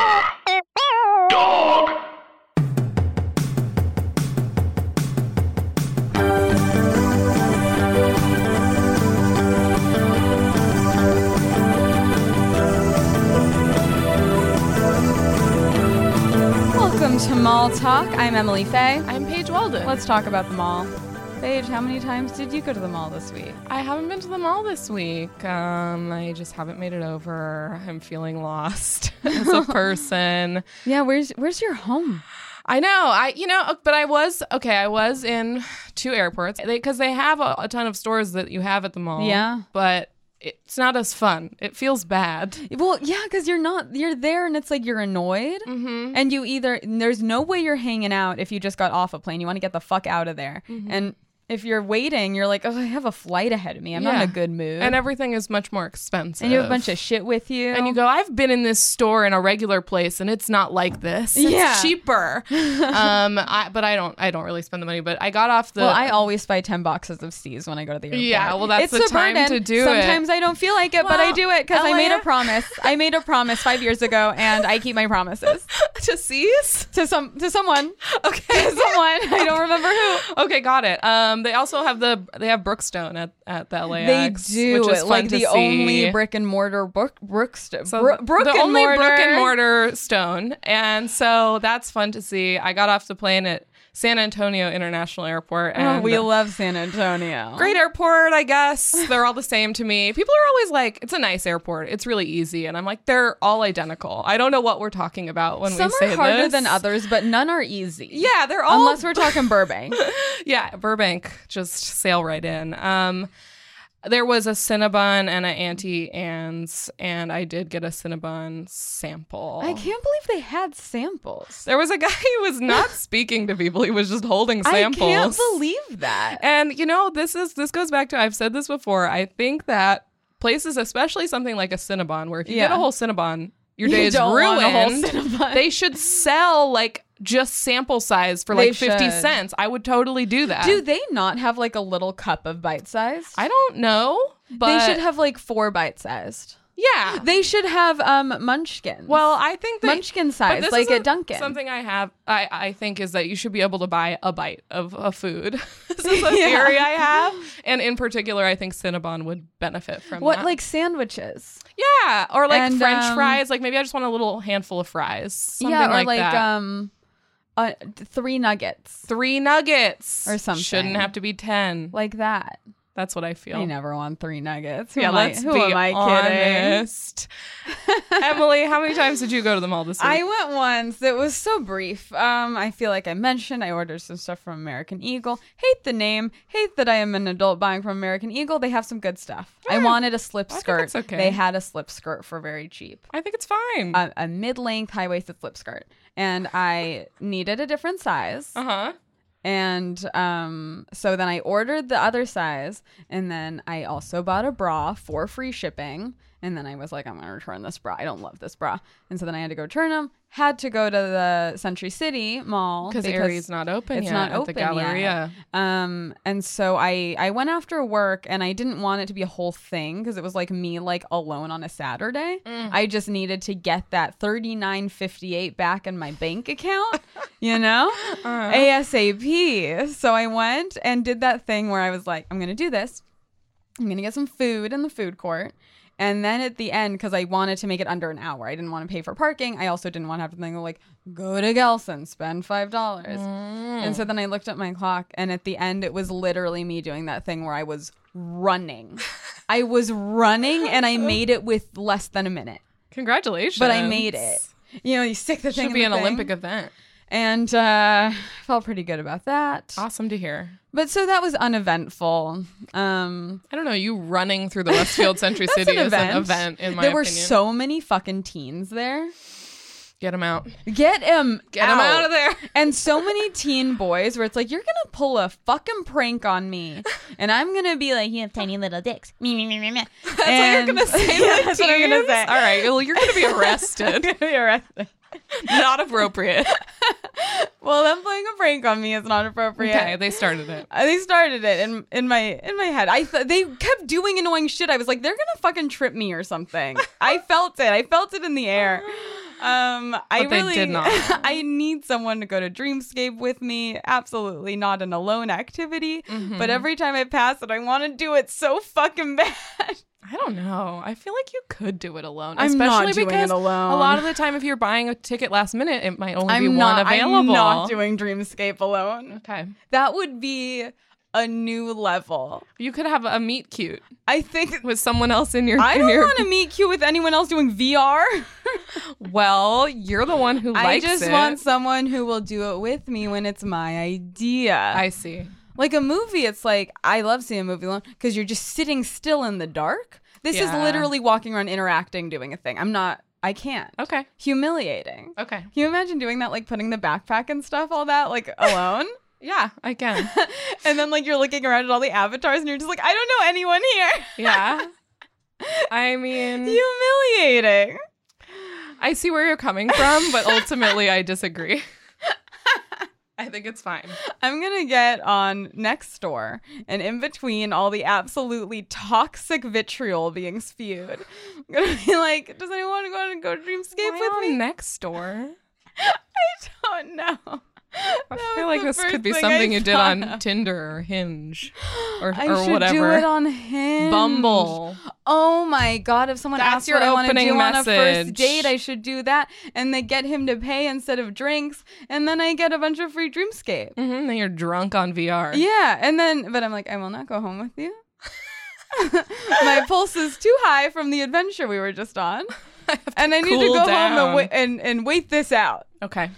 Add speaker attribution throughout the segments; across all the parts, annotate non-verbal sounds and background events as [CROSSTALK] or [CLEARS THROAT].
Speaker 1: Forever. Dog.
Speaker 2: Welcome to Mall Talk. I'm Emily Faye.
Speaker 3: I'm Paige Walden.
Speaker 2: Let's talk about the mall. Paige, how many times did you go to the mall this week?
Speaker 3: I haven't been to the mall this week. Um, I just haven't made it over. I'm feeling lost [LAUGHS] as a person.
Speaker 2: Yeah, where's where's your home?
Speaker 3: I know. I you know, uh, but I was okay. I was in two airports because they, have a, a ton of stores that you have at the mall.
Speaker 2: Yeah.
Speaker 3: but it's not as fun. It feels bad.
Speaker 2: Well, yeah, because you're not you're there, and it's like you're annoyed, mm-hmm. and you either there's no way you're hanging out if you just got off a plane. You want to get the fuck out of there, and if you're waiting, you're like, oh, I have a flight ahead of me. I'm not
Speaker 3: Yeah.
Speaker 2: in a good mood,
Speaker 3: and everything is much more expensive.
Speaker 2: And you have a bunch of shit with you,
Speaker 3: and you go, I've been in this store in a regular place, and it's not like this. It's
Speaker 2: Yeah. [LAUGHS]
Speaker 3: cheaper. um, I, but I don't, I don't really spend the money. But I got off the.
Speaker 2: Well,
Speaker 3: [LAUGHS]
Speaker 2: I always buy ten boxes of C's when I go to the airport.
Speaker 3: Yeah, well, that's
Speaker 2: it's
Speaker 3: the
Speaker 2: a
Speaker 3: time
Speaker 2: burden.
Speaker 3: to do it.
Speaker 2: Sometimes I don't feel like it, but I
Speaker 3: Well,
Speaker 2: do it because I made a
Speaker 3: Elliot- [LAUGHS]
Speaker 2: promise. I made a promise five years ago, and I keep my promises
Speaker 3: to seize.
Speaker 2: to some to someone. Okay, [LAUGHS] someone I don't remember
Speaker 3: [LAUGHS]
Speaker 2: who.
Speaker 3: Okay, got it. Um, they also have the they have Brookstone at at the
Speaker 2: They
Speaker 3: LAX.
Speaker 2: do
Speaker 3: which is
Speaker 2: it,
Speaker 3: fun
Speaker 2: like
Speaker 3: to
Speaker 2: the
Speaker 3: see.
Speaker 2: only brick and mortar brook brookst
Speaker 3: So
Speaker 2: bro-
Speaker 3: the-
Speaker 2: brook
Speaker 3: the
Speaker 2: and
Speaker 3: only
Speaker 2: mortar.
Speaker 3: brick and mortar stone, and so that's fun to see. I got off the plane at San Antonio International Airport,
Speaker 2: Oh,
Speaker 3: and
Speaker 2: we love San Antonio.
Speaker 3: great airport, I guess. They're all the same to me. People are always like, "It's a nice airport. It's really easy," and I'm like, "They're all identical. I don't know what we're talking about when
Speaker 2: Some
Speaker 3: we say
Speaker 2: are harder
Speaker 3: this."
Speaker 2: than others, but none are easy.
Speaker 3: Yeah, they're all
Speaker 2: unless we're talking Burbank.
Speaker 3: yeah, Burbank just sail right in. Um, there was a Cinnabon and an Auntie Anne's, and I did get a Cinnabon sample.
Speaker 2: [LAUGHS] I can't believe they had samples.
Speaker 3: There was a guy [LAUGHS] who was not speaking to people; he was just holding
Speaker 2: I
Speaker 3: samples.
Speaker 2: can't believe that.
Speaker 3: And you know, this is this goes back to I've said this before. I think that places, especially something like a Cinnabon, where if you get
Speaker 2: Yeah.
Speaker 3: a whole Cinnabon, your
Speaker 2: You
Speaker 3: day is
Speaker 2: don't want a whole
Speaker 3: ruined.
Speaker 2: Cinnabon.
Speaker 3: They should sell like just sample size for
Speaker 2: They
Speaker 3: like fifty
Speaker 2: should.
Speaker 3: cents. I would totally do that.
Speaker 2: Do they not have like a little cup of bite sized?
Speaker 3: I don't know, but
Speaker 2: they should have like four bite sized.
Speaker 3: Yeah.
Speaker 2: They should have um munchkins.
Speaker 3: well, I think they,
Speaker 2: Munchkin
Speaker 3: but
Speaker 2: size,
Speaker 3: this
Speaker 2: like
Speaker 3: is a-
Speaker 2: at Dunkin'.
Speaker 3: Something I have, I, I think, is that you should be able to buy a bite of a food. [LAUGHS] this is
Speaker 2: [LAUGHS]
Speaker 3: a
Speaker 2: Yeah.
Speaker 3: theory I have, and in particular, I think Cinnabon would benefit from
Speaker 2: what
Speaker 3: that.
Speaker 2: like sandwiches?
Speaker 3: yeah, or like
Speaker 2: And,
Speaker 3: French
Speaker 2: um,
Speaker 3: fries. Like maybe I just want a little handful of fries. Something
Speaker 2: yeah, or
Speaker 3: like,
Speaker 2: like,
Speaker 3: that.
Speaker 2: um, uh, three nuggets
Speaker 3: Three nuggets
Speaker 2: or something.
Speaker 3: Shouldn't have to be ten.
Speaker 2: like that.
Speaker 3: That's what I feel.
Speaker 2: I never want three nuggets. Who
Speaker 3: Yeah,
Speaker 2: am I,
Speaker 3: let's
Speaker 2: who
Speaker 3: be
Speaker 2: am I kidding? [LAUGHS]
Speaker 3: honest. Emily, how many times did you go to the mall this week?
Speaker 2: I went once. It was so brief. Um, I feel like I mentioned I ordered some stuff from American Eagle. Hate the name. Hate that I am an adult buying from American Eagle. They have some good stuff. I wanted a slip
Speaker 3: I think
Speaker 2: skirt.
Speaker 3: it's okay.
Speaker 2: They had a slip skirt for very cheap.
Speaker 3: I think it's fine.
Speaker 2: A, a mid-length high-waisted slip skirt, and I needed a different size.
Speaker 3: Uh huh.
Speaker 2: And um, so then I ordered the other size, and then I also bought a bra for free shipping. And then I was like, I'm gonna return this bra. I don't love this bra. And so then I had to go return them. Had to go to the Century City Mall
Speaker 3: because Aerie's not open
Speaker 2: it's
Speaker 3: yet
Speaker 2: not
Speaker 3: at
Speaker 2: open
Speaker 3: the Galleria.
Speaker 2: yet. Um, and so I I went after work, and I didn't want it to be a whole thing because it was like me like alone on a Saturday. I just needed to get that thirty nine fifty eight back in my bank account, you know, ASAP. So I went and did that thing where I was like, I'm gonna do this. I'm gonna get some food in the food court. And then at the end, because I wanted to make it under an hour, I didn't want to pay for parking. I also didn't want to have to think like go to Gelson, spend five dollars. And
Speaker 3: Hmm.
Speaker 2: so then I looked at my clock, and at the end, it was literally me doing that thing where I was
Speaker 3: [LAUGHS]
Speaker 2: running. I was running, and I made it with less than a minute,
Speaker 3: Congratulations!
Speaker 2: but I made it. You know, you stick the thing.
Speaker 3: Should
Speaker 2: in
Speaker 3: be
Speaker 2: the
Speaker 3: an
Speaker 2: thing.
Speaker 3: Olympic event.
Speaker 2: and uh, I felt pretty good about that.
Speaker 3: Awesome to hear.
Speaker 2: But so that was uneventful. Um,
Speaker 3: I don't know. You running through the Westfield
Speaker 2: [LAUGHS]
Speaker 3: Century
Speaker 2: That's
Speaker 3: City
Speaker 2: an
Speaker 3: is
Speaker 2: event.
Speaker 3: an event. In my
Speaker 2: there were
Speaker 3: opinion.
Speaker 2: so many fucking teens there.
Speaker 3: get
Speaker 2: [LAUGHS]
Speaker 3: them out.
Speaker 2: Get him,
Speaker 3: Get 'em out of there.
Speaker 2: [LAUGHS] And so many teen boys where it's like you're gonna pull a fucking prank on
Speaker 3: [LAUGHS]
Speaker 2: me, and I'm gonna be like, you have tiny little dicks. Me me me me me. That's
Speaker 3: [LAUGHS] That's what you're
Speaker 2: [LAUGHS]
Speaker 3: gonna say. to the
Speaker 2: that's what I'm gonna
Speaker 3: teens?
Speaker 2: say. [LAUGHS]
Speaker 3: All right. Well, you're gonna be
Speaker 2: I'm
Speaker 3: arrested.
Speaker 2: gonna be arrested. [LAUGHS]
Speaker 3: Not appropriate.
Speaker 2: well, them playing a prank on me is not appropriate.
Speaker 3: Okay, they started it.
Speaker 2: Uh, they started it in in my in my head. I th- they kept doing annoying shit. I was like, they're gonna fucking trip me or
Speaker 3: [LAUGHS]
Speaker 2: something. I felt it. I felt it in the
Speaker 3: [GASPS]
Speaker 2: air. Um, I
Speaker 3: But they
Speaker 2: really
Speaker 3: did not.
Speaker 2: [LAUGHS] I need someone to go to Dreamscape with me. Absolutely not an alone activity.
Speaker 3: Mm-hmm.
Speaker 2: But every time I pass it, I want to do it so fucking bad.
Speaker 3: [LAUGHS] I don't know. I feel like you could do it alone,
Speaker 2: I'm
Speaker 3: especially
Speaker 2: not doing it
Speaker 3: because
Speaker 2: alone.
Speaker 3: a lot of the time, if you're buying a ticket last minute, it might only be
Speaker 2: I'm not
Speaker 3: one available.
Speaker 2: I'm not doing Dreamscape alone.
Speaker 3: Okay,
Speaker 2: That would be a new level.
Speaker 3: you could have a meet cute
Speaker 2: I
Speaker 3: [LAUGHS]
Speaker 2: think
Speaker 3: with someone else in your.
Speaker 2: I
Speaker 3: in
Speaker 2: don't
Speaker 3: your-
Speaker 2: want to meet you with anyone else doing VR.
Speaker 3: [LAUGHS]
Speaker 2: [LAUGHS]
Speaker 3: Well, you're the one who
Speaker 2: I
Speaker 3: likes
Speaker 2: just
Speaker 3: it.
Speaker 2: want someone who will do it with me when it's my idea.
Speaker 3: I see.
Speaker 2: like a movie, it's like I love seeing a movie alone because you're just sitting still in the dark. This
Speaker 3: Yeah.
Speaker 2: is literally walking around, interacting, doing a thing. I'm not. I can't.
Speaker 3: Okay.
Speaker 2: Humiliating.
Speaker 3: Okay.
Speaker 2: Can you imagine doing that, like putting the backpack and stuff, all that,
Speaker 3: [LAUGHS]
Speaker 2: like alone?
Speaker 3: Yeah,
Speaker 2: [LAUGHS]
Speaker 3: I can.
Speaker 2: and then, like, you're looking around at all the avatars and you're just like, I don't know anyone here.
Speaker 3: yeah. I mean,
Speaker 2: Humiliating.
Speaker 3: I see where you're coming from, but ultimately,
Speaker 2: [LAUGHS]
Speaker 3: I disagree. I think it's fine.
Speaker 2: I'm gonna get on Nextdoor and in between all the absolutely toxic vitriol being spewed, I'm gonna be like, does anyone want to go and go to Dreamscape
Speaker 3: Why
Speaker 2: with [LAUGHS]
Speaker 3: on
Speaker 2: me?
Speaker 3: next door.
Speaker 2: I don't know.
Speaker 3: I
Speaker 2: That
Speaker 3: feel
Speaker 2: was
Speaker 3: like
Speaker 2: the
Speaker 3: this
Speaker 2: first
Speaker 3: could be
Speaker 2: thing
Speaker 3: something
Speaker 2: I
Speaker 3: you did
Speaker 2: thought
Speaker 3: on
Speaker 2: of.
Speaker 3: Tinder or Hinge or,
Speaker 2: I
Speaker 3: or
Speaker 2: should
Speaker 3: whatever.
Speaker 2: do it on Hinge.
Speaker 3: Bumble.
Speaker 2: Oh my god! If someone
Speaker 3: That's
Speaker 2: asks what
Speaker 3: your
Speaker 2: I want to
Speaker 3: opening
Speaker 2: do on a first
Speaker 3: message.
Speaker 2: date, I should do that, and they get him to pay instead of drinks, and then I get a bunch of free Dreamscape.
Speaker 3: hmm then you're drunk on VR.
Speaker 2: Yeah, and then but I'm like, I will not go home with you. [LAUGHS] My pulse is too high from the adventure we were just
Speaker 3: [LAUGHS]
Speaker 2: on, and I need to
Speaker 3: cool
Speaker 2: go home
Speaker 3: down.
Speaker 2: and, wait and and wait this out.
Speaker 3: Okay.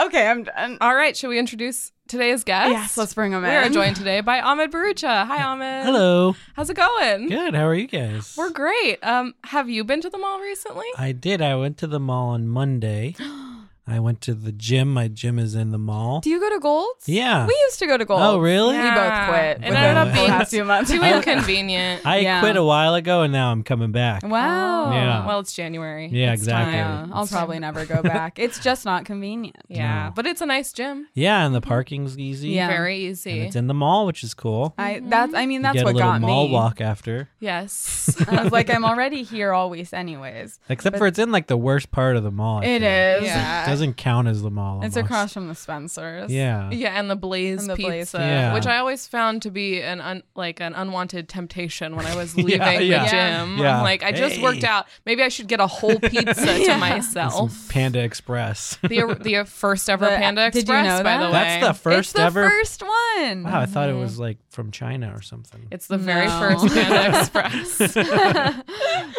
Speaker 2: Okay, I'm done.
Speaker 3: All right. Should we introduce today's guest?
Speaker 2: Yes, let's bring him
Speaker 3: We
Speaker 2: in.
Speaker 3: are joined today by Ahmed Barucha. Hi, Ahmed.
Speaker 4: Hello.
Speaker 3: How's it going?
Speaker 4: Good. How are you guys?
Speaker 3: We're great. Um, have you been to the mall recently?
Speaker 4: I did. I went to the mall on Monday.
Speaker 2: [GASPS]
Speaker 4: I went to the gym. My gym is in the mall.
Speaker 2: Do you go to Gold's?
Speaker 4: Yeah.
Speaker 2: we used to go to Gold's.
Speaker 4: Oh, really?
Speaker 2: We both
Speaker 3: Yeah.
Speaker 2: quit.
Speaker 3: It
Speaker 2: within
Speaker 4: ended up
Speaker 2: the
Speaker 4: being
Speaker 2: last few months. [LAUGHS]
Speaker 3: Too inconvenient.
Speaker 4: I
Speaker 2: Yeah.
Speaker 4: quit a while ago and now I'm coming back.
Speaker 2: wow.
Speaker 3: Oh,
Speaker 4: Yeah.
Speaker 3: Well, it's January.
Speaker 4: Yeah,
Speaker 3: It's
Speaker 4: exactly.
Speaker 3: time.
Speaker 2: Yeah, I'll probably never go back. It's just not convenient.
Speaker 3: Yeah,
Speaker 4: No.
Speaker 3: but it's a nice gym.
Speaker 4: Yeah, and the parking's easy.
Speaker 2: Yeah.
Speaker 3: Very
Speaker 4: And
Speaker 3: easy.
Speaker 4: it's in the mall, which is cool.
Speaker 2: I that's I mean that's
Speaker 4: you get
Speaker 2: what
Speaker 4: a little
Speaker 2: got
Speaker 4: mall
Speaker 2: me.
Speaker 4: walk after. [LAUGHS]
Speaker 3: yes.
Speaker 2: I was like, I'm already here always, anyways.
Speaker 4: Except
Speaker 2: But-
Speaker 4: for it's in like the worst part of the mall. I
Speaker 2: It
Speaker 4: feel.
Speaker 2: is.
Speaker 3: Yeah.
Speaker 4: Doesn't count as the mall.
Speaker 2: It's
Speaker 4: almost.
Speaker 2: across from the Spencers.
Speaker 4: Yeah.
Speaker 3: Yeah, and the Blaze
Speaker 2: And the
Speaker 3: pizza,
Speaker 2: Blaze
Speaker 4: pizza.
Speaker 3: which I always found to be an un- like an unwanted temptation when I was
Speaker 4: [LAUGHS] Yeah,
Speaker 3: leaving
Speaker 4: yeah.
Speaker 3: the gym.
Speaker 4: Yeah.
Speaker 3: I'm like, I just
Speaker 4: Hey.
Speaker 3: worked out. Maybe I should get a whole pizza
Speaker 2: [LAUGHS] Yeah.
Speaker 3: to
Speaker 4: And some
Speaker 3: myself.
Speaker 4: Panda Express. [LAUGHS]
Speaker 3: the the first ever
Speaker 2: The-
Speaker 3: Panda
Speaker 2: did you
Speaker 3: Express,
Speaker 2: know
Speaker 3: by
Speaker 2: that?
Speaker 3: the way.
Speaker 4: That's the
Speaker 2: it's
Speaker 4: first
Speaker 2: the
Speaker 4: ever.
Speaker 2: first one.
Speaker 4: Wow, I thought it was like from China or something.
Speaker 3: it's the very
Speaker 2: No. [LAUGHS]
Speaker 3: first Panda Express.
Speaker 4: That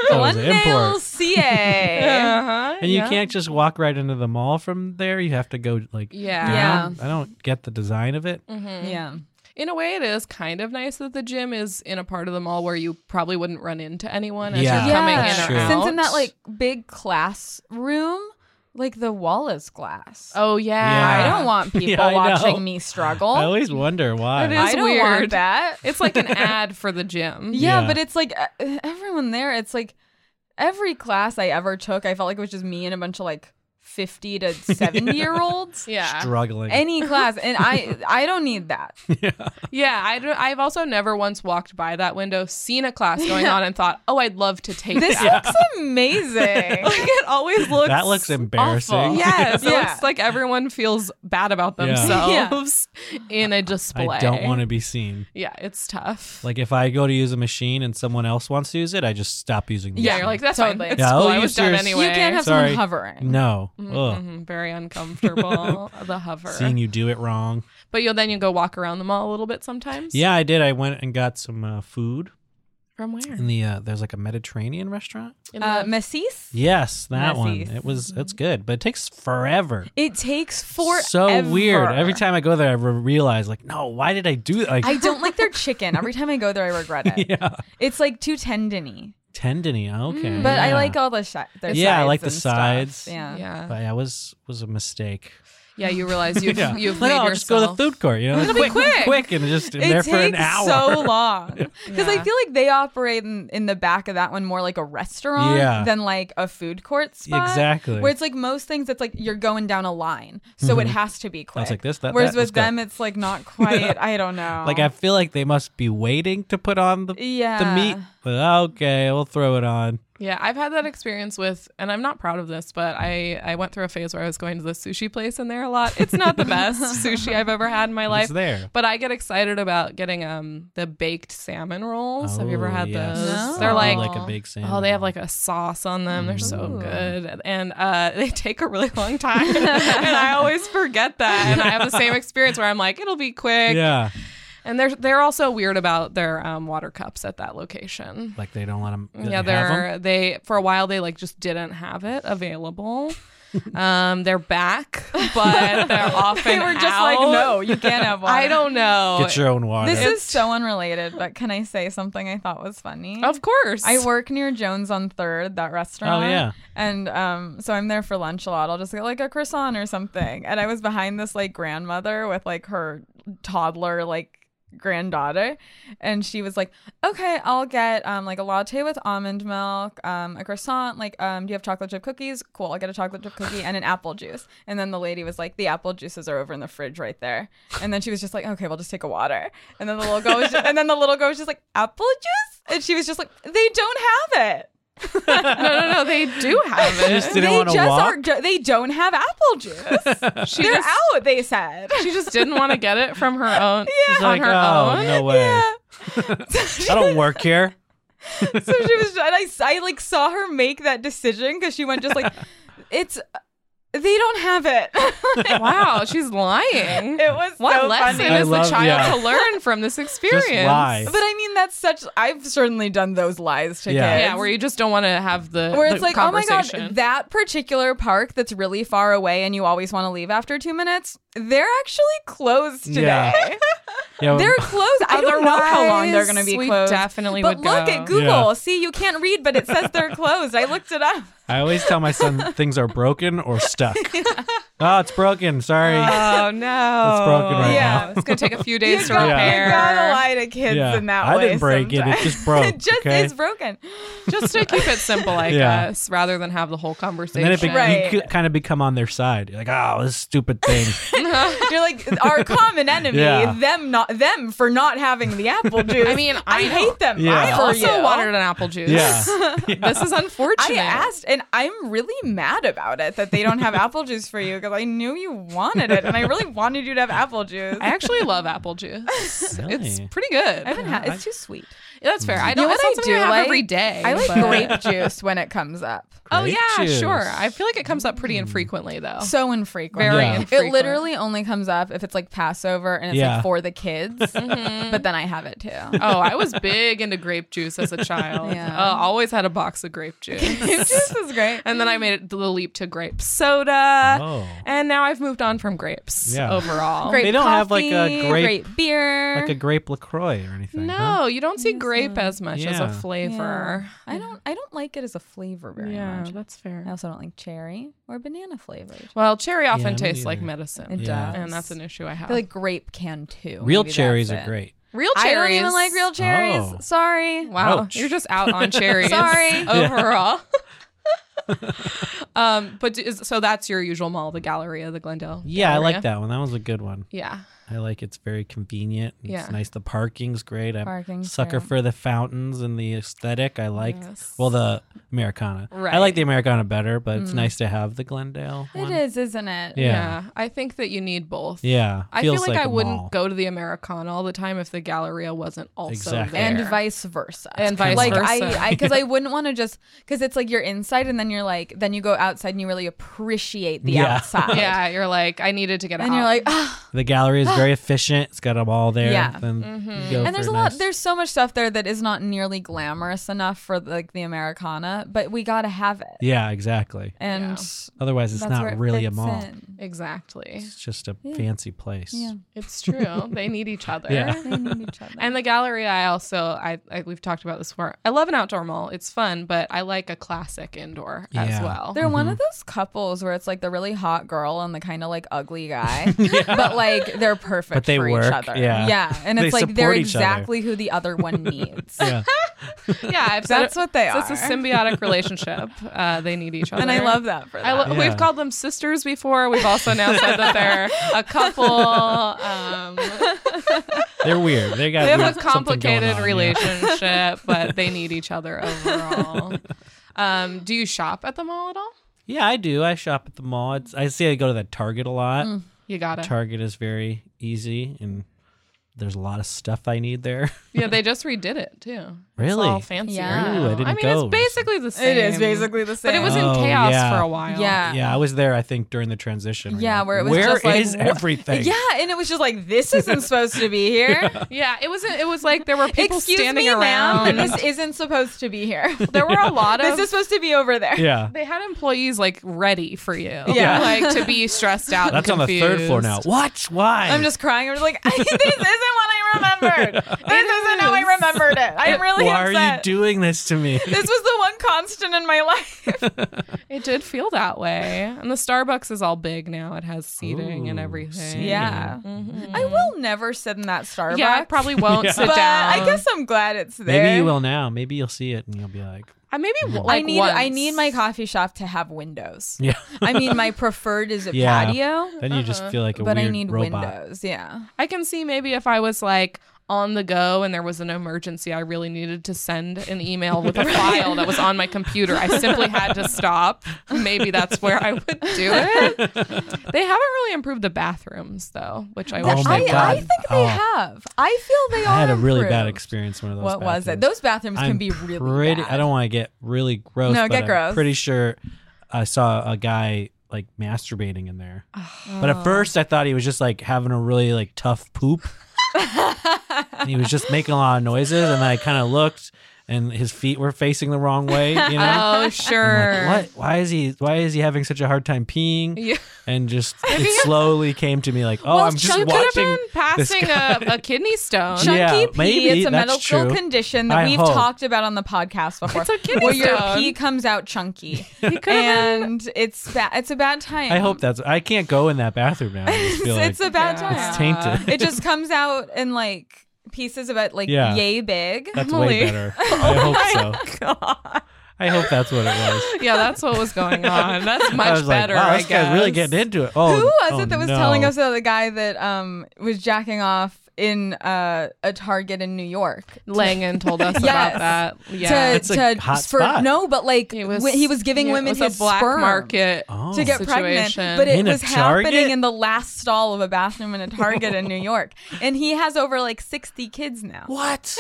Speaker 4: Oh, was
Speaker 2: One
Speaker 4: an
Speaker 2: day
Speaker 4: import.
Speaker 2: we'll see
Speaker 4: [LAUGHS]
Speaker 2: it.
Speaker 3: Uh-huh,
Speaker 4: And you
Speaker 3: yeah.
Speaker 4: can't just walk right into the mall from there. You have to go like
Speaker 3: Yeah. Mm-hmm.
Speaker 4: down. I don't get the design of it.
Speaker 2: yeah.
Speaker 3: In a way, it is kind of nice that the gym is in a part of the mall where you probably wouldn't run into anyone as
Speaker 4: Yeah.
Speaker 3: you're coming
Speaker 4: that's
Speaker 3: in
Speaker 4: true.
Speaker 3: or out.
Speaker 2: Since in that like big classroom, like the wall is glass.
Speaker 3: oh [LAUGHS] yeah,
Speaker 4: Yeah.
Speaker 2: I don't want people
Speaker 4: Yeah, I know.
Speaker 2: watching me struggle.
Speaker 4: I always wonder why.
Speaker 3: It is
Speaker 2: I don't want
Speaker 3: weird.
Speaker 2: that.
Speaker 3: It's
Speaker 2: [LAUGHS]
Speaker 3: like an ad for the gym.
Speaker 2: Yeah,
Speaker 4: Yeah.
Speaker 2: but it's like uh, everyone there. It's like every class I ever took, I felt like it was just me and a bunch of like fifty to seventy
Speaker 4: [LAUGHS]
Speaker 2: year olds.
Speaker 3: Yeah.
Speaker 4: Struggling.
Speaker 2: Any class, and I I don't need that.
Speaker 3: Yeah, I don't, I've also never once walked by that window, seen
Speaker 2: [LAUGHS]
Speaker 3: a class going on, and thought, "Oh, I'd love to take
Speaker 2: This
Speaker 4: [LAUGHS]
Speaker 2: [LAUGHS]
Speaker 3: that."
Speaker 2: looks amazing.
Speaker 3: [LAUGHS] like it always looks.
Speaker 4: that looks embarrassing.
Speaker 2: awful.
Speaker 3: Yes, it
Speaker 2: Yeah.
Speaker 3: looks like everyone feels bad about
Speaker 4: Yeah.
Speaker 3: themselves [LAUGHS] in a display.
Speaker 4: I don't want to be seen.
Speaker 3: Yeah, it's tough.
Speaker 4: Like if I go to use a machine and someone else wants to use it, I just stop using. The
Speaker 3: yeah,
Speaker 4: machine.
Speaker 3: you're like that's
Speaker 2: Totally.
Speaker 3: fine. It's
Speaker 4: Yeah,
Speaker 3: cool.
Speaker 4: oh,
Speaker 3: I
Speaker 4: you
Speaker 3: was done
Speaker 4: serious-
Speaker 3: anyway.
Speaker 2: You can't
Speaker 3: [LAUGHS]
Speaker 2: have
Speaker 4: Sorry.
Speaker 2: someone hovering.
Speaker 4: no, Ugh.
Speaker 3: Mhm, very
Speaker 4: [LAUGHS]
Speaker 3: uncomfortable. the hover.
Speaker 4: seeing you do it wrong.
Speaker 3: [LAUGHS] But you'll then you go walk around the mall a little bit sometimes.
Speaker 4: Yeah, I did. I went and got some uh, food
Speaker 3: From where?
Speaker 4: in the. Uh, there's like a Mediterranean restaurant.
Speaker 3: In
Speaker 2: Uh,
Speaker 3: the-
Speaker 2: Masseuse.
Speaker 4: Yes,
Speaker 2: Nice.
Speaker 4: that one. It was. It's good, but it takes forever.
Speaker 2: It takes forever.
Speaker 4: so weird. Every time I go there, I re- realize like, no, why did I do that? Like,
Speaker 2: I don't like their chicken. Every time I go there, I regret it.
Speaker 4: [LAUGHS] yeah,
Speaker 2: It's like too tendony.
Speaker 4: tendony. Okay,
Speaker 3: Mm,
Speaker 2: But I
Speaker 4: yeah.
Speaker 3: uh,
Speaker 2: like all the shi- their
Speaker 4: Yeah, I
Speaker 2: sides
Speaker 4: like the
Speaker 2: and stuff.
Speaker 4: sides.
Speaker 2: Yeah.
Speaker 3: yeah.
Speaker 4: But yeah, was was a mistake.
Speaker 3: Yeah, you realize you've
Speaker 4: [LAUGHS] yeah.
Speaker 3: you've
Speaker 4: like,
Speaker 3: made
Speaker 4: oh, I'll just go to the
Speaker 3: yourself.
Speaker 4: food court. You know,
Speaker 3: It'll be
Speaker 4: quick,
Speaker 3: quick.
Speaker 4: quick, and just in there
Speaker 2: it
Speaker 4: for an
Speaker 2: takes
Speaker 4: hour. [LAUGHS]
Speaker 2: so long because
Speaker 3: Yeah.
Speaker 2: I feel like they operate in, in the back of that one more like a restaurant
Speaker 4: Yeah.
Speaker 2: than like a food court spot.
Speaker 4: Exactly. Mm-hmm.
Speaker 2: Where it's like most things, it's like you're going down a line, so it has to be quick.
Speaker 4: like this, that,
Speaker 2: Whereas
Speaker 4: that, let's
Speaker 2: with
Speaker 4: go.
Speaker 2: them, it's like
Speaker 4: [LAUGHS]
Speaker 2: not quite. I don't know.
Speaker 4: Like I feel like they must be waiting to put on the the
Speaker 2: Yeah.
Speaker 4: meat.
Speaker 2: [LAUGHS]
Speaker 4: But okay, we'll throw it on.
Speaker 3: Yeah, I've had that experience with, and I'm not proud of this, but I I went through a phase where I was going to the sushi place in there a lot. It's not the best sushi I've ever had in my life.
Speaker 4: It's there.
Speaker 3: But I get excited about getting um the baked salmon rolls. Have you ever
Speaker 4: Oh,
Speaker 3: had
Speaker 4: yes.
Speaker 3: those?
Speaker 2: No.
Speaker 3: They're
Speaker 4: Oh,
Speaker 3: like,
Speaker 4: like a big salmon. Mm-hmm.
Speaker 3: oh, they have like a sauce on them. They're so
Speaker 2: Ooh.
Speaker 3: good, and uh, [LAUGHS] they take a really long time, and I always forget that. And I have the same experience where I'm like, it'll be quick.
Speaker 4: yeah,
Speaker 3: And they're they're also weird about their um, water cups at that location.
Speaker 4: like they don't let them.
Speaker 3: Yeah, they're they for a while they like just didn't have it available. um, they're back,
Speaker 2: [LAUGHS]
Speaker 3: but they're often
Speaker 2: they were just like,
Speaker 3: out.
Speaker 2: no, you can't [LAUGHS] have one.
Speaker 3: I don't know.
Speaker 4: get your own water.
Speaker 2: This is so unrelated, but can I say something I thought was funny?
Speaker 3: Of course.
Speaker 2: I work near Jones on Third, that restaurant.
Speaker 4: Oh, yeah.
Speaker 2: And um, so I'm there for lunch a lot. I'll just get like a croissant or something. And I was behind this like grandmother with like her toddler like granddaughter, and she was like, "Okay, I'll get um like a latte with almond milk, um a croissant. Like, um, do you have chocolate chip cookies? Cool, I'll get a chocolate chip cookie and an apple juice." And then the lady was like, "The apple juices are over in the fridge right there." And then she was just like, "Okay, we'll just take a water." And then the little girl was just, and then the little girl was just like, "Apple juice." And she was just like, they don't have it.
Speaker 3: [LAUGHS] no, no, no. They do have it.
Speaker 4: Just didn't
Speaker 2: they
Speaker 4: wanna
Speaker 2: just
Speaker 4: walk?
Speaker 2: aren't. do- They don't have apple
Speaker 4: [LAUGHS]
Speaker 2: juice.
Speaker 3: she
Speaker 2: They're
Speaker 3: just,
Speaker 2: out. They said.
Speaker 3: She just didn't want to get it from her own. [LAUGHS]
Speaker 4: She's
Speaker 3: on
Speaker 4: like,
Speaker 3: her
Speaker 4: oh,
Speaker 3: own.
Speaker 4: no
Speaker 2: [LAUGHS]
Speaker 4: way.
Speaker 2: Yeah.
Speaker 4: I don't work here.
Speaker 2: so she
Speaker 4: [LAUGHS]
Speaker 2: was and I, I like saw her make that decision because she went just like it's they don't have it [LAUGHS] it
Speaker 3: [LAUGHS] Wow,
Speaker 2: [LAUGHS]
Speaker 3: she's lying.
Speaker 2: was
Speaker 3: What
Speaker 2: so
Speaker 3: lesson
Speaker 2: funny
Speaker 4: I
Speaker 3: is
Speaker 4: love-
Speaker 3: the child
Speaker 4: yeah.
Speaker 3: to learn from this experience?
Speaker 4: lie.
Speaker 2: but i mean that's such i've certainly done those lies to
Speaker 4: Yeah.
Speaker 2: kids
Speaker 3: Yeah, where you just don't want to have the
Speaker 2: where
Speaker 3: the
Speaker 2: it's like, oh my god,
Speaker 3: conversation.
Speaker 2: that particular park that's really far away and you always want to leave after two minutes, they're actually closed
Speaker 4: Yeah.
Speaker 2: today. [LAUGHS]
Speaker 4: Yeah,
Speaker 2: They're closed. I don't know how long they're going to be
Speaker 3: Um, Otherwise, we
Speaker 2: closed.
Speaker 3: definitely
Speaker 2: but
Speaker 3: would
Speaker 2: look
Speaker 3: go.
Speaker 2: at Google. See, you can't read, but it says they're closed. I looked it up.
Speaker 4: I always tell my
Speaker 3: [LAUGHS]
Speaker 4: son things are broken or stuck. Oh, it's
Speaker 3: [LAUGHS]
Speaker 4: broken. Sorry.
Speaker 3: Oh no,
Speaker 4: It's broken right
Speaker 2: Yeah.
Speaker 4: now.
Speaker 2: now.
Speaker 3: [LAUGHS] it's gonna take a [LAUGHS] few days
Speaker 2: you
Speaker 3: to
Speaker 2: gotta,
Speaker 3: repair.
Speaker 2: You gotta lie to kids
Speaker 4: Yeah.
Speaker 2: in that
Speaker 4: I
Speaker 2: way.
Speaker 4: didn't break it, it
Speaker 2: sometimes.
Speaker 4: just
Speaker 2: [LAUGHS]
Speaker 4: broke,
Speaker 2: it just
Speaker 4: okay?
Speaker 2: is broken.
Speaker 3: Just to keep it simple, I
Speaker 4: Yeah.
Speaker 3: guess, rather than have the whole
Speaker 4: and
Speaker 3: conversation.
Speaker 4: then it be-
Speaker 2: Right.
Speaker 4: you kind of become on their side. You're like, oh, this stupid thing.
Speaker 2: You're like our
Speaker 4: [LAUGHS]
Speaker 2: common enemy.
Speaker 4: Yeah.
Speaker 2: Them not them for not having the apple juice.
Speaker 3: [LAUGHS] I mean, I,
Speaker 2: I hate them.
Speaker 4: Oh, Yeah.
Speaker 2: I
Speaker 3: I also
Speaker 2: you.
Speaker 3: wanted an apple juice.
Speaker 4: yeah.
Speaker 3: [LAUGHS] This is
Speaker 2: I
Speaker 3: unfortunate.
Speaker 2: asked, and I'm really mad about it that they don't
Speaker 4: [LAUGHS]
Speaker 2: have apple juice for you because I knew you wanted it, and I really wanted you to have apple juice.
Speaker 3: I actually love apple juice. It's
Speaker 4: Really?
Speaker 3: pretty good.
Speaker 2: I haven't had. It's too sweet.
Speaker 3: That's fair. I
Speaker 2: You
Speaker 3: don't.
Speaker 2: know
Speaker 3: it's
Speaker 2: what
Speaker 3: not
Speaker 2: I
Speaker 3: something
Speaker 2: do
Speaker 3: have
Speaker 2: like?
Speaker 3: every day.
Speaker 2: I like grape
Speaker 3: but-
Speaker 2: juice when it comes up.
Speaker 3: [LAUGHS] [LAUGHS] Oh
Speaker 4: Grape
Speaker 3: yeah,
Speaker 4: juice. Hmm.
Speaker 3: sure. I feel like it comes up pretty infrequently
Speaker 4: [LAUGHS]
Speaker 3: though.
Speaker 2: So infrequent.
Speaker 3: Very
Speaker 4: Oh. Yeah.
Speaker 3: infrequent.
Speaker 2: It literally only comes up if it's like Passover and it's
Speaker 4: Yeah.
Speaker 2: like for the [LAUGHS] kids. But then I have it [LAUGHS] too.
Speaker 3: oh, I was big into grape juice as a child.
Speaker 2: Yeah.
Speaker 3: Uh, always had a box of grape juice.
Speaker 2: [LAUGHS]
Speaker 3: [LAUGHS]
Speaker 2: Grape juice is great.
Speaker 3: And then I made it the leap to grape soda.
Speaker 4: Oh.
Speaker 3: And now I've moved on from grapes
Speaker 4: Yeah.
Speaker 3: overall.
Speaker 2: Grape
Speaker 4: They don't have, like, a
Speaker 2: coffee,
Speaker 4: grape-
Speaker 2: beer.
Speaker 4: like a grape LaCroix or anything.
Speaker 3: No,
Speaker 4: huh?
Speaker 3: you don't see grape as much as a
Speaker 4: Yeah.
Speaker 3: flavor.
Speaker 2: I don't. I don't like it as a flavor very
Speaker 3: Yeah,
Speaker 2: much.
Speaker 3: that's
Speaker 2: I
Speaker 3: fair.
Speaker 2: also don't like cherry or banana flavored.
Speaker 3: Well, cherry
Speaker 4: Yeah,
Speaker 3: often
Speaker 4: me
Speaker 3: tastes like
Speaker 4: neither.
Speaker 3: medicine.
Speaker 2: It
Speaker 4: Yeah.
Speaker 2: does.
Speaker 3: And that's an issue I
Speaker 2: I
Speaker 3: have.
Speaker 2: feel like grape can too.
Speaker 4: Real
Speaker 2: Maybe
Speaker 4: cherries
Speaker 2: that's
Speaker 4: are
Speaker 2: it.
Speaker 4: great.
Speaker 3: real
Speaker 2: I
Speaker 3: cherries.
Speaker 2: don't even like real cherries.
Speaker 4: Oh.
Speaker 2: Sorry.
Speaker 3: Wow,
Speaker 4: Ouch.
Speaker 3: you're just out
Speaker 4: [LAUGHS]
Speaker 3: on cherries.
Speaker 2: Sorry.
Speaker 3: [LAUGHS] overall. um, but is, so that's your usual mall, the Galleria, the Glendale.
Speaker 4: Yeah, I
Speaker 3: Galleria.
Speaker 4: like that one. That was a good one.
Speaker 3: Yeah,
Speaker 4: I like it's very convenient. It's
Speaker 3: Yeah.
Speaker 4: nice. The parking's great. I'm
Speaker 2: Parking's
Speaker 4: sucker
Speaker 2: great.
Speaker 4: for the fountains and the aesthetic. I like
Speaker 3: Yes.
Speaker 4: well the Americana. I
Speaker 3: Right.
Speaker 4: like the Americana better, but it's nice to have the Glendale.
Speaker 2: Mm. It
Speaker 4: one.
Speaker 2: is, isn't it?
Speaker 4: Yeah.
Speaker 3: I think that you need both.
Speaker 4: Yeah.
Speaker 3: I feel
Speaker 4: feels
Speaker 3: like, I
Speaker 4: a
Speaker 3: wouldn't
Speaker 4: mall.
Speaker 3: go to the Americana all the time if the Galleria wasn't also
Speaker 4: Exactly.
Speaker 3: there.
Speaker 2: and vice versa.
Speaker 3: And vice
Speaker 2: like
Speaker 3: versa.
Speaker 4: [LAUGHS]
Speaker 2: I, I, because I wouldn't want to just because it's like you're inside and then you're like then you go outside and you really appreciate the
Speaker 4: Yeah.
Speaker 2: outside.
Speaker 3: yeah, you're like, I needed to get out.
Speaker 2: And you're like, ah,
Speaker 4: The gallery is
Speaker 2: [GASPS]
Speaker 4: very efficient. It's got them all there.
Speaker 2: Yeah. Mm-hmm.
Speaker 4: Then
Speaker 3: Mhm.
Speaker 4: you go
Speaker 2: and there's
Speaker 4: for
Speaker 2: a lot
Speaker 4: nice-
Speaker 2: there's so much stuff there that is not nearly glamorous enough for like the Americana, but we gotta have it.
Speaker 4: Yeah, exactly.
Speaker 2: And
Speaker 3: Yeah.
Speaker 2: that's
Speaker 4: Otherwise, it's
Speaker 2: where
Speaker 4: not
Speaker 2: it
Speaker 4: really a
Speaker 2: fits
Speaker 4: mall.
Speaker 2: in.
Speaker 3: Exactly.
Speaker 4: It's just a
Speaker 2: Yeah.
Speaker 4: fancy place.
Speaker 2: Yeah.
Speaker 3: It's true. they need each other.
Speaker 4: [LAUGHS] Yeah.
Speaker 2: They need
Speaker 4: [LAUGHS]
Speaker 2: each other.
Speaker 3: And the gallery, I also, I, I we've talked about this before. I love an outdoor mall. It's fun, but I like a classic indoor as
Speaker 4: Yeah.
Speaker 3: well.
Speaker 2: They're
Speaker 4: Mm-hmm.
Speaker 2: one of those couples where it's like the really hot girl and the kind of like
Speaker 4: [LAUGHS]
Speaker 2: ugly guy, but like they're perfect
Speaker 4: But they
Speaker 2: for each
Speaker 4: work,
Speaker 2: other.
Speaker 4: yeah.
Speaker 2: and
Speaker 4: They
Speaker 2: it's like they're
Speaker 4: support each other.
Speaker 2: exactly who the other
Speaker 4: [LAUGHS]
Speaker 2: one needs.
Speaker 4: Yeah.
Speaker 3: yeah,
Speaker 4: [LAUGHS]
Speaker 3: I've said
Speaker 2: That's
Speaker 3: it-
Speaker 2: what they are.
Speaker 3: so It's a symbiotic relationship. Uh, they need each other.
Speaker 2: and I love that for them.
Speaker 3: I lo-
Speaker 4: Yeah.
Speaker 3: We've called them sisters before. We've also now said that
Speaker 4: [LAUGHS]
Speaker 3: they're a couple. Um,
Speaker 4: They're weird.
Speaker 2: [LAUGHS]
Speaker 4: They got
Speaker 3: they have
Speaker 4: weird-
Speaker 3: a
Speaker 4: something going
Speaker 3: complicated
Speaker 4: on, yeah.
Speaker 3: relationship, but they need each
Speaker 4: [LAUGHS]
Speaker 3: other overall. Um, do you shop at the mall at all?
Speaker 4: Yeah. I do. I shop at the mall. It's, I see I go to that Target a lot.
Speaker 2: Mm-hmm.
Speaker 3: You gotta.
Speaker 4: Target is very easy, and there's a lot of stuff I need there.
Speaker 3: yeah, they just redid it too. It's
Speaker 4: Really?
Speaker 3: all fancier.
Speaker 2: Yeah.
Speaker 4: Ooh, I didn't
Speaker 3: mean,
Speaker 4: go.
Speaker 3: it's basically the
Speaker 2: it
Speaker 3: same.
Speaker 2: is basically the same.
Speaker 3: But it was in
Speaker 4: Oh,
Speaker 3: chaos
Speaker 4: yeah.
Speaker 3: for a while.
Speaker 2: Yeah.
Speaker 4: [LAUGHS] yeah, I was there. I think during the transition. We're
Speaker 2: Yeah,
Speaker 4: like,
Speaker 2: where it was just
Speaker 4: where
Speaker 2: like,
Speaker 4: is
Speaker 2: wha-
Speaker 4: everything?
Speaker 2: Yeah, and it was just like [LAUGHS] this isn't supposed to be here.
Speaker 3: Yeah, it was it was like there were people
Speaker 2: Excuse
Speaker 3: standing
Speaker 2: me, ma'am. [LAUGHS]
Speaker 3: around.
Speaker 2: This isn't supposed to be here.
Speaker 3: there were a lot of
Speaker 2: [LAUGHS] this is supposed to be over there.
Speaker 4: yeah.
Speaker 3: they had employees like ready for you.
Speaker 2: [LAUGHS] Yeah.
Speaker 3: [LAUGHS] Like to be stressed out. and
Speaker 4: That's on the third floor now.
Speaker 3: confused.
Speaker 4: What? Why?
Speaker 2: I'm just crying. I'm just like, [LAUGHS] ah. this isn't what I [LAUGHS] remembered. This isn't how I remembered it. I'm really
Speaker 4: Why are you
Speaker 2: upset.
Speaker 4: doing this to me?
Speaker 2: [LAUGHS] this was the one constant in my life.
Speaker 3: It did feel that way. And the Starbucks is all big now. It has seating and
Speaker 4: Ooh,
Speaker 3: everything.
Speaker 4: seating.
Speaker 2: Yeah. Mm-hmm.
Speaker 3: Mhm.
Speaker 2: I will never sit in that Starbucks.
Speaker 3: Yeah, I probably won't
Speaker 4: [LAUGHS] Yeah.
Speaker 3: sit
Speaker 2: But
Speaker 3: down.
Speaker 2: I guess I'm glad it's there.
Speaker 4: Maybe you will now. Maybe you'll see it and you'll be like, [LAUGHS]
Speaker 3: I maybe w-
Speaker 2: I
Speaker 3: like
Speaker 2: need
Speaker 3: once.
Speaker 2: I need my coffee shop to have windows.
Speaker 4: yeah.
Speaker 2: I mean, my preferred is a
Speaker 4: [LAUGHS] Yeah.
Speaker 2: patio,
Speaker 4: then you just feel like a
Speaker 2: Uh-huh. but
Speaker 4: weird
Speaker 2: I need
Speaker 4: robot.
Speaker 2: windows. Yeah.
Speaker 3: I can see maybe if I was like on the go and there was an emergency I really needed to send an email [LAUGHS] with a file that was on my computer. I simply had to stop. Maybe that's where I would do it. They haven't really improved the bathrooms though, which I wish
Speaker 4: Oh my
Speaker 2: I,
Speaker 3: they
Speaker 2: I
Speaker 4: God.
Speaker 2: think they
Speaker 4: Oh.
Speaker 2: have. I feel they are.
Speaker 4: I had a really bad
Speaker 2: improved.
Speaker 4: experience. One of those.
Speaker 2: What was it?
Speaker 4: bathrooms.
Speaker 2: Those bathrooms
Speaker 4: I'm
Speaker 2: can be really
Speaker 4: pretty,
Speaker 2: bad.
Speaker 4: I don't want to get really gross.
Speaker 2: No,
Speaker 4: but
Speaker 2: get
Speaker 4: I'm
Speaker 2: gross.
Speaker 4: Pretty sure I saw a guy like masturbating in there. But
Speaker 2: Oh.
Speaker 4: at first, I thought he was just like having a really like tough poop,
Speaker 2: [LAUGHS]
Speaker 4: and he was just making a lot of noises. And then I kind of looked, and his feet were facing the wrong way. You know.
Speaker 3: [LAUGHS] Oh
Speaker 4: I'm
Speaker 3: sure.
Speaker 4: like, what? Why is he? Why is he having such a hard time peeing?
Speaker 3: Yeah.
Speaker 4: And just it slowly came to me like, oh, I'm just
Speaker 3: she could have
Speaker 4: watching.
Speaker 3: been passing
Speaker 4: guy.
Speaker 3: a, a kidney stone.
Speaker 4: Yeah.
Speaker 2: Chunky pee,
Speaker 4: maybe
Speaker 2: it's a
Speaker 4: that's
Speaker 2: medical
Speaker 4: true.
Speaker 2: condition that
Speaker 4: I
Speaker 2: we've
Speaker 4: hope.
Speaker 2: talked about on the podcast before.
Speaker 3: It's a kidney
Speaker 2: where your
Speaker 3: stone.
Speaker 2: pee comes out chunky.
Speaker 4: [LAUGHS]
Speaker 3: been-
Speaker 2: and it's ba- it's a bad time.
Speaker 4: I hope that's. I can't go in that bathroom now. I
Speaker 2: [LAUGHS]
Speaker 4: just
Speaker 2: it's,
Speaker 4: feel like
Speaker 2: it's a bad
Speaker 3: Yeah.
Speaker 2: time.
Speaker 4: it's tainted.
Speaker 2: it just comes out in like pieces about like
Speaker 4: Yeah.
Speaker 2: yay big.
Speaker 4: That's
Speaker 3: Emily.
Speaker 2: [LAUGHS]
Speaker 4: way better. I
Speaker 2: Oh
Speaker 4: hope so. I hope that's what it was.
Speaker 3: yeah, that's what was going on. That's much
Speaker 4: I was
Speaker 3: better.
Speaker 4: like, wow,
Speaker 3: I
Speaker 4: this
Speaker 3: guess.
Speaker 4: guy's really getting into it. Oh,
Speaker 2: Who was
Speaker 4: oh,
Speaker 2: it that was
Speaker 4: no.
Speaker 2: telling us that the guy that um was jacking off in uh, a Target in New York?
Speaker 3: Langan told us
Speaker 2: Yes.
Speaker 3: about that. Yeah,
Speaker 2: to,
Speaker 4: That's a
Speaker 2: to-
Speaker 4: hot
Speaker 2: for,
Speaker 4: spot.
Speaker 2: No, but like
Speaker 3: It was-
Speaker 2: wh- he was giving
Speaker 3: yeah, it
Speaker 2: women
Speaker 3: was
Speaker 2: his
Speaker 3: a black
Speaker 2: sperm
Speaker 3: market.
Speaker 4: Oh.
Speaker 2: to get
Speaker 3: situation.
Speaker 2: pregnant, but it
Speaker 4: In a
Speaker 2: was
Speaker 4: Target?
Speaker 2: happening in the last stall of a bathroom in a Target in New York, and he has over like sixty kids now.
Speaker 4: [LAUGHS] what?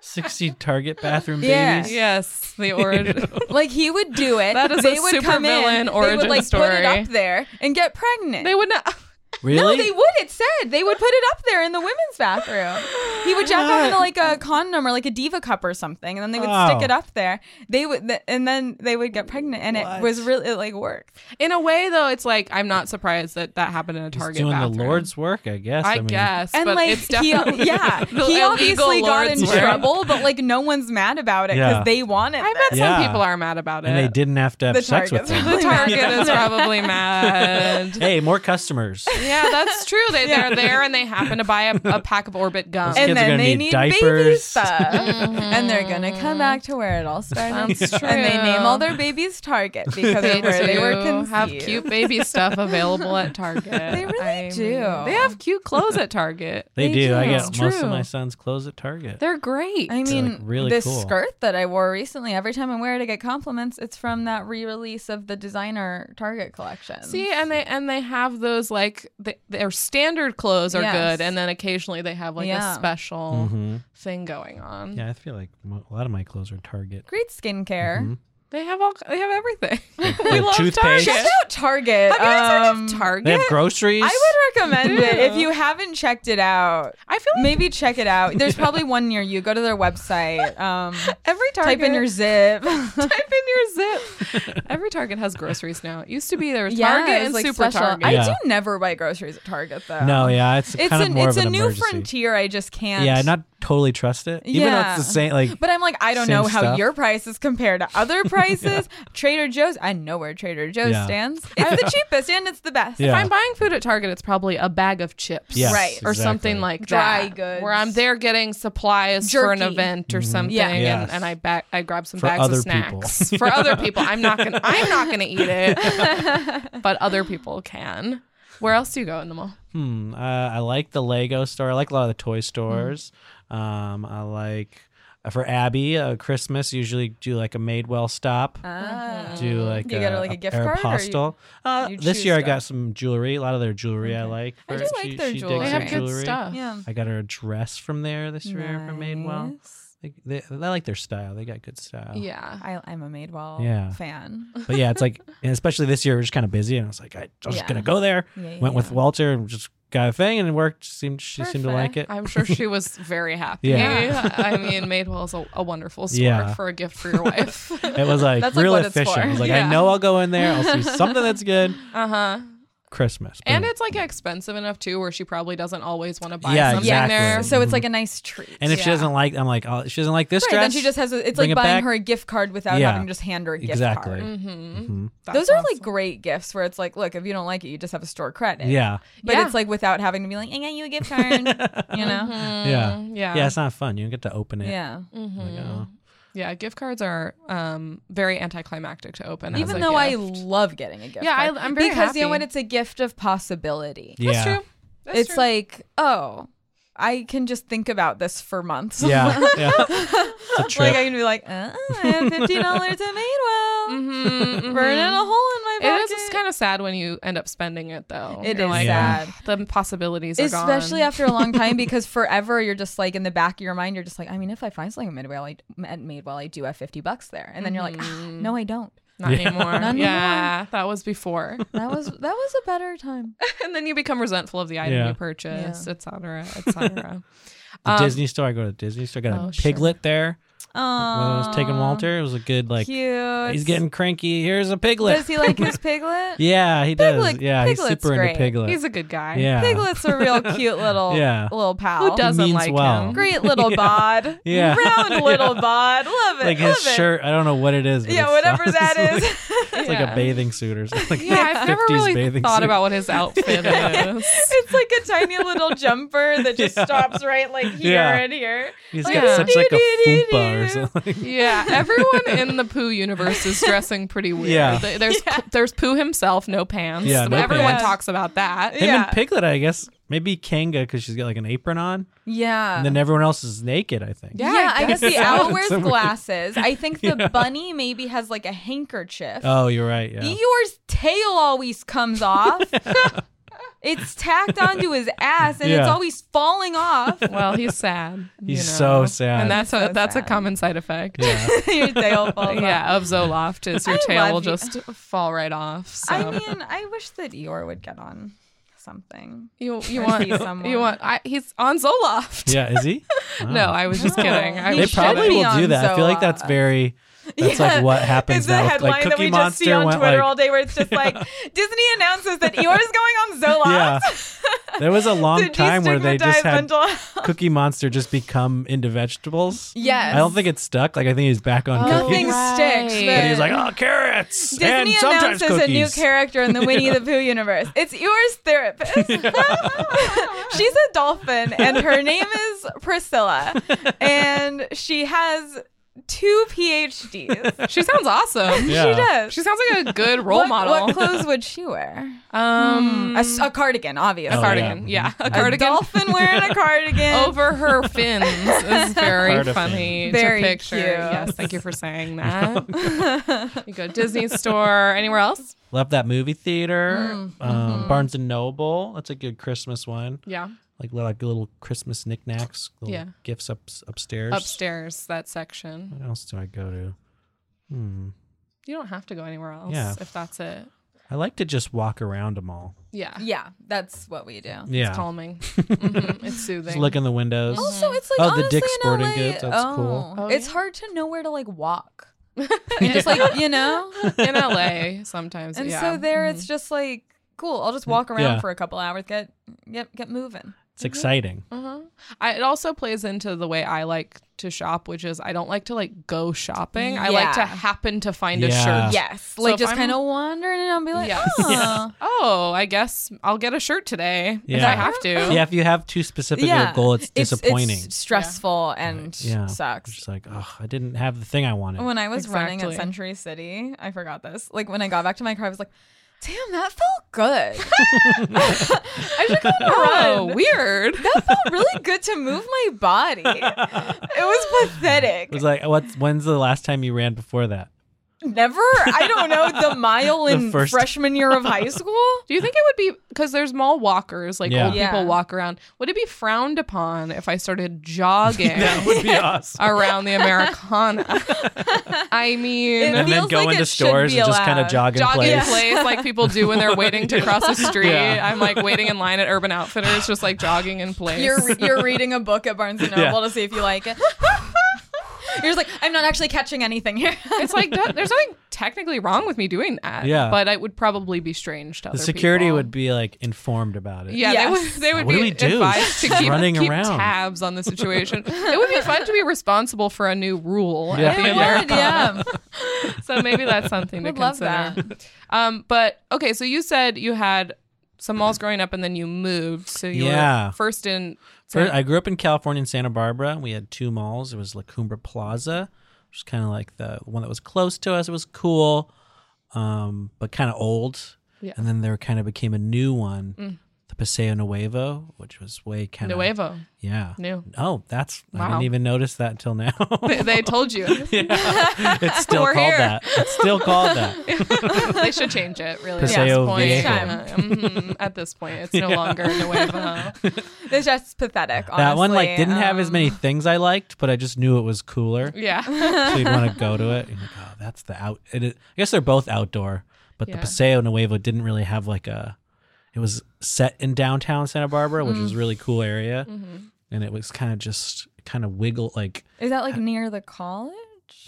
Speaker 4: Sixty Target
Speaker 2: [LAUGHS]
Speaker 4: bathroom
Speaker 2: Yeah.
Speaker 4: babies.
Speaker 3: Yes,
Speaker 4: [LAUGHS]
Speaker 3: the origin.
Speaker 2: Like he would do it.
Speaker 3: That is
Speaker 2: they
Speaker 3: a
Speaker 2: would come
Speaker 3: supervillain
Speaker 2: in, They
Speaker 3: origin
Speaker 2: would like put it
Speaker 3: story.
Speaker 2: up there and get pregnant.
Speaker 3: they would not. [LAUGHS]
Speaker 4: Really?
Speaker 2: No, they would. It said they would put it up there in the women's bathroom. He would jack off into like a condom or like a diva cup or something, and then they would
Speaker 4: Oh.
Speaker 2: stick it up there. They would, th- and then they would get pregnant, and
Speaker 4: What?
Speaker 2: it was really it like worked.
Speaker 3: In a way, though, it's like I'm not surprised that that happened in a
Speaker 4: He's
Speaker 3: Target
Speaker 4: doing
Speaker 3: bathroom.
Speaker 4: the Lord's work, I guess.
Speaker 3: I,
Speaker 4: mean,
Speaker 3: guess,
Speaker 2: And
Speaker 3: but
Speaker 2: like
Speaker 3: it's
Speaker 2: he,
Speaker 3: definitely
Speaker 2: yeah,
Speaker 3: [LAUGHS] the
Speaker 2: he
Speaker 3: illegal
Speaker 2: obviously got
Speaker 3: Lord's
Speaker 2: in
Speaker 3: work.
Speaker 2: trouble, but like no one's mad about it because
Speaker 4: Yeah.
Speaker 2: they wanted.
Speaker 3: I bet
Speaker 2: this.
Speaker 3: some
Speaker 4: Yeah.
Speaker 3: people are mad about it.
Speaker 4: And [LAUGHS] they didn't have to have
Speaker 2: The
Speaker 4: sex with
Speaker 2: Targets
Speaker 4: them.
Speaker 2: were [LAUGHS]
Speaker 3: [LAUGHS] The Target
Speaker 2: Yeah.
Speaker 3: is probably mad.
Speaker 4: [LAUGHS] Hey, more customers.
Speaker 3: Yeah, that's true.
Speaker 2: [LAUGHS]
Speaker 3: They, They're there and they happen to buy a, a pack of Orbit gum.
Speaker 4: Those
Speaker 2: and
Speaker 4: kids are
Speaker 2: then
Speaker 4: gonna
Speaker 2: they need
Speaker 4: need
Speaker 2: baby
Speaker 3: [LAUGHS]
Speaker 4: diapers.
Speaker 2: stuff, and they're gonna come back to where it all started.
Speaker 3: That's
Speaker 2: And they name all
Speaker 3: true.
Speaker 2: their babies Target because
Speaker 3: they
Speaker 2: of where they
Speaker 3: do
Speaker 2: were conceived.
Speaker 3: have cute baby stuff available at Target.
Speaker 2: They really do.
Speaker 3: they have cute clothes at Target.
Speaker 4: They,
Speaker 2: They
Speaker 4: do.
Speaker 2: do.
Speaker 4: I get
Speaker 3: It's
Speaker 4: most
Speaker 3: true.
Speaker 4: of my son's clothes at Target.
Speaker 3: They're great.
Speaker 2: I mean,
Speaker 4: like, really
Speaker 2: this
Speaker 4: cool.
Speaker 2: skirt that I wore recently, every time I wear it, I get compliments. It's from that re-release of the designer Target collection.
Speaker 3: See, and they and they have those like th- their standard clothes are
Speaker 2: Yes.
Speaker 3: good, and then occasionally they have like
Speaker 2: Yeah.
Speaker 3: a special
Speaker 4: Mhm.
Speaker 2: [LAUGHS]
Speaker 3: thing going on.
Speaker 4: Yeah, I feel like mo- a lot of my clothes are Target. Mm-hmm.
Speaker 2: great skincare.
Speaker 3: They have all. They have
Speaker 4: [LAUGHS]
Speaker 3: everything.
Speaker 4: They
Speaker 3: we
Speaker 4: have
Speaker 3: love
Speaker 4: toothpaste.
Speaker 3: Target.
Speaker 2: Check out Target.
Speaker 3: Have you guys heard of
Speaker 2: Um,
Speaker 3: Target?
Speaker 4: They have groceries.
Speaker 2: I would recommend it if
Speaker 3: Yeah. [LAUGHS]
Speaker 2: you haven't checked it out.
Speaker 3: I feel like
Speaker 2: Maybe check it out. There's probably one near you. Go to their website. Um,
Speaker 3: every
Speaker 2: type
Speaker 3: Target.
Speaker 2: in
Speaker 3: [LAUGHS]
Speaker 2: your zip.
Speaker 3: type in your
Speaker 4: [LAUGHS]
Speaker 3: zip. Every Target has groceries now. It used to be there
Speaker 2: [LAUGHS]
Speaker 3: was
Speaker 2: Yeah,
Speaker 3: Target
Speaker 2: it's
Speaker 3: and
Speaker 2: like
Speaker 3: Super
Speaker 2: special.
Speaker 3: Target.
Speaker 2: I
Speaker 4: Yeah.
Speaker 2: do never buy groceries at Target though.
Speaker 4: no, yeah, it's,
Speaker 2: it's
Speaker 4: kind of
Speaker 2: an
Speaker 4: more
Speaker 2: it's
Speaker 4: of
Speaker 2: a
Speaker 4: an
Speaker 2: new
Speaker 4: emergency.
Speaker 2: frontier. I just can't.
Speaker 4: Yeah, not totally trust it. Even though
Speaker 2: Yeah.
Speaker 4: it's the same, like
Speaker 2: But I'm like, I don't
Speaker 4: Same
Speaker 2: know how
Speaker 4: stuff.
Speaker 2: your prices compare to
Speaker 4: [LAUGHS]
Speaker 2: other prices. Trader Joe's, I know where Trader Joe's
Speaker 4: Yeah.
Speaker 2: stands.
Speaker 4: [LAUGHS]
Speaker 2: It's the cheapest and it's the best.
Speaker 4: Yeah.
Speaker 3: If I'm buying food at Target, it's probably a bag of chips,
Speaker 4: Yes,
Speaker 2: Right.
Speaker 3: or something
Speaker 4: exactly.
Speaker 3: like
Speaker 2: Dry
Speaker 3: that,
Speaker 2: goods.
Speaker 3: where I'm there getting supplies for an
Speaker 2: Jerky.
Speaker 3: event or something,
Speaker 2: Yeah.
Speaker 4: Mm-hmm. Yes.
Speaker 3: and, and I ba- I grab some
Speaker 4: For
Speaker 3: bags
Speaker 4: other
Speaker 3: of
Speaker 4: people.
Speaker 3: snacks [LAUGHS] for other people. I'm not gonna I'm not gonna eat
Speaker 2: [LAUGHS]
Speaker 3: it, but other people can. Where else do you go in the mall?
Speaker 4: Hmm. Uh, I like the Lego store. I like a lot of the toy stores. Um, I like uh, for Abby uh, Christmas usually do like a Madewell stop.
Speaker 2: [LAUGHS] Ah.
Speaker 3: Uh-huh.
Speaker 4: do like
Speaker 2: You
Speaker 4: a,
Speaker 2: got her, like, a gift card, or
Speaker 4: Aeropostale. uh,
Speaker 2: you
Speaker 4: this
Speaker 2: choose
Speaker 4: year I
Speaker 2: stuff?
Speaker 4: got some jewelry. A lot of their jewelry I like.
Speaker 2: I
Speaker 4: for-
Speaker 2: do like their
Speaker 4: digs
Speaker 2: jewelry.
Speaker 3: They
Speaker 2: Like
Speaker 3: have
Speaker 4: in
Speaker 3: good stuff.
Speaker 2: Yeah.
Speaker 4: I got her a dress from there this year from Madewell.
Speaker 2: Nice.
Speaker 4: They, they, I like their style. They got good style.
Speaker 3: Yeah.
Speaker 2: I, I'm a Madewell
Speaker 4: Yeah. [LAUGHS]
Speaker 2: fan.
Speaker 4: But yeah, it's like, and especially this year, we're just kind of busy, and I was like, I, I was
Speaker 2: Yeah.
Speaker 4: just gonna go there.
Speaker 2: Yeah, yeah,
Speaker 4: Went with
Speaker 2: yeah.
Speaker 4: Walter and just got a thing, and it worked. Seemed she seemed to like it.
Speaker 3: I'm sure she was very happy.
Speaker 4: Yeah.
Speaker 3: I mean, Madewell's a, a wonderful store
Speaker 4: Yeah.
Speaker 3: for a gift for your
Speaker 2: [LAUGHS]
Speaker 3: wife.
Speaker 4: It was like
Speaker 2: That's, like,
Speaker 4: real
Speaker 2: what it's
Speaker 4: efficient.
Speaker 2: for.
Speaker 4: I was like,
Speaker 3: Yeah.
Speaker 4: I know I'll go in there. I'll
Speaker 2: [LAUGHS]
Speaker 4: see something that's good.
Speaker 3: uh
Speaker 2: Uh-huh.
Speaker 3: huh.
Speaker 4: Christmas.
Speaker 3: And
Speaker 4: boom.
Speaker 3: it's like expensive enough too, where she probably doesn't always want to buy
Speaker 4: Yeah,
Speaker 3: something
Speaker 4: exactly. Mm-hmm.
Speaker 3: there.
Speaker 2: So it's like a nice treat.
Speaker 4: and if she
Speaker 3: yeah.
Speaker 4: doesn't like, I'm like, oh, she doesn't like this
Speaker 2: right,
Speaker 4: dress.
Speaker 2: then she just has a, it's
Speaker 4: bring
Speaker 2: like
Speaker 4: it
Speaker 2: buying
Speaker 4: back.
Speaker 2: her a gift card without
Speaker 4: Yeah.
Speaker 2: having to just hand her a gift
Speaker 4: exactly.
Speaker 2: card. Mm-hmm.
Speaker 3: Mhm.
Speaker 4: Mhm.
Speaker 3: That's
Speaker 2: Those are
Speaker 3: awesome.
Speaker 2: like great gifts where it's like, look, if you don't like it, you just have a store credit.
Speaker 4: Yeah,
Speaker 2: But
Speaker 3: Yeah.
Speaker 2: it's like without having to be like, I got you a gift card.
Speaker 4: [LAUGHS]
Speaker 2: you know?
Speaker 4: yeah,
Speaker 3: Mhm. yeah,
Speaker 4: yeah. It's not fun. You don't get to open it.
Speaker 2: Mm, Yeah. Mm-hmm.
Speaker 3: Mhm.
Speaker 4: Like, oh.
Speaker 3: yeah. Gift cards are um very anticlimactic to open. as
Speaker 2: Even
Speaker 3: a
Speaker 2: though I
Speaker 3: gift.
Speaker 2: love getting a gift
Speaker 3: Yeah, I-
Speaker 2: card.
Speaker 3: I'm very
Speaker 2: Because you know
Speaker 3: happy.
Speaker 2: what? It's a gift of possibility.
Speaker 4: yeah.
Speaker 3: that's true. That's
Speaker 2: it's [LAUGHS]
Speaker 3: true.
Speaker 2: like, oh, I can just think about this for months.
Speaker 4: Yeah, yeah. It's a
Speaker 2: [LAUGHS]
Speaker 4: trip.
Speaker 2: like I can be like, oh, I
Speaker 4: [LAUGHS]
Speaker 2: have fifteen dollars at Madewell,
Speaker 3: Mhm, mhm.
Speaker 2: burning a hole in my
Speaker 3: It
Speaker 2: pocket.
Speaker 3: is just kind of sad when you end up spending it though.
Speaker 2: It
Speaker 3: You're
Speaker 2: is
Speaker 3: like,
Speaker 2: sad.
Speaker 3: "Ugh, The possibilities are
Speaker 2: Especially
Speaker 3: gone.
Speaker 2: after a long
Speaker 4: [LAUGHS]
Speaker 2: time, because forever you're just like in the back of your mind, you're just like, I mean, if I find something at Madewell, I, at Madewell, I do have fifty bucks there, and then you're like, ah,
Speaker 3: Mm-hmm.
Speaker 2: no, I don't.
Speaker 3: Not anymore.
Speaker 2: [LAUGHS] Not
Speaker 3: yeah, that
Speaker 2: [LAUGHS]
Speaker 3: was before.
Speaker 2: That was that was a better time.
Speaker 3: and then you become resentful of the item
Speaker 4: Yeah.
Speaker 3: you purchased, et cetera, et cetera.
Speaker 4: [LAUGHS] The
Speaker 3: Um,
Speaker 4: Disney store. I go to the Disney store. Got
Speaker 3: oh,
Speaker 4: a
Speaker 3: sure.
Speaker 4: piglet there when I was taking
Speaker 2: Aw,
Speaker 4: Walter. It was a good like.
Speaker 2: Cute.
Speaker 4: He's getting cranky. Here's a piglet.
Speaker 2: Does he like
Speaker 4: [LAUGHS]
Speaker 2: his piglet?
Speaker 4: yeah, he
Speaker 2: Piglet-
Speaker 4: does. Yeah, he's
Speaker 2: Piglet's
Speaker 4: super
Speaker 2: great.
Speaker 4: into piglet.
Speaker 3: Um, He's a good guy.
Speaker 4: yeah,
Speaker 2: Piglet's a
Speaker 4: [LAUGHS]
Speaker 2: real cute little
Speaker 4: Yeah.
Speaker 2: little pal.
Speaker 3: Who doesn't
Speaker 4: means
Speaker 3: like
Speaker 4: well.
Speaker 3: him?
Speaker 2: Great little bod.
Speaker 4: [LAUGHS] Yeah.
Speaker 2: Round little bod. Love it.
Speaker 4: like
Speaker 2: love
Speaker 4: his
Speaker 2: it.
Speaker 4: shirt. I don't know what it is. but
Speaker 2: Yeah,
Speaker 4: [LAUGHS] it's
Speaker 2: whatever
Speaker 4: honestly-
Speaker 2: that is.
Speaker 4: [LAUGHS]
Speaker 2: [LAUGHS]
Speaker 4: It's like a bathing suit or something.
Speaker 3: Yeah,
Speaker 4: [LAUGHS]
Speaker 3: I've never
Speaker 4: 50s
Speaker 3: really
Speaker 4: bathing
Speaker 3: thought
Speaker 4: suit.
Speaker 3: about what his
Speaker 4: [LAUGHS]
Speaker 3: outfit is.
Speaker 2: it's like a tiny little jumper that just
Speaker 4: Yeah.
Speaker 2: stops right
Speaker 4: [LAUGHS]
Speaker 2: like here
Speaker 4: Yeah.
Speaker 2: and here.
Speaker 4: He's
Speaker 2: Like,
Speaker 4: got such like a
Speaker 2: doo-doo-doo-doo. [LAUGHS]
Speaker 4: fupa or something.
Speaker 3: Yeah, everyone in the Pooh universe is dressing pretty weird.
Speaker 4: Yeah.
Speaker 3: Th- There's there's Pooh himself, no pants.
Speaker 4: Yeah, no
Speaker 3: everyone
Speaker 2: pants.
Speaker 3: talks about that.
Speaker 4: Him
Speaker 2: Yeah.
Speaker 4: and Piglet, I guess. Maybe Kanga because she's got like an apron on,
Speaker 2: Yeah.
Speaker 4: and then everyone else is naked. I think.
Speaker 3: Yeah,
Speaker 2: Uh. yeah,
Speaker 3: I
Speaker 2: I guess
Speaker 3: guess
Speaker 2: the [LAUGHS] owl wears
Speaker 4: so.
Speaker 2: glasses. I think
Speaker 4: [LAUGHS]
Speaker 2: the bunny maybe has like a handkerchief.
Speaker 4: Oh, you're right. Yeah.
Speaker 2: Eeyore's tail always comes
Speaker 4: [LAUGHS]
Speaker 2: off. it's tacked onto his ass and it's
Speaker 4: Yeah.
Speaker 2: always falling off.
Speaker 3: [LAUGHS] Well, he's sad. you
Speaker 4: He's
Speaker 3: know.
Speaker 4: so sad.
Speaker 3: And that's a
Speaker 2: so
Speaker 3: that's a
Speaker 2: sad.
Speaker 3: common side effect.
Speaker 4: yeah.
Speaker 2: [LAUGHS] Your tail falls off.
Speaker 3: Yeah, of Zoloft is your
Speaker 2: I
Speaker 3: tail
Speaker 2: love
Speaker 3: will
Speaker 2: you.
Speaker 3: just fall right off. So
Speaker 2: I mean, I wish that Eeyore would get on something.
Speaker 3: you you
Speaker 2: I
Speaker 3: want
Speaker 2: see someone.
Speaker 3: you want I, he's on Zoloft.
Speaker 4: Yeah. Is he? Wow.
Speaker 3: No, I was
Speaker 2: [LAUGHS]
Speaker 3: just
Speaker 2: No.
Speaker 3: kidding. I
Speaker 2: He
Speaker 4: They
Speaker 3: was
Speaker 2: should be
Speaker 4: probably
Speaker 3: kidding.
Speaker 4: will do
Speaker 2: on
Speaker 4: that. I feel like that's
Speaker 2: Zoa.
Speaker 4: very.
Speaker 2: [LAUGHS]
Speaker 4: That's like what happens
Speaker 2: It's the
Speaker 4: now. Like,
Speaker 2: headline that
Speaker 4: Cookie
Speaker 2: we just
Speaker 4: Monster
Speaker 2: see on
Speaker 4: went,
Speaker 2: Twitter
Speaker 4: like-
Speaker 2: all day, where it's just
Speaker 4: [LAUGHS]
Speaker 2: like Disney announces that Eeyore's going on
Speaker 4: Yeah.
Speaker 2: Zoloft [LAUGHS]
Speaker 4: There was a long
Speaker 2: to
Speaker 4: time where they just
Speaker 2: destigmatize
Speaker 4: had
Speaker 2: mental health.
Speaker 4: Cookie Monster just become into vegetables.
Speaker 2: Yes,
Speaker 4: I don't think it stuck. Like I think he's back on
Speaker 3: Oh,
Speaker 2: nothing
Speaker 4: [LAUGHS] cookies.
Speaker 3: right.
Speaker 2: sticks.
Speaker 3: But
Speaker 4: But
Speaker 2: there.
Speaker 4: he's like, oh, carrots and
Speaker 2: Disney
Speaker 4: sometimes
Speaker 2: announces
Speaker 4: cookies.
Speaker 2: a new character in the Winnie
Speaker 4: [LAUGHS]
Speaker 2: the Pooh universe. It's Eeyore's therapist. [LAUGHS] She's a dolphin, and her name is
Speaker 4: [LAUGHS]
Speaker 2: Priscilla, and she has two PhDs.
Speaker 3: She sounds awesome.
Speaker 4: Yeah.
Speaker 2: She does.
Speaker 3: She sounds like
Speaker 2: [LAUGHS]
Speaker 3: a good role
Speaker 2: what, Hmm.
Speaker 3: model.
Speaker 4: [LAUGHS]
Speaker 2: What clothes would she wear?
Speaker 3: um,
Speaker 2: A,
Speaker 4: Hmm.
Speaker 2: s- a cardigan, obviously.
Speaker 4: Oh,
Speaker 3: cardigan.
Speaker 4: yeah.
Speaker 3: Yeah, a cardigan.
Speaker 2: A dolphin
Speaker 4: [LAUGHS]
Speaker 2: wearing a cardigan.
Speaker 3: over her fins is very
Speaker 4: Part of
Speaker 3: funny
Speaker 2: fins.
Speaker 3: to
Speaker 2: Very
Speaker 3: picture.
Speaker 2: cute.
Speaker 3: Yes, thank you for
Speaker 4: [LAUGHS]
Speaker 3: saying that. [LAUGHS] you go to Disney store, anywhere else?
Speaker 4: Love that movie theater.
Speaker 2: Mm-hmm.
Speaker 4: Um, Barnes and Noble. That's a good Christmas one.
Speaker 3: Yeah,
Speaker 4: Like li- like little Christmas knickknacks, little
Speaker 3: Yeah.
Speaker 4: gifts up upstairs.
Speaker 3: upstairs that section.
Speaker 4: What else do I go to? Hmm.
Speaker 3: You don't have to go anywhere else
Speaker 4: Yeah.
Speaker 3: if that's it.
Speaker 4: I like to just walk around a mall.
Speaker 3: Yeah.
Speaker 2: Yeah, that's what we do.
Speaker 4: Yeah.
Speaker 3: It's
Speaker 4: [LAUGHS]
Speaker 3: calming. Mhm. It's
Speaker 4: Just
Speaker 3: soothing.
Speaker 4: look in the windows.
Speaker 2: Also, it's like
Speaker 4: Oh, the
Speaker 2: honestly
Speaker 4: Dick's
Speaker 2: in
Speaker 4: Sporting
Speaker 2: LA,
Speaker 4: Goods, that's
Speaker 2: oh,
Speaker 4: cool.
Speaker 3: Oh,
Speaker 2: it's
Speaker 3: yeah.
Speaker 2: hard to know where to like
Speaker 4: [LAUGHS]
Speaker 2: walk.
Speaker 3: Yeah.
Speaker 2: Just like you know,
Speaker 3: [LAUGHS] in LA sometimes.
Speaker 2: and
Speaker 3: yeah. Mm-hmm.
Speaker 2: so there it's just like cool. I'll just walk around
Speaker 4: Yeah.
Speaker 2: for a couple hours, get get get moving.
Speaker 4: It's exciting.
Speaker 3: Uh-huh. I, it also plays into the way I like to shop, which is I don't like to like go shopping. I like to
Speaker 2: Yeah.
Speaker 3: happen to find a
Speaker 4: Yeah.
Speaker 3: shirt.
Speaker 2: Yes,
Speaker 3: So
Speaker 2: like
Speaker 3: if
Speaker 2: just
Speaker 3: I'm-
Speaker 2: kind of wandering and I'll be like,
Speaker 3: Yes.
Speaker 2: oh.
Speaker 4: [LAUGHS] Yeah.
Speaker 3: Oh, I guess I'll get a shirt today if
Speaker 4: Yeah.
Speaker 3: I have to. [LAUGHS]
Speaker 4: Yeah, if you have too specific of
Speaker 2: Mm-hmm. Yeah.
Speaker 4: a goal, it's disappointing.
Speaker 2: It's stressful and
Speaker 4: yeah.
Speaker 2: sucks.
Speaker 4: just like, oh, I didn't have the thing I wanted.
Speaker 2: When I was running at
Speaker 3: Exactly.
Speaker 2: Century City, I forgot this. Like when I got back to my car, I was like, damn, that felt
Speaker 4: [LAUGHS]
Speaker 2: good. I should go on a
Speaker 3: Oh,
Speaker 2: run.
Speaker 3: weird.
Speaker 2: that felt really good to move my body. It
Speaker 4: [LAUGHS]
Speaker 2: was pathetic.
Speaker 4: It was like, what's when's the last time you ran before that? [LAUGHS]
Speaker 2: Never, I don't know, the mile
Speaker 4: The
Speaker 2: in
Speaker 4: first-
Speaker 2: freshman year of
Speaker 4: [LAUGHS]
Speaker 2: high school.
Speaker 3: Do you think it would be because there's mall walkers, like
Speaker 4: Yeah.
Speaker 3: old
Speaker 2: Yeah.
Speaker 3: people walk around? Would it be frowned upon if I started
Speaker 4: [LAUGHS]
Speaker 3: jogging
Speaker 4: That would be awesome.
Speaker 3: around the Americana?
Speaker 2: [LAUGHS]
Speaker 3: I mean,
Speaker 2: It
Speaker 4: and then
Speaker 2: feels
Speaker 4: go
Speaker 2: like
Speaker 4: into
Speaker 2: it should
Speaker 4: stores
Speaker 2: be
Speaker 4: and just kind of
Speaker 2: allowed.
Speaker 4: jog in
Speaker 3: jogging
Speaker 4: place.
Speaker 3: place. like people do when they're waiting to cross the street.
Speaker 4: [LAUGHS] Yeah.
Speaker 3: I'm like waiting in line at Urban Outfitters, just like jogging in place.
Speaker 2: You're you're reading a book at Barnes and
Speaker 4: Yeah.
Speaker 2: Noble to see if you like it. [LAUGHS] You're just like, I'm not actually catching anything here. [LAUGHS]
Speaker 3: it's like that- there's nothing technically wrong with me doing that.
Speaker 4: Yeah.
Speaker 3: but it would probably be strange to
Speaker 4: The
Speaker 3: other
Speaker 4: security
Speaker 3: people.
Speaker 4: would be like informed about it.
Speaker 3: Yeah,
Speaker 2: Yes.
Speaker 3: they would. They would
Speaker 4: What
Speaker 3: be
Speaker 4: do we do?
Speaker 3: advised to
Speaker 4: Just
Speaker 3: keep,
Speaker 4: running
Speaker 3: keep
Speaker 4: around.
Speaker 3: tabs on the situation. it would be fun to be responsible for a new rule
Speaker 4: Yeah.
Speaker 3: at the
Speaker 2: It
Speaker 3: end there.
Speaker 2: would, yeah.
Speaker 3: So maybe
Speaker 2: [LAUGHS]
Speaker 3: that's something to
Speaker 2: Would love
Speaker 3: consider. Um, but okay, so you said you had some malls growing up, and then you moved. So you
Speaker 4: Yeah.
Speaker 3: were first in.
Speaker 4: Fir- I grew up in California in Santa Barbara. We had two malls. It was La Cumbra Plaza, which is kind of like the one that was close to us. It was cool, um, but kind of old.
Speaker 3: Yeah.
Speaker 4: And then there kind of became a new one, the Paseo Nuevo, which was way kind of
Speaker 3: Nuevo,
Speaker 4: Yeah.
Speaker 3: new.
Speaker 4: Oh, that's I
Speaker 3: Wow.
Speaker 4: didn't even notice that until now. [LAUGHS]
Speaker 3: They- They told you.
Speaker 4: it's still
Speaker 3: We're
Speaker 4: called
Speaker 3: here.
Speaker 4: that. It's still called that.
Speaker 3: [LAUGHS] they should change it, really.
Speaker 4: Paseo
Speaker 3: at this
Speaker 4: Viejo.
Speaker 3: point, Uh, mhm, at this point, it's no longer
Speaker 4: [LAUGHS]
Speaker 3: Nuevo.
Speaker 2: It's just pathetic. Honestly.
Speaker 4: that one like didn't have as
Speaker 2: Um,
Speaker 4: many things I liked, but I just knew it
Speaker 2: [LAUGHS]
Speaker 4: was cooler.
Speaker 3: Yeah,
Speaker 4: so you'd want to go to it. You're like, oh, that's the out. It is, I guess they're both outdoor, but
Speaker 3: Yeah.
Speaker 4: the Paseo Nuevo didn't really have like a. It was set in downtown Santa Barbara, which was a really cool area,
Speaker 2: Mm-hmm.
Speaker 4: and it was kind of just kind of wiggle like
Speaker 2: Is that like near the college?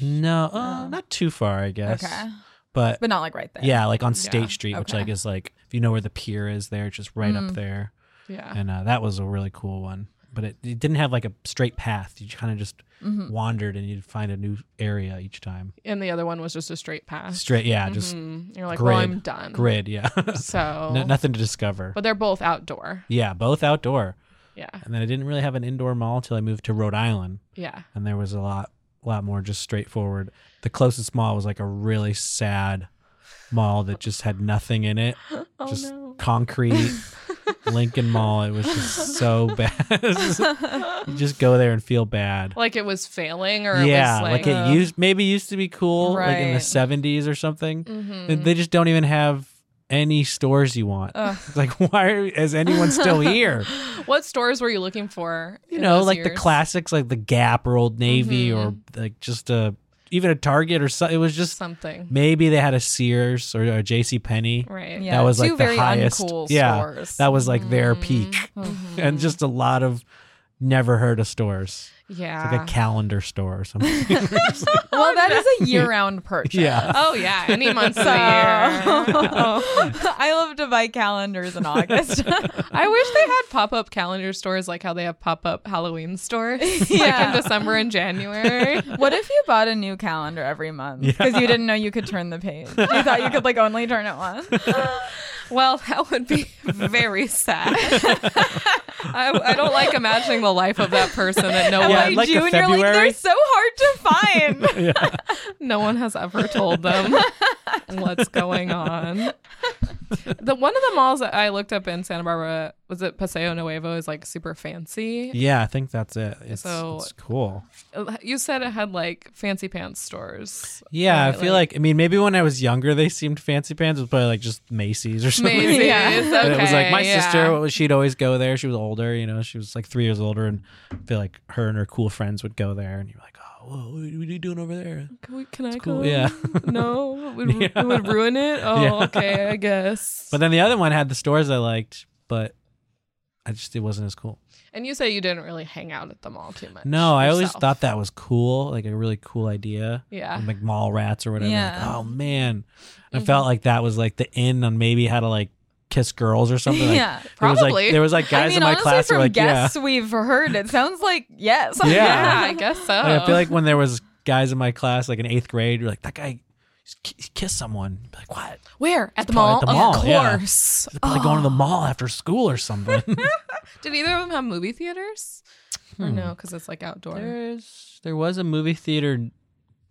Speaker 4: no, uh, not too far, I guess.
Speaker 2: Oh. Okay.
Speaker 4: But,
Speaker 2: But not like right there.
Speaker 4: yeah, like on State Street, which
Speaker 2: Okay. Mm.
Speaker 4: like is like if you know where the pier is, there, it's just right up there,
Speaker 2: Ah.
Speaker 3: yeah.
Speaker 4: and uh, that was a really cool one. But it, it didn't have like a straight path. You kind of just
Speaker 2: Mm-hmm.
Speaker 3: Hmm.
Speaker 4: wandered, and you'd find a new area each time.
Speaker 3: And the other one was just a straight pass.
Speaker 4: Straight, yeah, just
Speaker 3: Mm, You're like,
Speaker 4: grid.
Speaker 3: well, I'm done.
Speaker 4: Grid, yeah. [LAUGHS]
Speaker 3: So,
Speaker 4: No- nothing to discover.
Speaker 3: but they're both outdoor.
Speaker 4: yeah, both outdoor.
Speaker 3: Yeah,
Speaker 4: And then I didn't really have an indoor mall till I moved to Rhode Island,
Speaker 3: yeah.
Speaker 4: and there was a lot, lot more just straightforward. The closest mall was like a really sad mall that just had nothing in it,
Speaker 3: [GASPS] Oh
Speaker 4: just
Speaker 3: no. [LAUGHS]
Speaker 4: concrete. Lincoln Mall. It was just so bad. [LAUGHS] you just go there and feel bad.
Speaker 3: Like it was failing, or
Speaker 4: yeah,
Speaker 3: it was like, uh,
Speaker 4: it used maybe used to be cool, like in the
Speaker 2: Right.
Speaker 4: seventies or something.
Speaker 3: Mhm.
Speaker 4: They- They
Speaker 2: Mm-hmm.
Speaker 4: just don't even have any stores you want. It's [LAUGHS] like, why are, is
Speaker 2: [LAUGHS]
Speaker 4: anyone still here?
Speaker 3: what stores were you looking for?
Speaker 4: You
Speaker 3: in
Speaker 4: know,
Speaker 3: those
Speaker 4: like the
Speaker 3: years?
Speaker 4: classics, like the Gap or Old Navy,
Speaker 2: Mm-hmm.
Speaker 4: or like just a even a Target or something. It was just
Speaker 3: something,
Speaker 4: maybe they had a Sears or, or J.C. Penney.
Speaker 3: right?
Speaker 2: Yeah.
Speaker 4: That was
Speaker 2: Two
Speaker 4: like the
Speaker 2: very
Speaker 4: highest.
Speaker 2: uncool
Speaker 4: yeah,
Speaker 2: stores. Mm-hmm.
Speaker 4: that was like their peak, and just a lot of never heard of stores,
Speaker 3: yeah.
Speaker 4: like
Speaker 2: Ah.
Speaker 4: a calendar store
Speaker 2: [LAUGHS]
Speaker 4: or something.
Speaker 2: well, that is
Speaker 4: [LAUGHS]
Speaker 2: a year-round purchase.
Speaker 4: yeah.
Speaker 3: oh yeah,
Speaker 4: [LAUGHS]
Speaker 3: any months of
Speaker 2: So
Speaker 3: the year.
Speaker 2: [LAUGHS] I love to buy calendars in August. [LAUGHS]
Speaker 3: I wish they had pop up calendar stores like how they have pop up Halloween [LAUGHS] stores like
Speaker 2: Yeah.
Speaker 3: in December and January.
Speaker 2: what if you bought a new calendar every month because you didn't know you could turn the page? You thought you could like only turn it once.
Speaker 3: [LAUGHS] well, that would be very sad. [LAUGHS] I, I don't like imagining the life of that person [LAUGHS] that no
Speaker 4: [LAUGHS] Yeah,
Speaker 2: By
Speaker 4: I'd
Speaker 3: one
Speaker 4: like a
Speaker 2: June, you're like
Speaker 4: February.
Speaker 2: they're so hard to find.
Speaker 3: no one has ever told
Speaker 4: [LAUGHS]
Speaker 3: them what's going on. The one of the malls that I looked up in Santa Barbara was it Paseo Nuevo is like super fancy.
Speaker 4: Yeah, I think that's it. It's,
Speaker 3: So-
Speaker 4: it's cool.
Speaker 3: You said it had like fancy pants
Speaker 4: [LAUGHS]
Speaker 3: stores.
Speaker 4: Yeah, I
Speaker 3: Right,
Speaker 4: feel like, I mean maybe when I was younger they seemed fancy pants. It was probably like just Macy's or something.
Speaker 3: Macy's.
Speaker 2: Yeah.
Speaker 3: Okay,
Speaker 4: [LAUGHS] But it was like my
Speaker 3: yeah.
Speaker 4: sister, she'd always go there. She was older, you know, she was like three years older, and I feel like her and her cool friends would go there, and you're like, oh, whoa, what are you doing over there?
Speaker 3: Can, we, can I
Speaker 4: cool,
Speaker 3: come?
Speaker 4: yeah. [LAUGHS]
Speaker 3: No, it would, ru-
Speaker 4: Yeah.
Speaker 3: it would ruin it. Oh,
Speaker 4: [LAUGHS] Yeah.
Speaker 3: okay, I guess.
Speaker 4: But then the other one had the stores I liked, but I just it wasn't as cool.
Speaker 3: and you say you didn't really hang out at the mall too much.
Speaker 4: No, I always
Speaker 3: yourself.
Speaker 4: thought that was cool, like a really cool idea.
Speaker 3: Yeah. Mm-hmm.
Speaker 4: Like mall rats or whatever.
Speaker 2: Yeah.
Speaker 4: Like, oh man. I felt like that was like the end on maybe how to like kiss girls
Speaker 3: [LAUGHS]
Speaker 4: or [LAUGHS] something. Like,
Speaker 2: Yeah,
Speaker 4: there was, like-
Speaker 3: probably.
Speaker 4: there was like guys
Speaker 2: I mean,
Speaker 4: in my
Speaker 2: honestly,
Speaker 4: class who
Speaker 2: from
Speaker 4: were like,
Speaker 2: guests we've heard, it sounds like yes. Oh,
Speaker 4: Yeah.
Speaker 2: [LAUGHS]
Speaker 3: Yeah, I guess so.
Speaker 4: yeah. Like, I feel like when there was guys in my class, like in eighth grade, you're like, that guy just ki- kissed someone. You'd be Like, what?
Speaker 3: where at the
Speaker 4: probably
Speaker 3: mall?
Speaker 4: at the mall,
Speaker 3: Of
Speaker 4: yeah.
Speaker 3: course. Oh,
Speaker 4: They're probably going to the mall after school or something.
Speaker 3: Did either of them have movie theaters?
Speaker 4: Hmm.
Speaker 3: Or no, because it's like outdoor.
Speaker 4: [LAUGHS] There's there was a movie theater.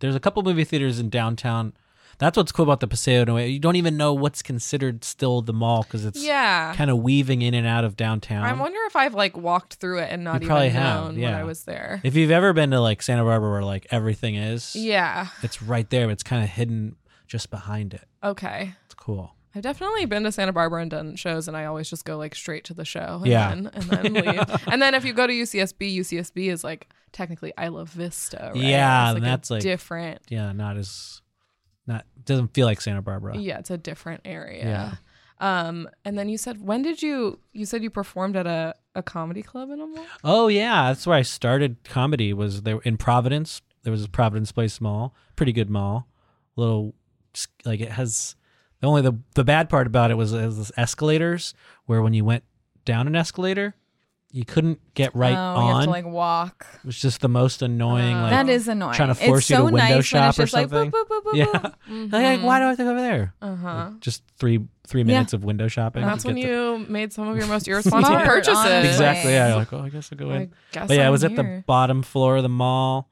Speaker 4: There's a couple movie theaters in downtown. That's what's cool about the Paseo Noe. You don't even know what's considered still the mall because it's
Speaker 3: Yeah.
Speaker 4: kind of weaving in and out of downtown.
Speaker 3: I wonder if I've like walked through it and not
Speaker 4: You
Speaker 3: even
Speaker 4: probably
Speaker 3: known
Speaker 4: have,
Speaker 3: when
Speaker 4: yeah.
Speaker 3: I was there.
Speaker 4: if you've ever been to like Santa Barbara, where like everything is,
Speaker 3: Yeah.
Speaker 4: it's right there, but it's kind of hidden just behind it.
Speaker 3: Okay.
Speaker 4: It's cool.
Speaker 3: I've definitely been to Santa Barbara and done shows, and I always just go like straight to the show. And
Speaker 4: Yeah.
Speaker 3: Then, and
Speaker 4: [LAUGHS]
Speaker 3: then leave. and then if you go to UCSB, UCSB is like technically I Love Vista. Right?
Speaker 4: Yeah,
Speaker 3: It's, like, a
Speaker 4: that's, like-
Speaker 3: different.
Speaker 4: Yeah, not as not doesn't feel like Santa Barbara.
Speaker 3: Yeah, it's a different area. Um, and then you said when did you? You said you performed at a a comedy club in a mall.
Speaker 4: Oh yeah, that's where I started comedy. Was there in Providence? There was a Providence Place Mall, pretty good mall. Little like it has. The only the the bad part about it was, it was escalators where when you went down an escalator, you couldn't get right
Speaker 2: oh, You have
Speaker 4: on.
Speaker 2: to like Uh, walk.
Speaker 4: it was just the most annoying.
Speaker 2: [LAUGHS]
Speaker 4: like
Speaker 2: that is annoying.
Speaker 4: trying to force
Speaker 2: it's
Speaker 4: you
Speaker 2: so
Speaker 4: to window
Speaker 2: nice when
Speaker 4: shop
Speaker 2: it's
Speaker 4: or
Speaker 2: just like,
Speaker 4: something.
Speaker 2: boop, boop, boop, boop,
Speaker 4: yeah.
Speaker 2: boop. [LAUGHS]
Speaker 4: [LAUGHS] Like, why do I have to go over there?
Speaker 3: Uh huh.
Speaker 4: Just three three minutes of window shopping.
Speaker 3: And that's
Speaker 4: to
Speaker 3: when
Speaker 4: get the-
Speaker 3: you made some of your
Speaker 4: [LAUGHS]
Speaker 3: most irresponsible
Speaker 2: Smart,
Speaker 3: purchases.
Speaker 2: honestly.
Speaker 4: exactly. Yeah,
Speaker 2: Like-
Speaker 4: you're like oh, I guess I'll go in.
Speaker 3: I guess
Speaker 4: But yeah,
Speaker 3: I'm
Speaker 4: I was at the
Speaker 3: here.
Speaker 4: bottom floor of the mall,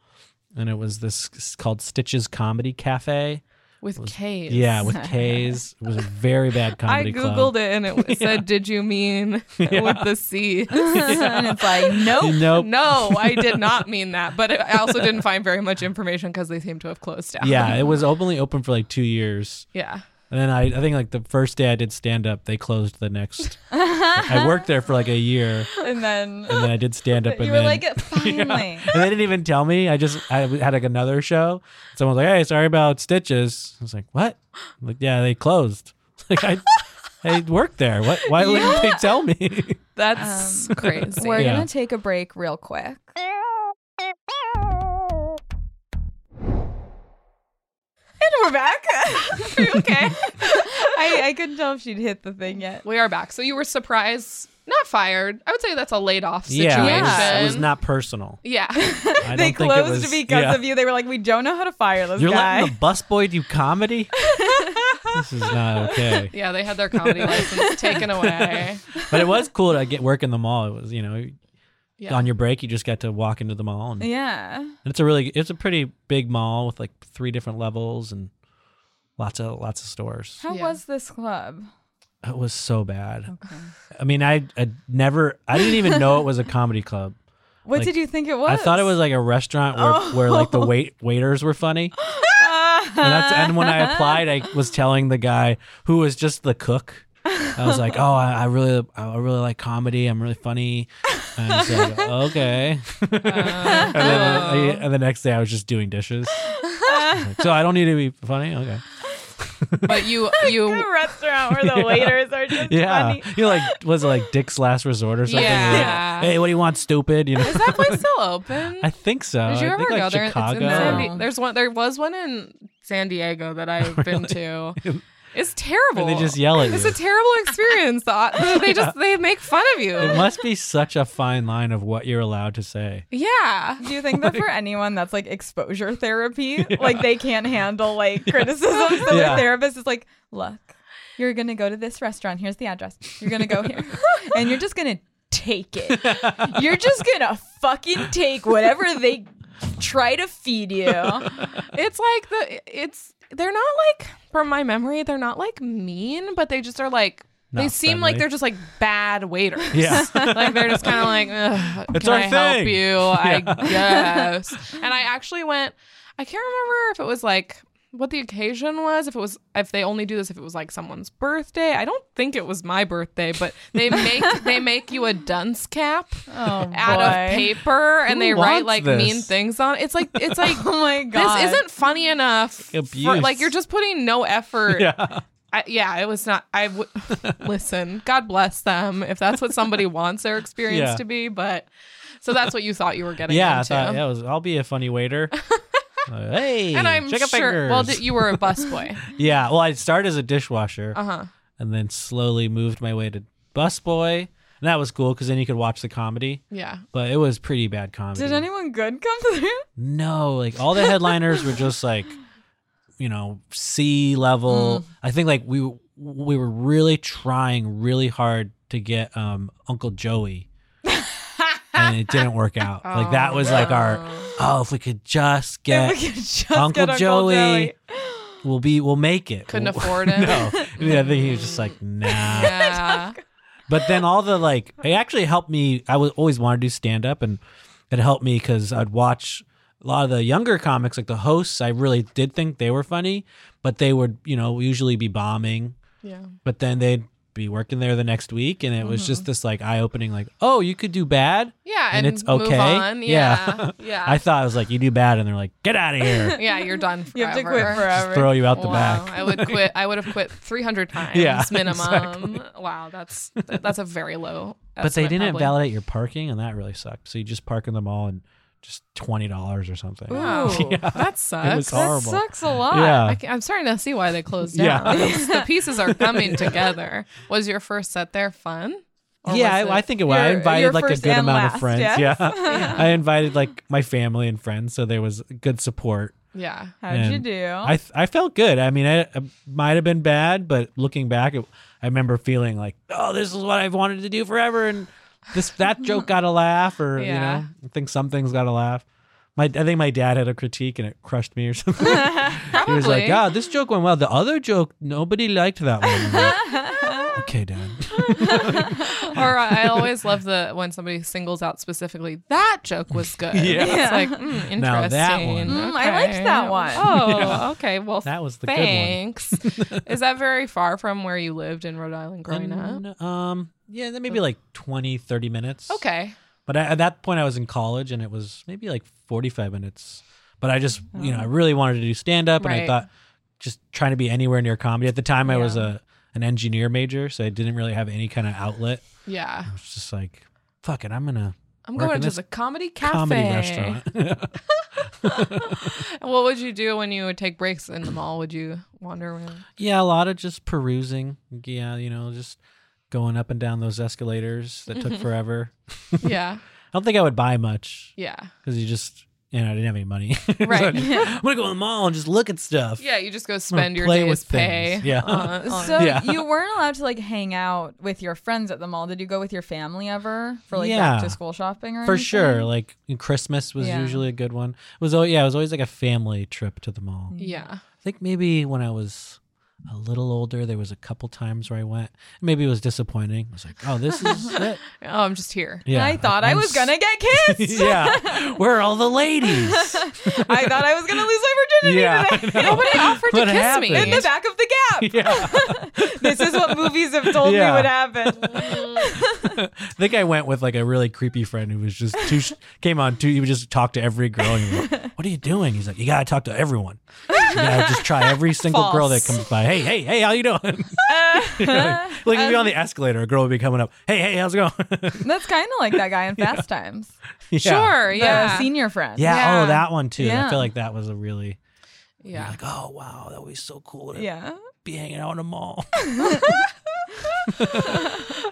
Speaker 4: and it was this it's called Stitches Comedy Cafe.
Speaker 3: with K's.
Speaker 4: Yeah,
Speaker 3: [LAUGHS]
Speaker 4: with K's. It was a very bad
Speaker 3: I
Speaker 4: comedy
Speaker 3: googled
Speaker 4: club.
Speaker 3: it and
Speaker 4: [LAUGHS]
Speaker 3: it w- said, "Did you mean [LAUGHS] with the C?"
Speaker 2: and it's like, nope.
Speaker 4: Nope.
Speaker 3: Oh, No, I
Speaker 4: [LAUGHS]
Speaker 3: did not mean that. But I also didn't find very much information because they seem to have closed down.
Speaker 4: Yeah, it was openly open for like two years,
Speaker 3: [LAUGHS] Yeah.
Speaker 4: and then I, I think like the first day I did stand up, they closed the
Speaker 3: [LAUGHS]
Speaker 4: next. I worked there for like a year,
Speaker 2: And then
Speaker 4: and then I did stand up, and
Speaker 2: you were
Speaker 4: then [LAUGHS]
Speaker 2: like, finally.
Speaker 4: and they didn't even tell me. I just I had like another show. Someone was like, "Hey, sorry about Stitches." I was like, "What?" I'm like, yeah, they closed. [LAUGHS] Like I, I worked there. What? Why wouldn't they tell
Speaker 3: [LAUGHS]
Speaker 4: me?
Speaker 3: That's [LAUGHS] crazy.
Speaker 2: We're
Speaker 4: Yeah.
Speaker 2: gonna take a break real quick. And we're back. [LAUGHS]
Speaker 3: okay.
Speaker 2: I, I couldn't tell if she'd hit the thing yet.
Speaker 3: We are back. So you were surprised, not fired. I would say that's a laid off situation.
Speaker 4: it was
Speaker 2: [LAUGHS]
Speaker 4: not personal.
Speaker 3: [LAUGHS] Yeah.
Speaker 4: I
Speaker 2: they
Speaker 4: don't think it
Speaker 2: closed
Speaker 4: was,
Speaker 2: because
Speaker 4: yeah.
Speaker 2: of you. They were like, we don't know how to fire this
Speaker 4: You're
Speaker 2: guy.
Speaker 4: letting the busboy
Speaker 2: [LAUGHS]
Speaker 4: do comedy. this is not okay.
Speaker 3: yeah, they had their
Speaker 4: [LAUGHS]
Speaker 3: comedy license taken away.
Speaker 4: But it was cool to get work in the mall. It was you know.
Speaker 3: Yeah.
Speaker 4: On your break, you just got to walk into the mall,
Speaker 2: [LAUGHS]
Speaker 4: and,
Speaker 2: yeah.
Speaker 4: and it's a really it's a pretty big mall with like three different levels and lots of lots of stores.
Speaker 2: How
Speaker 3: Yeah.
Speaker 2: was this club?
Speaker 4: It was so bad. I mean, I, I never, I didn't even know it was a comedy club.
Speaker 2: What
Speaker 4: Like,
Speaker 2: did you think it was?
Speaker 4: I thought it was like a restaurant where,
Speaker 3: Oh.
Speaker 4: where
Speaker 3: [LAUGHS]
Speaker 4: like the wait waiters were funny. And, that's, and when I applied, I was telling the guy who was just the cook. I was like, oh, I, I really, I really like comedy. I'm really funny. And he's
Speaker 3: [LAUGHS]
Speaker 4: like, okay.
Speaker 3: Uh-huh.
Speaker 4: and, then I- and the next day, I was just doing
Speaker 3: [LAUGHS]
Speaker 4: dishes. I was like, so I don't need to be funny. Okay.
Speaker 3: But
Speaker 4: [LAUGHS]
Speaker 3: you you
Speaker 2: a restaurant where the waiters are just
Speaker 4: Yeah.
Speaker 2: funny.
Speaker 4: You know, like, was it like Dick's Last Resort or something? You're like,
Speaker 3: Yeah.
Speaker 4: hey, what do you want, stupid? You know.
Speaker 3: Is that [LAUGHS] place still open?
Speaker 4: [LAUGHS] I think so.
Speaker 3: Did you
Speaker 4: Uh, I
Speaker 3: ever
Speaker 4: think, like,
Speaker 3: go there? It's
Speaker 4: Chicago.
Speaker 3: in San
Speaker 2: No.
Speaker 3: Di- there's one. There was one in San Diego that
Speaker 4: [LAUGHS]
Speaker 3: I've been to. It's terrible.
Speaker 4: Where they just yell at
Speaker 3: It's
Speaker 4: you.
Speaker 3: a terrible experience.
Speaker 4: [LAUGHS]
Speaker 3: The- they just they make fun of
Speaker 4: It
Speaker 3: you.
Speaker 4: must be such a fine line of what you're allowed to say.
Speaker 3: Yeah.
Speaker 2: Do you think that for anyone that's like exposure therapy, like they can't handle like criticism, so
Speaker 4: Yeah.
Speaker 2: their therapist is like, "Look, you're gonna go to this restaurant. Here's the address. You're gonna go here, and you're just gonna take it. You're just gonna fucking take whatever they try to feed you."
Speaker 3: It's like the it's they're not like from my memory they're not like mean but they just are like they
Speaker 4: Not
Speaker 3: seem
Speaker 4: friendly.
Speaker 3: like they're just like bad waiters. [LAUGHS]
Speaker 4: Yeah.
Speaker 3: like they're just kind of like, Ugh,
Speaker 4: It's
Speaker 3: can
Speaker 4: our
Speaker 3: I help
Speaker 4: thing." [LAUGHS]
Speaker 3: you? I guess. And I actually went. I can't remember if it was like what the occasion was. If it was, if they only do this, if it was like someone's birthday. I don't think it was my birthday, but they
Speaker 4: [LAUGHS]
Speaker 3: make they make you a dunce cap
Speaker 2: Oh,
Speaker 3: out of paper and
Speaker 4: Who
Speaker 3: they write
Speaker 4: wants
Speaker 3: like
Speaker 4: this?
Speaker 3: mean things on. it. It's like
Speaker 4: [LAUGHS]
Speaker 3: it's like
Speaker 2: Oh my god.
Speaker 3: this isn't funny enough. for-
Speaker 4: Abuse.
Speaker 3: like you're just putting no effort.
Speaker 4: Yeah.
Speaker 3: I, yeah, it was not.
Speaker 4: [LAUGHS]
Speaker 3: I w- listen. God bless them if that's what
Speaker 4: [LAUGHS]
Speaker 3: somebody wants their experience
Speaker 4: Yeah.
Speaker 3: to be. But so that's what you thought you were getting
Speaker 4: Yeah, I
Speaker 3: into.
Speaker 4: thought, yeah, it was, I'll be a
Speaker 3: [LAUGHS]
Speaker 4: funny waiter. Uh, hey,
Speaker 3: and I'm
Speaker 4: chicken
Speaker 3: sure. Well,
Speaker 4: fingers.
Speaker 3: d- you were a
Speaker 4: [LAUGHS]
Speaker 3: busboy.
Speaker 4: yeah. Well, I started as a dishwasher
Speaker 3: Uh huh.
Speaker 4: and then slowly moved my way to busboy, and that was cool because then you could watch the comedy. [LAUGHS]
Speaker 3: Yeah.
Speaker 4: But it was pretty bad comedy.
Speaker 2: Did anyone good come through?
Speaker 4: [LAUGHS] No, like all the headliners were just like, you know, C level. I think like we we were really trying really hard to get um Uncle Joey, and it didn't work out. like that was like our oh, if we could just
Speaker 2: If
Speaker 4: get
Speaker 2: we could just
Speaker 4: Eh, Uncle
Speaker 2: get
Speaker 4: Joey.
Speaker 2: Joey.
Speaker 4: we'll be we'll make it.
Speaker 3: Couldn't
Speaker 4: We'll-
Speaker 3: afford it.
Speaker 4: [LAUGHS] no, yeah, I think he was just like nah.
Speaker 3: Yeah.
Speaker 4: But then all the like, it actually helped me. I was always wanted to do stand up, and it helped me because I'd watch a lot of the younger comics, like the hosts. I really did think they were funny, but they would, you know, usually be bombing.
Speaker 3: yeah.
Speaker 4: But then they'd be working there the next week, and it was just this like eye opening, like, oh, you could do bad,
Speaker 3: Yeah.
Speaker 4: and, it's
Speaker 3: move
Speaker 4: okay.
Speaker 3: on.
Speaker 4: [LAUGHS]
Speaker 3: Yeah. Yeah.
Speaker 4: I thought it was like you do bad, and they're like, get out of here,
Speaker 3: [LAUGHS] yeah. You're done forever.
Speaker 2: You have to quit
Speaker 4: just
Speaker 2: forever.
Speaker 4: throw you out the
Speaker 3: wow.
Speaker 4: back.
Speaker 3: I would quit. I would have
Speaker 4: [LAUGHS]
Speaker 3: quit 300 times
Speaker 4: Yeah,
Speaker 3: minimum.
Speaker 4: exactly.
Speaker 3: Wow, that's that's a very low.
Speaker 4: But they
Speaker 3: estimate,
Speaker 4: didn't
Speaker 3: probably.
Speaker 4: validate your parking, and that really sucked. So you just park in the mall and just twenty dollars or something. [LAUGHS]
Speaker 3: Wow, that sucks.
Speaker 4: It was horrible.
Speaker 2: That sucks a lot.
Speaker 4: Yeah.
Speaker 3: I am starting to see why they closed
Speaker 4: Yeah.
Speaker 3: down. It's- the pieces are coming together. Was your first set there fun? Or
Speaker 4: yeah,
Speaker 3: was
Speaker 4: I, I
Speaker 3: it-
Speaker 4: think it was. I
Speaker 2: your-
Speaker 4: invited
Speaker 2: your
Speaker 4: like a
Speaker 2: first
Speaker 4: good
Speaker 2: and
Speaker 4: amount
Speaker 2: last,
Speaker 4: of friends.
Speaker 2: yes? [LAUGHS]
Speaker 4: Yeah. I invited like my family and friends, so there was good support. [LAUGHS]
Speaker 3: Yeah,
Speaker 2: How'd you
Speaker 4: And
Speaker 2: do?
Speaker 4: I th- I felt good. I mean, I, it might have been bad, but looking back, it, I remember feeling like, oh, this is what I've wanted to do forever, and this that joke got a laugh, or you
Speaker 3: Yeah.
Speaker 4: know, I think something's got a laugh. My I think my dad had a critique and it crushed me or [LAUGHS] something.
Speaker 3: probably.
Speaker 4: he was like, yeah, this joke went well. The other joke, nobody liked that one. I'm
Speaker 2: [LAUGHS]
Speaker 4: like, okay, Dad. [LAUGHS]
Speaker 3: or uh, I always love the when somebody singles out specifically that joke was good.
Speaker 4: [LAUGHS] Yeah.
Speaker 2: [LAUGHS]
Speaker 3: it's like mm, interesting.
Speaker 4: Now that one.
Speaker 2: Mm, I liked
Speaker 3: Okay.
Speaker 2: that one.
Speaker 4: [LAUGHS]
Speaker 3: Oh, okay. Well,
Speaker 4: That was the good one. [LAUGHS]
Speaker 3: thanks. Is that very far from where you lived in Rhode Island growing up?
Speaker 4: And, Um, yeah, then maybe like 20, 30 minutes.
Speaker 3: Okay.
Speaker 4: But I, at that point, I was in college and it was maybe like 45 minutes. But I just, you know, I really wanted to do stand up and
Speaker 3: Oh. Right.
Speaker 4: I thought just trying to be anywhere near comedy. At the time, I was a an engineer major, so I didn't really have any kind of outlet.
Speaker 3: Yeah.
Speaker 4: I was just like, fuck it, I'm going to
Speaker 3: I'm
Speaker 4: Work
Speaker 3: going
Speaker 4: in
Speaker 3: to
Speaker 4: this
Speaker 3: the comedy cafe.
Speaker 4: comedy restaurant. [LAUGHS]
Speaker 3: What would you do when you would take breaks in the mall? Would you wander
Speaker 4: [LAUGHS]
Speaker 3: around?
Speaker 4: yeah, a lot of just perusing. Yeah, you know, just going up and down those escalators that
Speaker 3: Mm-hmm.
Speaker 4: took forever.
Speaker 3: Yeah.
Speaker 4: I don't think I would buy much.
Speaker 3: Yeah.
Speaker 4: because you just you know I didn't have any money. [LAUGHS] So
Speaker 3: Right.
Speaker 4: I'm gonna go to the mall and just look at stuff.
Speaker 3: Yeah. You just go spend your
Speaker 4: play
Speaker 3: days
Speaker 4: with
Speaker 3: pay. Uh, [LAUGHS]
Speaker 4: things. Yeah.
Speaker 3: on-
Speaker 4: [LAUGHS]
Speaker 3: on-
Speaker 2: So
Speaker 4: Yeah.
Speaker 2: you weren't allowed to like hang out with your friends at the mall. Did you go with your family ever for like
Speaker 4: Yeah.
Speaker 2: back to school shopping or
Speaker 4: For
Speaker 2: anything?
Speaker 4: sure, like Christmas was
Speaker 2: Mm-hmm. Yeah.
Speaker 4: usually a good one. It was oh yeah, it was always like a family trip to the mall.
Speaker 3: yeah.
Speaker 4: I think maybe when I was a little older, there was a couple times where I went. Maybe it was disappointing. I was like, oh, this
Speaker 2: [LAUGHS]
Speaker 4: is it.
Speaker 3: Oh, I'm just here.
Speaker 4: Yeah,
Speaker 2: I thought I
Speaker 4: I'm
Speaker 2: was
Speaker 4: s- [LAUGHS]
Speaker 2: gonna get kissed.
Speaker 4: yeah, where are all
Speaker 2: [LAUGHS]
Speaker 4: the ladies?
Speaker 2: I thought I was gonna lose my virginity
Speaker 4: yeah,
Speaker 2: today.
Speaker 4: I know.
Speaker 3: Nobody offered to
Speaker 4: What
Speaker 3: kiss me.
Speaker 4: happened?
Speaker 2: In the back of the gap.
Speaker 4: [LAUGHS] yeah.
Speaker 2: This is what movies have told
Speaker 4: Yeah.
Speaker 2: me would happen.
Speaker 4: I think I went with like a really creepy friend who was just too [LAUGHS] came on too. He would just talk to every girl. And he was like, what are you doing? He's like, you gotta talk to everyone. You gotta just try every single girl that comes by. Hey, hey, hey, how you doing? [LAUGHS]
Speaker 2: [LAUGHS]
Speaker 4: You're like, like if you're
Speaker 2: Um,
Speaker 4: on the escalator, a girl would be coming up. Hey, hey, how's it going? [LAUGHS]
Speaker 2: That's kind of like that guy in Fast Times.
Speaker 4: Yeah.
Speaker 3: Sure.
Speaker 2: The
Speaker 3: Yeah.
Speaker 2: senior friend.
Speaker 4: Yeah,
Speaker 3: Yeah.
Speaker 4: Oh, that one too.
Speaker 2: Yeah.
Speaker 4: I feel like that was a really
Speaker 3: yeah.
Speaker 4: like, oh wow, that would be so cool to
Speaker 2: Yeah.
Speaker 4: be hanging out in a
Speaker 2: [LAUGHS]
Speaker 4: mall.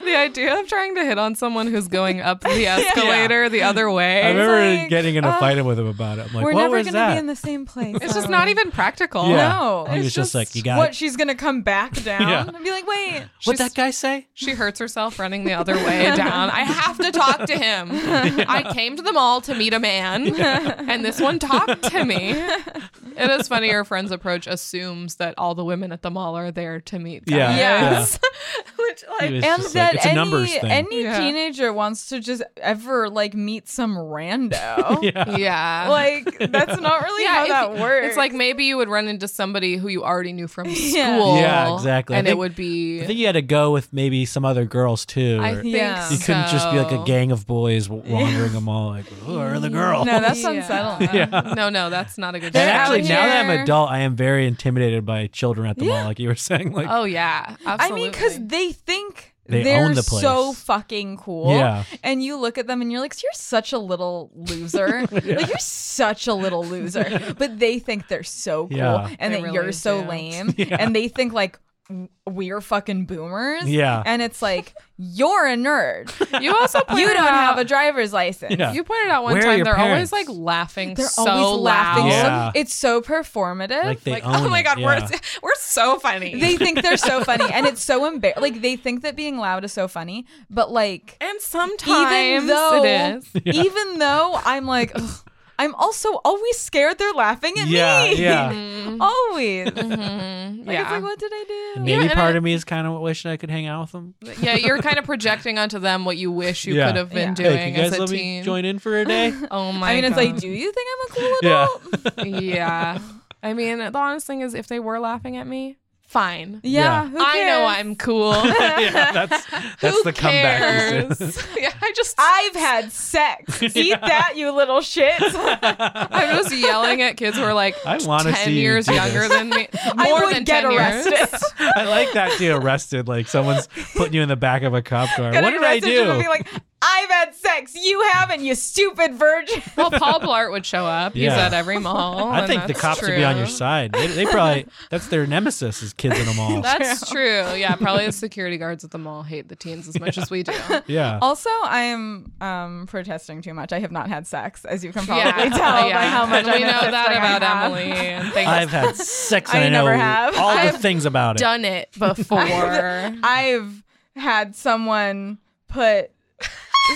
Speaker 3: The idea of trying to hit on someone who's going up
Speaker 4: [LAUGHS]
Speaker 3: the escalator the other way.
Speaker 4: I remember
Speaker 2: like,
Speaker 4: getting in a
Speaker 2: uh,
Speaker 4: fight with him about it. I'm like,
Speaker 2: We're
Speaker 4: what
Speaker 2: never
Speaker 4: was
Speaker 2: gonna
Speaker 4: that?
Speaker 2: be in the same place.
Speaker 3: it's just
Speaker 2: are
Speaker 3: not
Speaker 2: we?
Speaker 3: even practical.
Speaker 4: yeah.
Speaker 2: No,
Speaker 4: he
Speaker 3: it's
Speaker 4: was just,
Speaker 3: just-
Speaker 4: like, you got
Speaker 2: What she's gonna come back down
Speaker 4: [LAUGHS] Yeah.
Speaker 2: and be like, wait,
Speaker 4: What'd
Speaker 3: she's-
Speaker 4: that guy say? [LAUGHS]
Speaker 3: She hurts herself running the other way down. I have to talk to
Speaker 4: [LAUGHS]
Speaker 3: him. I came to the mall to meet a man, and this one talked to
Speaker 4: [LAUGHS]
Speaker 3: me. It is funny your friend's approach assumes that all the women at the mall are there to meet guys.
Speaker 4: Yeah.
Speaker 2: [LAUGHS] Yeah.
Speaker 3: Which cute. Like,
Speaker 4: was
Speaker 2: and
Speaker 4: just like,
Speaker 2: that
Speaker 4: it's a numbers
Speaker 2: any
Speaker 4: thing.
Speaker 2: any
Speaker 3: Yeah.
Speaker 2: teenager wants to just ever like meet some rando.
Speaker 4: [LAUGHS]
Speaker 3: [LAUGHS]
Speaker 4: yeah.
Speaker 3: yeah.
Speaker 2: Like that's not really how
Speaker 3: if-
Speaker 2: that works.
Speaker 3: It's like maybe you would run into somebody who you already knew
Speaker 2: [LAUGHS]
Speaker 3: from
Speaker 2: Yeah.
Speaker 3: school.
Speaker 4: Yeah, exactly. I
Speaker 3: And it
Speaker 4: think-
Speaker 3: would be.
Speaker 4: I think you had to go with maybe some other girls too.
Speaker 3: I
Speaker 4: or-
Speaker 3: think
Speaker 2: Yeah.
Speaker 4: you couldn't just be like
Speaker 3: so.
Speaker 4: a gang of boys w- wandering them all like, who are the girls?
Speaker 2: No, that's
Speaker 3: Yeah.
Speaker 2: unsettling.
Speaker 4: Yeah.
Speaker 3: No, no, that's not a good.
Speaker 2: They're
Speaker 4: and
Speaker 3: shout.
Speaker 4: actually,
Speaker 2: out
Speaker 4: now that I'm
Speaker 2: here.
Speaker 4: an adult, I am very intimidated by children at the
Speaker 2: Yeah.
Speaker 4: mall, like you were saying. Like,
Speaker 3: Oh yeah,
Speaker 2: I mean, because
Speaker 3: absolutely.
Speaker 2: they think
Speaker 4: They
Speaker 2: they are
Speaker 4: own the place.
Speaker 2: so fucking cool.
Speaker 4: Yeah.
Speaker 2: And you look at them and you're like, you're such a little
Speaker 4: [LAUGHS]
Speaker 2: loser. Like, you're such a little loser. But they think they're so cool
Speaker 4: Yeah.
Speaker 2: and
Speaker 3: They
Speaker 2: that
Speaker 3: really
Speaker 2: you're so
Speaker 3: do.
Speaker 2: lame.
Speaker 4: [LAUGHS] Yeah.
Speaker 2: And they think, like, w- we're fucking boomers.
Speaker 4: Yeah.
Speaker 2: And it's like, you're a nerd.
Speaker 3: you
Speaker 2: [LAUGHS]
Speaker 3: also
Speaker 2: You
Speaker 3: pointed
Speaker 2: don't
Speaker 3: out,
Speaker 2: have a driver's license.
Speaker 4: Yeah.
Speaker 3: You pointed out one
Speaker 4: Where are
Speaker 3: time
Speaker 4: your
Speaker 3: they're
Speaker 4: parents?
Speaker 3: always like laughing.
Speaker 2: They're
Speaker 3: so
Speaker 2: always laughing.
Speaker 3: Loud.
Speaker 2: so-
Speaker 4: Yeah.
Speaker 2: it's so performative.
Speaker 4: Like they [LAUGHS]
Speaker 3: Like,
Speaker 4: own
Speaker 3: oh my
Speaker 4: it,
Speaker 3: god,
Speaker 4: yeah.
Speaker 3: we're we're so funny.
Speaker 2: they think they're so funny and it's so embarrassing like they think that being loud is so funny but like
Speaker 3: and sometimes
Speaker 2: even though
Speaker 3: it
Speaker 4: [LAUGHS]
Speaker 3: is.
Speaker 2: even though i'm like "Ugh, i'm also always scared they're laughing at
Speaker 4: Yeah,
Speaker 2: me
Speaker 3: [LAUGHS]
Speaker 4: yeah.
Speaker 2: [LAUGHS] always like
Speaker 3: Mhm,
Speaker 2: it's like
Speaker 3: yeah,
Speaker 2: what did i do
Speaker 4: Maybe
Speaker 3: and
Speaker 4: part
Speaker 3: I-
Speaker 4: of me is kind of wishing I could hang out with them.
Speaker 2: [LAUGHS]
Speaker 3: yeah. You're kind of projecting onto them what you wish you
Speaker 4: Yeah.
Speaker 3: could have been
Speaker 2: Yeah.
Speaker 3: doing
Speaker 4: hey, can you
Speaker 3: as
Speaker 4: guys
Speaker 3: a
Speaker 4: let
Speaker 3: teen.
Speaker 4: me join in for
Speaker 3: [LAUGHS]
Speaker 4: a day? [LAUGHS]
Speaker 3: Oh my!
Speaker 2: i mean it's
Speaker 3: God.
Speaker 2: like do you think i'm a cool
Speaker 4: yeah.
Speaker 2: adult
Speaker 3: yeah. I mean, the honest thing is, if they were laughing at me, fine.
Speaker 2: yeah,
Speaker 4: Yeah.
Speaker 2: who
Speaker 3: I know
Speaker 2: cares?
Speaker 3: I'm cool. [LAUGHS]
Speaker 4: [LAUGHS] yeah, that's that's the comeback.
Speaker 3: Cares. [LAUGHS] yeah, I just
Speaker 2: i've had
Speaker 4: [LAUGHS]
Speaker 2: sex eat that you little shit
Speaker 3: [LAUGHS] I'm just yelling at kids who are like
Speaker 4: I wanna
Speaker 3: ten
Speaker 4: see you
Speaker 3: years
Speaker 4: do this.
Speaker 3: younger than [LAUGHS] me.
Speaker 2: i
Speaker 3: More
Speaker 2: would
Speaker 3: than
Speaker 2: get
Speaker 3: 10 years.
Speaker 2: arrested
Speaker 4: [LAUGHS] I like that too. Arrested, like someone's putting you in the back of a cop car.
Speaker 2: Get
Speaker 4: What did I
Speaker 2: arrested just for
Speaker 4: do?
Speaker 2: being like i've had sex you haven't you stupid virgin
Speaker 3: [LAUGHS] Well, Paul Blart would show up. He's
Speaker 4: Yeah.
Speaker 3: at every mall.
Speaker 4: I
Speaker 3: Oh, and
Speaker 4: think the
Speaker 3: that's
Speaker 4: cops would be on your
Speaker 3: true.
Speaker 4: side. They,
Speaker 3: [LAUGHS]
Speaker 4: they probably that's their nemesis is kids in a mall.
Speaker 3: That's true. Yeah,
Speaker 4: [LAUGHS]
Speaker 3: probably the security guards at the mall hate the teens as much as [LAUGHS] we do.
Speaker 4: yeah.
Speaker 2: [LAUGHS] Also, I am um, protesting too much. I have not had sex, as you can probably
Speaker 3: yeah,
Speaker 2: tell by how much
Speaker 3: And we
Speaker 2: I'm
Speaker 3: know that
Speaker 2: insisting I
Speaker 3: about
Speaker 2: have.
Speaker 3: Emily. And things.
Speaker 4: I've had sex and
Speaker 2: I
Speaker 4: I, know
Speaker 2: never have.
Speaker 4: all
Speaker 3: I've
Speaker 4: the things about it.
Speaker 3: done it [LAUGHS] Mm, before.
Speaker 2: I've, I've had someone
Speaker 3: [LAUGHS]
Speaker 2: put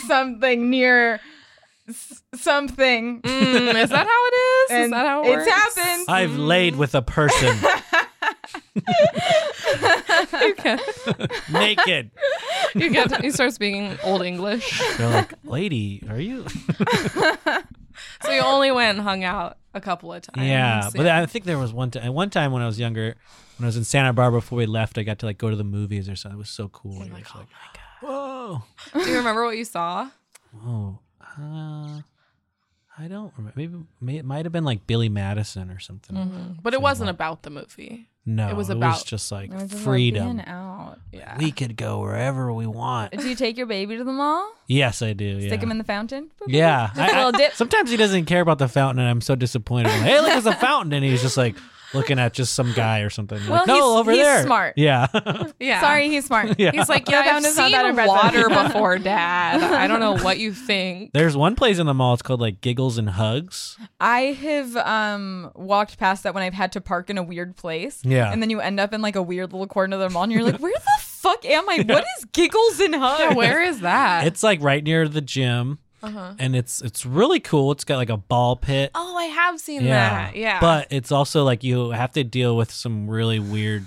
Speaker 2: something near s- something.
Speaker 3: Mm, is that how it is? Is
Speaker 2: And
Speaker 3: that how it works?
Speaker 2: it's happened.
Speaker 4: I've laid with
Speaker 3: [LAUGHS]
Speaker 4: a person
Speaker 3: [LAUGHS]
Speaker 4: naked.
Speaker 3: You get. You start speaking old English.
Speaker 4: They're like, lady, are you? [LAUGHS]
Speaker 3: So you only went and hung out a couple of times.
Speaker 4: yeah, but I think there was one time. One time when I was younger, when I was in Santa Barbara before we left, I got to like go to the movies or something. It was so cool. You're
Speaker 3: "Oh
Speaker 4: just like, whoa, [GASPS]
Speaker 3: do you remember what you saw?
Speaker 4: oh, uh, I don't remember. Maybe may, it might have been like Billy Madison or something.
Speaker 3: But it wasn't about the movie.
Speaker 4: No,
Speaker 3: It
Speaker 4: it
Speaker 3: was
Speaker 4: was
Speaker 3: about-
Speaker 4: just like
Speaker 2: It was about
Speaker 4: freedom.
Speaker 2: being out.
Speaker 3: Yeah.
Speaker 4: We could go wherever we want.
Speaker 2: Do you take your baby to the mall?
Speaker 4: Yes, I do.
Speaker 2: Stick
Speaker 4: yeah.
Speaker 2: him in the fountain? [LAUGHS]
Speaker 4: Yeah.
Speaker 2: Just a little dip.
Speaker 4: Sometimes he doesn't care about the fountain, and I'm so disappointed. I'm like, hey, look, it's a fountain, and he's just like looking at just some guy or something.
Speaker 2: Well,
Speaker 4: like, no,
Speaker 2: he's-
Speaker 4: over
Speaker 2: he's
Speaker 4: there.
Speaker 2: smart.
Speaker 4: [LAUGHS]
Speaker 2: [LAUGHS]
Speaker 4: Yeah.
Speaker 3: yeah.
Speaker 2: Sorry, he's [LAUGHS] smart.
Speaker 4: yeah.
Speaker 3: [LAUGHS] He's like, yeah,
Speaker 2: That
Speaker 3: I've
Speaker 2: is not that
Speaker 3: seen
Speaker 2: impressive.
Speaker 3: water before, Dad. I don't know what you think.
Speaker 4: There's one place in the mall. It's called like Giggles and Hugs.
Speaker 2: I have um walked past that when I've had to park in a weird place.
Speaker 4: Yeah.
Speaker 2: And then you end up in like a weird little corner of the mall and you're
Speaker 4: [LAUGHS]
Speaker 2: like, where the fuck am I? What is giggles and hugs?
Speaker 3: [LAUGHS] Yeah, where is
Speaker 2: Uh.
Speaker 3: that?
Speaker 4: It's like right near the gym,
Speaker 3: Uh-huh.
Speaker 4: and it's it's really cool. It's got like a ball pit.
Speaker 3: Oh, I have seen that. Yeah.
Speaker 4: But it's also like you have to deal with some really weird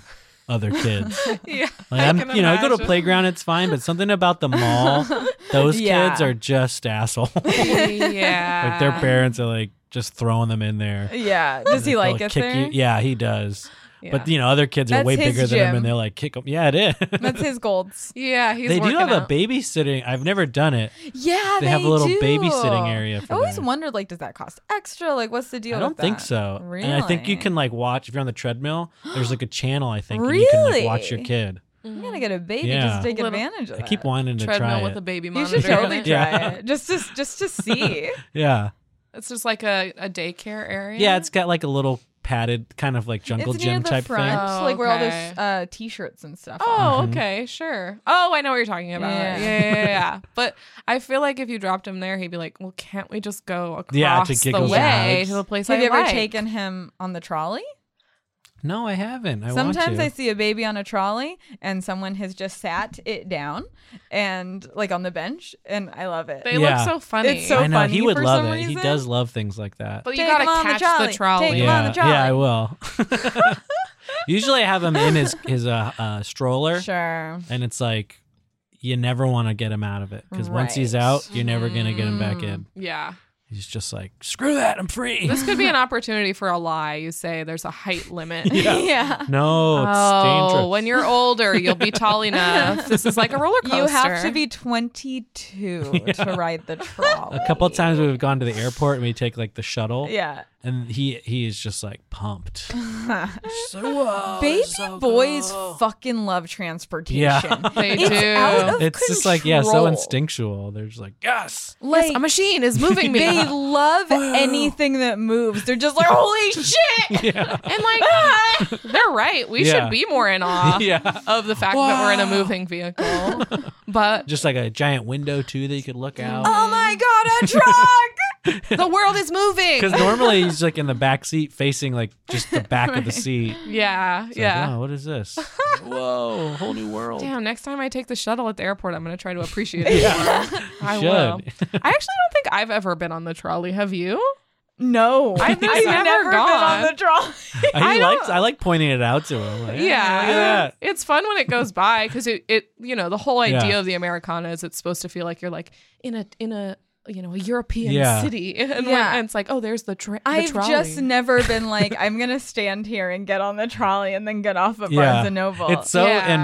Speaker 4: other
Speaker 2: [LAUGHS]
Speaker 4: kids.
Speaker 3: [LAUGHS] yeah.
Speaker 4: Like I'm,
Speaker 3: can
Speaker 4: you know, I go to
Speaker 3: imagine.
Speaker 4: playground, it's fine, but something about the
Speaker 2: [LAUGHS]
Speaker 4: mall, those
Speaker 2: Yeah.
Speaker 4: kids are just assholes. [LAUGHS] like
Speaker 3: [LAUGHS] yeah.
Speaker 4: their parents are like just throwing them in there.
Speaker 2: Yeah. Does he
Speaker 4: They'll
Speaker 2: like it
Speaker 4: kick
Speaker 2: there?
Speaker 4: You. Yeah, he does. But
Speaker 3: Yeah.
Speaker 4: you know, other kids
Speaker 2: That's
Speaker 4: are way
Speaker 2: his
Speaker 4: bigger than him,
Speaker 2: gym.
Speaker 4: and they're like kick him. Yeah, it is.
Speaker 2: [LAUGHS] That's his
Speaker 3: [LAUGHS]
Speaker 2: golds.
Speaker 3: Yeah, he's
Speaker 4: [LAUGHS] they do
Speaker 3: working
Speaker 4: have
Speaker 3: out.
Speaker 4: a babysitting. I've never done it.
Speaker 2: Yeah,
Speaker 4: They have a little
Speaker 2: do.
Speaker 4: babysitting area
Speaker 2: I
Speaker 4: for
Speaker 2: always
Speaker 4: them.
Speaker 2: wondered, like, does that cost extra? Like, what's the deal?
Speaker 4: I don't
Speaker 2: with
Speaker 4: think
Speaker 2: that?
Speaker 4: so. And I think you
Speaker 2: Really?
Speaker 4: can like watch if you're on the treadmill.
Speaker 2: [GASPS]
Speaker 4: There's like a channel I think, and you can like watch your
Speaker 2: Really?
Speaker 4: kid.
Speaker 2: I'm gonna get a baby
Speaker 4: Yeah.
Speaker 2: just to take
Speaker 3: Little-
Speaker 2: advantage of
Speaker 4: I
Speaker 2: that.
Speaker 4: keep wanting to try
Speaker 3: treadmill with
Speaker 4: it.
Speaker 3: a baby
Speaker 2: You
Speaker 3: monitor.
Speaker 2: should
Speaker 3: [LAUGHS]
Speaker 2: totally
Speaker 3: in
Speaker 2: try
Speaker 3: it.
Speaker 4: Yeah.
Speaker 2: it just to just to
Speaker 4: [LAUGHS]
Speaker 2: see.
Speaker 4: yeah.
Speaker 3: It's just like a, a daycare area.
Speaker 4: Yeah, it's got like a little padded kind of like jungle
Speaker 2: it's near
Speaker 4: gym
Speaker 2: the
Speaker 4: type
Speaker 2: front,
Speaker 4: thing.
Speaker 3: Oh,
Speaker 2: like where all
Speaker 3: okay.
Speaker 2: those uh, t-shirts and stuff. are.
Speaker 3: Oh,
Speaker 4: Mhm.
Speaker 3: okay, sure. Oh, I know what you're talking about.
Speaker 2: Yeah.
Speaker 3: Yeah. Yeah, yeah, yeah, yeah. [LAUGHS] But I feel like if you dropped him there, he'd be like, "Well, can't we just go across
Speaker 4: Yeah, to
Speaker 3: the
Speaker 4: Giggles and
Speaker 3: way
Speaker 4: Hugs.
Speaker 3: to the place
Speaker 2: Have
Speaker 3: I
Speaker 2: you ever
Speaker 3: like?"
Speaker 2: taken him on the trolley?
Speaker 4: No, I haven't. I want
Speaker 2: Sometimes
Speaker 4: to.
Speaker 2: I see a baby on a trolley and someone has just sat it down and like on the bench, and I love it.
Speaker 3: They
Speaker 4: Yeah.
Speaker 3: look so funny.
Speaker 2: It's so-
Speaker 4: I know
Speaker 2: funny
Speaker 4: he would
Speaker 2: for
Speaker 4: love
Speaker 2: some
Speaker 4: it. He
Speaker 2: reason.
Speaker 4: does love things like that.
Speaker 3: but you
Speaker 2: Take
Speaker 3: gotta
Speaker 2: him on the
Speaker 3: catch the
Speaker 2: trolley.
Speaker 3: trolley.
Speaker 2: Take him on [LAUGHS]
Speaker 4: yeah,
Speaker 2: the
Speaker 4: yeah, I
Speaker 2: trolley.
Speaker 4: will. [LAUGHS] Usually I have him in his his uh, uh, stroller,
Speaker 2: Sure.
Speaker 4: and it's like you never want to get him out of it because once he's
Speaker 2: Right.
Speaker 4: out, you're never gonna get him back
Speaker 2: Mm.
Speaker 4: in.
Speaker 3: Yeah.
Speaker 4: He's just like, screw that, I'm free.
Speaker 3: This could be an opportunity for a lie. You say there's a height limit.
Speaker 4: [LAUGHS]
Speaker 2: [LAUGHS]
Speaker 4: Yeah.
Speaker 2: yeah.
Speaker 4: [LAUGHS] no, it's dangerous.
Speaker 3: Oh, when you're older, you'll be
Speaker 4: [LAUGHS]
Speaker 3: tall enough. This is like a roller coaster.
Speaker 2: You have to be 22
Speaker 4: [LAUGHS]
Speaker 2: to ride the trolley.
Speaker 4: a couple times we've gone to the airport and we take like the shuttle,
Speaker 2: Yeah.
Speaker 4: and he he is just like
Speaker 2: [LAUGHS]
Speaker 4: pumped. so, whoa,
Speaker 2: Baby
Speaker 4: it's Oh, so
Speaker 2: boys
Speaker 4: cool.
Speaker 2: fucking love transportation.
Speaker 4: Yeah. [LAUGHS]
Speaker 3: They
Speaker 2: It's
Speaker 3: do.
Speaker 2: out of
Speaker 4: It's just like yeah, so
Speaker 2: control.
Speaker 4: instinctual. They're just like yes. [LAUGHS]
Speaker 2: Like
Speaker 3: a machine is moving me. [LAUGHS]
Speaker 2: they love anything that moves. They're just like,
Speaker 4: [LAUGHS]
Speaker 2: holy shit!
Speaker 4: Yeah.
Speaker 3: And like, [LAUGHS] they're right. We
Speaker 4: Yeah.
Speaker 3: should be more in awe
Speaker 4: [LAUGHS] yeah.
Speaker 3: of the fact that we're in a
Speaker 4: Wow.
Speaker 3: moving [LAUGHS] vehicle. But
Speaker 4: Just like a giant window too that you could look out.
Speaker 2: oh my god, a
Speaker 4: [LAUGHS]
Speaker 2: truck!
Speaker 3: the world is moving.
Speaker 4: Because normally he's like in the back seat, facing like just the
Speaker 2: [LAUGHS]
Speaker 4: back of the seat.
Speaker 3: Yeah,
Speaker 4: It's like,
Speaker 3: yeah.
Speaker 4: "Wow, what is this? Whoa, whole new world.
Speaker 3: Damn, next time I take the shuttle at the airport, I'm going to try to appreciate it.
Speaker 4: [LAUGHS]
Speaker 3: more. I
Speaker 4: Should.
Speaker 3: will. I actually don't think I've ever been on the trolley. Have you?
Speaker 2: No,
Speaker 3: I've never
Speaker 2: been on
Speaker 3: gone.
Speaker 2: the trolley.
Speaker 3: I
Speaker 4: I, like
Speaker 3: don't-
Speaker 4: I like pointing it out to him. Like,
Speaker 3: Yeah.
Speaker 4: "Ah, look at that."
Speaker 3: It's fun when it goes by because it, it, you know, the whole idea
Speaker 4: Yeah.
Speaker 3: of the Americana is it's supposed to feel like you're like in a, in a, you know, a European
Speaker 4: Yeah.
Speaker 3: city. [LAUGHS] And, when-
Speaker 2: Yeah.
Speaker 3: and it's like, oh, there's the, tra- the
Speaker 2: I've
Speaker 3: trolley.
Speaker 2: just
Speaker 4: [LAUGHS]
Speaker 2: never been like, I'm gonna stand here and get on the trolley and then get off at [LAUGHS]
Speaker 4: Yeah.
Speaker 2: Barnes and Noble.
Speaker 4: It's so
Speaker 3: Yeah.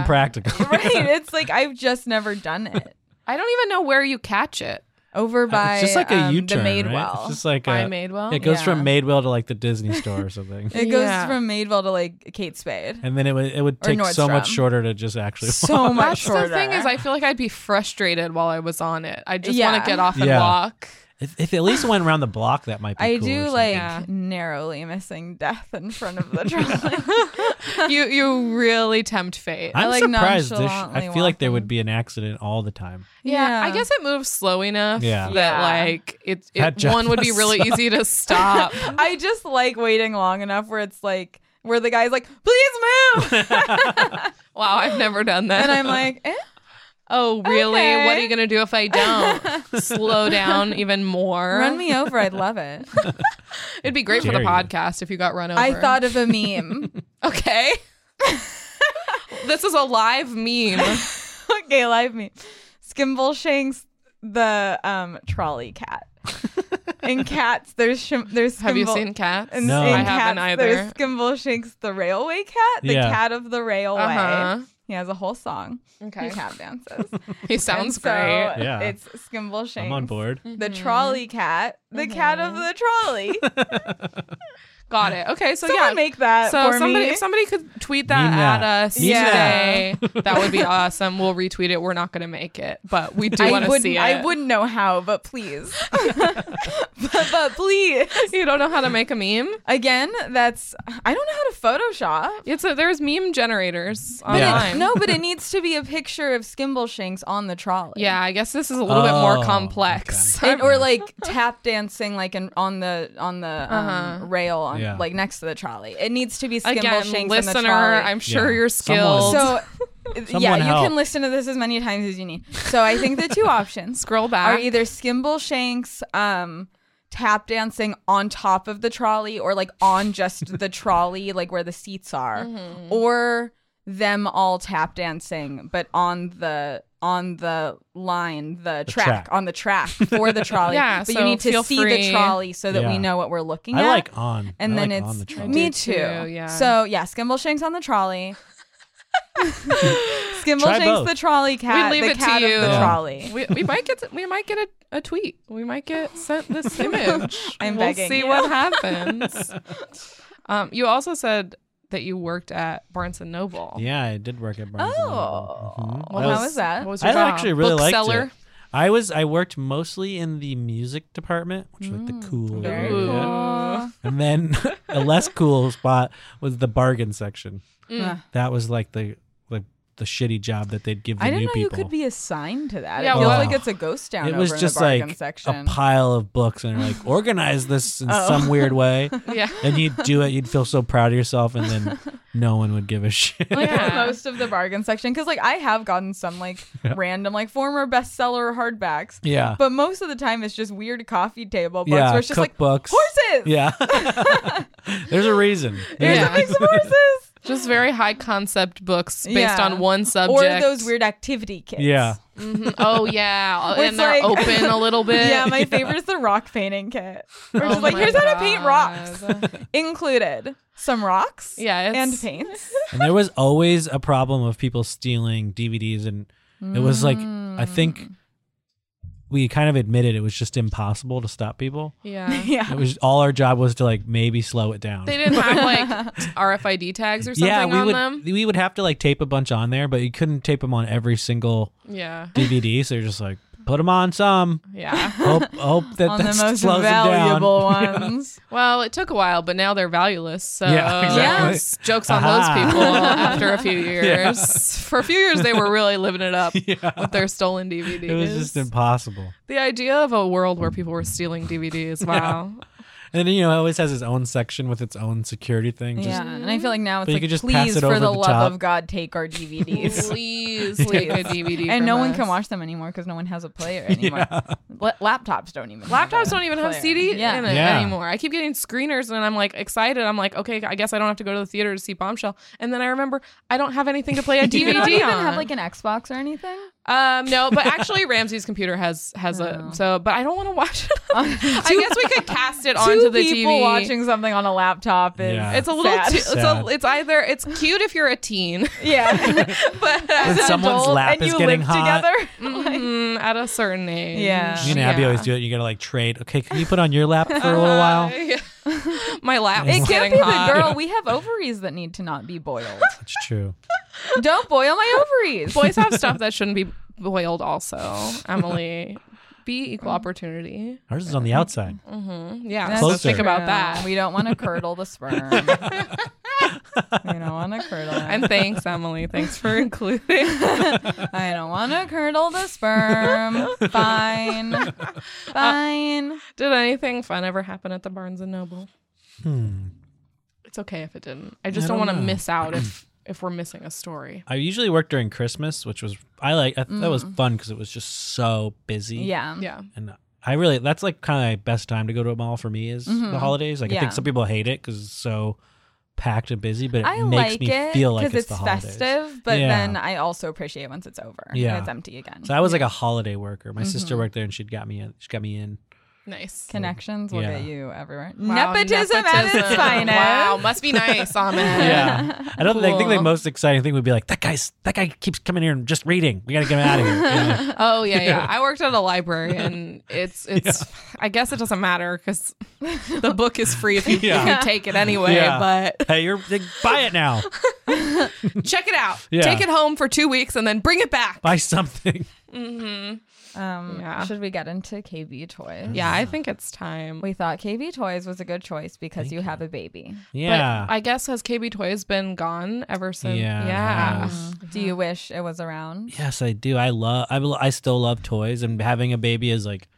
Speaker 2: [LAUGHS]
Speaker 4: impractical. [LAUGHS]
Speaker 2: right. It's like I've just never done it.
Speaker 3: I don't even know where you catch it.
Speaker 2: Over by
Speaker 4: it's just like a
Speaker 2: um,
Speaker 4: U turn.
Speaker 2: the Madewell.
Speaker 4: Right? It's just like
Speaker 3: By
Speaker 4: a,
Speaker 3: Madewell?
Speaker 4: It goes
Speaker 2: Yeah.
Speaker 4: from Madewell to like the Disney
Speaker 2: [LAUGHS]
Speaker 4: store or something,
Speaker 2: it goes
Speaker 3: Yeah.
Speaker 2: from Madeville to like Kate Spade.
Speaker 4: and then it would it would
Speaker 2: Or
Speaker 4: take so much
Speaker 2: Nordstrom.
Speaker 4: shorter to just actually.
Speaker 2: So much
Speaker 3: That's
Speaker 2: shorter.
Speaker 3: the thing is, I feel like I'd be frustrated while I was on it. I just want
Speaker 2: Yeah.
Speaker 3: to get off and [LAUGHS]
Speaker 4: Yeah.
Speaker 3: walk.
Speaker 4: if, if it at least went around the block, that might be.
Speaker 2: I
Speaker 4: cool or
Speaker 2: do
Speaker 4: something.
Speaker 2: like
Speaker 3: Yeah.
Speaker 2: narrowly missing death in front
Speaker 4: [LAUGHS]
Speaker 2: of the trolley.
Speaker 3: you you really tempt fate.
Speaker 4: I'm
Speaker 2: uh, like
Speaker 4: surprised. This, I
Speaker 2: nonchalantly
Speaker 4: feel like there would
Speaker 2: walking.
Speaker 4: be an accident all the time.
Speaker 3: [LAUGHS] yeah, I
Speaker 2: Yeah. [LAUGHS]
Speaker 3: guess it moves slow enough
Speaker 4: Yeah.
Speaker 3: that
Speaker 2: Yeah.
Speaker 3: like it,
Speaker 4: That
Speaker 3: it
Speaker 4: job
Speaker 3: one would be
Speaker 4: [LAUGHS]
Speaker 3: really
Speaker 4: sucks.
Speaker 3: easy to [LAUGHS] stop.
Speaker 2: I just like waiting long enough where it's like where the guy's like, "Please
Speaker 4: [LAUGHS]
Speaker 2: move,"
Speaker 3: wow, I've never done that.
Speaker 2: and I'm like, eh?
Speaker 3: oh really? What are
Speaker 2: okay.
Speaker 3: you gonna do if
Speaker 2: [LAUGHS]
Speaker 3: I don't slow down even more?
Speaker 2: "Run me over, I'd love it."
Speaker 4: [LAUGHS]
Speaker 3: It'd be great for the
Speaker 4: Dare you.
Speaker 3: podcast if you got run over.
Speaker 2: I thought of a meme.
Speaker 3: [LAUGHS]
Speaker 2: [LAUGHS]
Speaker 3: okay. this is a
Speaker 2: [LAUGHS]
Speaker 3: live meme.
Speaker 2: okay, live meme. Skimble Shanks the um, trolley cat.
Speaker 3: [LAUGHS]
Speaker 2: In cats, there's shim- there's
Speaker 3: Have you
Speaker 2: Skimble-
Speaker 3: seen Cats?
Speaker 2: In,
Speaker 4: No.
Speaker 2: in
Speaker 4: I
Speaker 3: haven't
Speaker 2: cats,
Speaker 3: either.
Speaker 2: There's Skimble Shanks the railway cat, the
Speaker 4: Yeah.
Speaker 2: cat of the railway.
Speaker 3: Uh-huh.
Speaker 2: He has a whole song.
Speaker 3: Okay.
Speaker 2: He cat dances.
Speaker 3: He [LAUGHS]
Speaker 2: And
Speaker 3: sounds
Speaker 2: so
Speaker 3: great. Mm-hmm.
Speaker 4: Yeah.
Speaker 2: It's Skimble Shanks.
Speaker 4: I'm on board.
Speaker 2: The trolley cat, the cat of the trolley.
Speaker 3: Got it. Okay, [LAUGHS] so
Speaker 2: Someone
Speaker 3: yeah.
Speaker 2: make that
Speaker 3: so
Speaker 2: for
Speaker 3: somebody,
Speaker 2: me.
Speaker 3: if somebody could tweet that
Speaker 4: Meme
Speaker 3: at
Speaker 4: that.
Speaker 3: us
Speaker 4: Meme
Speaker 3: today,
Speaker 4: [LAUGHS]
Speaker 3: that would be awesome. We'll retweet it. We're not going to make it, but we do want
Speaker 2: I
Speaker 3: to
Speaker 2: wouldn't,
Speaker 3: see it.
Speaker 2: I wouldn't know how, but
Speaker 3: [LAUGHS]
Speaker 2: please. [LAUGHS] but, but please.
Speaker 3: You don't know how to make a meme?
Speaker 2: Again, that's I don't know how to Photoshop.
Speaker 3: It's a, there's meme generators
Speaker 2: But it-
Speaker 4: Yeah.
Speaker 3: online.
Speaker 2: no, but it needs to be a picture of Skimble Shanks on the trolley.
Speaker 3: Yeah, I guess this is a little bit
Speaker 4: Oh,
Speaker 3: more complex.
Speaker 2: And- or like tap dancing, like in, on the on the um,
Speaker 3: Uh-huh.
Speaker 2: rail, on,
Speaker 4: Yeah.
Speaker 2: like next to the trolley. It needs to be Skimble
Speaker 3: Again,
Speaker 2: Shanks on the
Speaker 3: listener,
Speaker 2: trolley.
Speaker 3: I'm sure
Speaker 4: Yeah.
Speaker 3: you're
Speaker 4: Someone-
Speaker 3: skilled.
Speaker 2: So, [LAUGHS] yeah,
Speaker 4: Someone
Speaker 2: you
Speaker 4: help.
Speaker 2: can listen to this as many times as you need. So I think
Speaker 3: [LAUGHS]
Speaker 2: the two options
Speaker 3: scroll back.
Speaker 2: are either Skimble Shanks um, tap dancing on top of the trolley or like on just
Speaker 3: [LAUGHS]
Speaker 2: the trolley, like where the seats are,
Speaker 3: Mm-hmm.
Speaker 2: or them all tap dancing, but on the on the line, the, track,
Speaker 4: track.
Speaker 2: on the track for
Speaker 4: [LAUGHS]
Speaker 2: the trolley.
Speaker 3: Yeah,
Speaker 2: but
Speaker 3: so
Speaker 2: you need to
Speaker 3: feel
Speaker 2: see
Speaker 3: free.
Speaker 2: the trolley so that
Speaker 4: Yeah.
Speaker 2: we know what we're looking
Speaker 4: I
Speaker 2: at.
Speaker 4: like on.
Speaker 2: and
Speaker 4: I
Speaker 2: then
Speaker 4: like
Speaker 2: it's
Speaker 4: on the trolley.
Speaker 2: me
Speaker 3: I do
Speaker 2: too.
Speaker 3: too, yeah.
Speaker 2: So yeah, Skimble Shanks on the
Speaker 3: [LAUGHS]
Speaker 2: trolley. [LAUGHS] Skimble
Speaker 4: Try
Speaker 2: Shanks
Speaker 4: both.
Speaker 2: the trolley cat.
Speaker 3: leave
Speaker 2: the
Speaker 3: it to
Speaker 2: cat
Speaker 3: you.
Speaker 2: of the
Speaker 4: Yeah.
Speaker 2: trolley.
Speaker 3: we, we might get we might get a, a tweet. We might get sent this image.
Speaker 2: [LAUGHS] I'm
Speaker 3: we'll
Speaker 2: begging
Speaker 3: see
Speaker 2: you.
Speaker 3: what happens. um, you also said that you worked at Barnes and Noble.
Speaker 4: Yeah, I did work at Barnes. and Noble. Mhm.
Speaker 2: Oh. Well,
Speaker 4: I
Speaker 2: how is that? uh,
Speaker 3: What was
Speaker 4: I
Speaker 3: your job?
Speaker 4: actually really liked
Speaker 2: [LAUGHS]
Speaker 3: Bookseller?
Speaker 4: it. I was I worked mostly in the music department, which was like
Speaker 2: Mm,
Speaker 4: the cool
Speaker 3: very
Speaker 4: area.
Speaker 3: cool.
Speaker 2: Aw.
Speaker 4: And then [LAUGHS] a less cool spot was the bargain section.
Speaker 2: Mm.
Speaker 4: That was like the like the shitty job that they'd give the
Speaker 2: I didn't
Speaker 4: new
Speaker 2: know you
Speaker 4: people.
Speaker 2: could be assigned to that.
Speaker 3: Yeah,
Speaker 2: it feels
Speaker 4: well-
Speaker 2: like it's a ghost town.
Speaker 4: it was
Speaker 2: over in the
Speaker 4: just
Speaker 2: bargain
Speaker 4: like
Speaker 2: section.
Speaker 4: a pile of books
Speaker 2: [LAUGHS]
Speaker 4: and you're like organize this in
Speaker 2: Oh.
Speaker 4: some weird
Speaker 2: [LAUGHS]
Speaker 4: way.
Speaker 3: Yeah.
Speaker 4: And you'd do it, you'd feel so proud of yourself and then no one would give a
Speaker 2: [LAUGHS]
Speaker 4: shit.
Speaker 2: like
Speaker 3: Yeah.
Speaker 2: most of the bargain section, because like I have gotten some like random like former bestseller hardbacks,
Speaker 4: [LAUGHS] Yeah.
Speaker 2: but most of the time it's just weird coffee table books
Speaker 4: yeah,
Speaker 2: where it's just like [LAUGHS]
Speaker 4: cookbooks.
Speaker 2: horses.
Speaker 4: Yeah. [LAUGHS] There's a reason.
Speaker 2: Here's
Speaker 3: Yeah. [LAUGHS]
Speaker 2: a mix of horses.
Speaker 3: Just very high concept books based
Speaker 2: Yeah.
Speaker 3: on one subject.
Speaker 2: or those weird activity kits.
Speaker 4: Yeah.
Speaker 3: Mhm. Oh
Speaker 2: [LAUGHS]
Speaker 3: yeah,
Speaker 2: Where
Speaker 3: and they're
Speaker 2: it's like-
Speaker 3: open a little bit.
Speaker 2: [LAUGHS] Yeah,
Speaker 3: [LAUGHS]
Speaker 2: my favorite is the rock painting kit. We're
Speaker 3: Oh
Speaker 2: just like,
Speaker 3: my
Speaker 2: here's how to paint rocks.
Speaker 3: God.
Speaker 2: Included some rocks
Speaker 3: [LAUGHS] Yeah, it's,
Speaker 2: and paints.
Speaker 4: And there was always a problem of people stealing DVDs, and it was like I
Speaker 2: Mm.
Speaker 4: think we kind of admitted it was just impossible to stop people. [LAUGHS]
Speaker 3: yeah.
Speaker 2: [LAUGHS] Yeah.
Speaker 4: It was all our job was to like maybe slow it down.
Speaker 3: They didn't have like
Speaker 4: [LAUGHS]
Speaker 3: RFID tags or something
Speaker 4: yeah, we
Speaker 3: on
Speaker 4: would
Speaker 3: them.
Speaker 4: we would have to like tape a bunch on there, but you couldn't tape them on every single
Speaker 3: Yeah,
Speaker 4: DVD. so you're just like put them on some.
Speaker 3: yeah.
Speaker 4: Hope
Speaker 2: [LAUGHS]
Speaker 4: hope that
Speaker 2: On
Speaker 4: that
Speaker 2: the most
Speaker 4: slows 'em [LAUGHS]
Speaker 2: valuable
Speaker 4: down.
Speaker 2: ones.
Speaker 3: Well, it took a while, but now they're valueless. So
Speaker 4: Yeah, exactly.
Speaker 3: yes, jokes on
Speaker 4: Aha.
Speaker 3: those
Speaker 4: [LAUGHS]
Speaker 3: people after a few years. For a few years, they were really living it up
Speaker 4: [LAUGHS] yeah.
Speaker 3: with their stolen DVDs.
Speaker 4: It was just impossible.
Speaker 3: the idea of a world where people were stealing DVDs.
Speaker 4: [LAUGHS]
Speaker 3: Wow.
Speaker 4: And then, you know, it always has its own section with its own security thing. Just,
Speaker 2: yeah, and I feel like now it's
Speaker 4: But you
Speaker 2: like,
Speaker 4: could just pass
Speaker 2: please,
Speaker 4: it
Speaker 2: for
Speaker 4: over
Speaker 2: the,
Speaker 4: the
Speaker 2: love
Speaker 4: top.
Speaker 2: of God, take our
Speaker 4: [LAUGHS]
Speaker 2: DVDs.
Speaker 3: Please take a DVD.
Speaker 2: and
Speaker 3: from
Speaker 2: no one
Speaker 3: us.
Speaker 2: can watch them anymore because no one has a
Speaker 4: [LAUGHS]
Speaker 2: player anymore. La- laptops don't even.
Speaker 3: Laptops don't even have
Speaker 2: Player.
Speaker 3: CD
Speaker 2: Yeah.
Speaker 3: in it
Speaker 4: Yeah.
Speaker 3: anymore. I keep getting screeners and I'm like excited. I'm like, okay, I guess I don't have to go to the theater to see Bombshell. And then I remember I don't have anything to play a DVD
Speaker 2: Do [LAUGHS] you not even
Speaker 3: on.
Speaker 2: have like an Xbox or anything?
Speaker 3: um, no,
Speaker 2: [LAUGHS]
Speaker 3: but actually Ramsey's computer has has
Speaker 2: Oh.
Speaker 3: a so. But I don't want to
Speaker 2: [LAUGHS]
Speaker 3: watch it. I guess we could cast it onto
Speaker 2: Two
Speaker 3: the
Speaker 2: people
Speaker 3: TV.
Speaker 2: watching something on a laptop is
Speaker 4: Yeah.
Speaker 3: it's a little.
Speaker 2: sad.
Speaker 3: Too, it's a,
Speaker 4: Sad.
Speaker 3: it's either it's cute if you're a teen,
Speaker 2: [LAUGHS]
Speaker 3: [LAUGHS]
Speaker 2: yeah.
Speaker 3: but as
Speaker 4: When
Speaker 3: an
Speaker 4: someone's
Speaker 3: adult,
Speaker 4: lap
Speaker 2: and
Speaker 4: is
Speaker 2: you
Speaker 4: getting
Speaker 2: live
Speaker 4: hot.
Speaker 2: together. [LAUGHS]
Speaker 3: mm, at a certain age.
Speaker 2: Yeah.
Speaker 4: Me and Abby always do it. You gotta like trade. Okay, can you put on your lap for a
Speaker 2: [LAUGHS]
Speaker 4: little while?
Speaker 3: [LAUGHS] Yeah. My lap is
Speaker 2: It can't
Speaker 3: getting
Speaker 2: be
Speaker 3: hot.
Speaker 2: the girl. We have ovaries that need to not be boiled.
Speaker 4: That's true.
Speaker 2: Don't boil my [LAUGHS] ovaries.
Speaker 3: Boys have stuff that shouldn't be boiled. Also, Emily, be
Speaker 2: Mm.
Speaker 3: equal opportunity.
Speaker 4: Ours is on the outside.
Speaker 3: Mm-hmm. Yeah,
Speaker 2: That's
Speaker 3: so
Speaker 4: Closer.
Speaker 3: think about
Speaker 2: true.
Speaker 3: that.
Speaker 2: We don't want to curdle the
Speaker 3: [LAUGHS]
Speaker 2: sperm. we don't want to curdle. it.
Speaker 3: and thanks, Emily. Thanks
Speaker 2: [LAUGHS]
Speaker 3: for including. [LAUGHS]
Speaker 2: I don't want to curdle the sperm.
Speaker 3: [LAUGHS]
Speaker 2: Fine.
Speaker 4: Uh,
Speaker 2: Fine.
Speaker 3: Did anything fun ever happen at the Barnes and Noble?
Speaker 4: Hmm.
Speaker 3: It's okay if it didn't. I just
Speaker 4: I
Speaker 3: don't,
Speaker 4: don't
Speaker 3: want to
Speaker 4: know.
Speaker 3: miss out
Speaker 4: [CLEARS THROAT]
Speaker 3: if if we're missing a story.
Speaker 4: I usually work during Christmas, which was I like I, that was fun because it was just so busy.
Speaker 2: Mm. Yeah.
Speaker 3: Yeah.
Speaker 4: and I really that's like kind of my best time to go to a mall for me is the holidays. Like I
Speaker 2: Mm-hmm. Yeah.
Speaker 4: think some people hate it because it's so packed and busy, but it
Speaker 2: I
Speaker 4: makes
Speaker 2: like
Speaker 4: me
Speaker 2: it
Speaker 4: feel like
Speaker 2: because
Speaker 4: it's,
Speaker 2: it's,
Speaker 4: the holidays.
Speaker 2: festive, but
Speaker 4: Yeah.
Speaker 2: then I also appreciate once it's over. and
Speaker 4: Yeah.
Speaker 2: It's empty again.
Speaker 4: So I was like a holiday worker. My sister
Speaker 2: Mm-hmm.
Speaker 4: worked there and she'd got me in. She got me in.
Speaker 3: Nice.
Speaker 2: Connections will
Speaker 4: Yeah.
Speaker 2: get you everywhere.
Speaker 3: Wow,
Speaker 2: nepotism, at its
Speaker 3: nepotism.
Speaker 2: finest. [LAUGHS]
Speaker 3: Wow, must be nice, Ahmed.
Speaker 4: [LAUGHS] Yeah, I don't. think I think the
Speaker 3: Cool.
Speaker 4: most exciting thing would be like that guy's. That guy keeps coming here and just reading. We gotta get him out of here.
Speaker 2: [LAUGHS]
Speaker 4: Yeah.
Speaker 3: Oh yeah, yeah. I worked at a library, and
Speaker 4: [LAUGHS]
Speaker 3: it's it's. I guess it doesn't matter because the book is free if you, if you
Speaker 4: Yeah.
Speaker 3: take it anyway.
Speaker 4: Yeah.
Speaker 3: But
Speaker 4: hey, you're buy it now.
Speaker 3: [LAUGHS] check it out.
Speaker 4: Yeah.
Speaker 3: Take it home for two weeks and then bring it back.
Speaker 4: Buy something.
Speaker 2: Um,
Speaker 3: Yeah.
Speaker 2: Should we get into KB Toys?
Speaker 3: Yeah, I think it's time.
Speaker 2: We thought KB Toys was a good choice because you have a baby.
Speaker 4: Yeah.
Speaker 3: But I guess has KB Toys been gone ever since?
Speaker 4: Yeah, it
Speaker 3: Yeah.
Speaker 4: has.
Speaker 2: Do you wish it was around?
Speaker 4: Yes, I do. I love. I, lo- I still love toys, and having a baby has like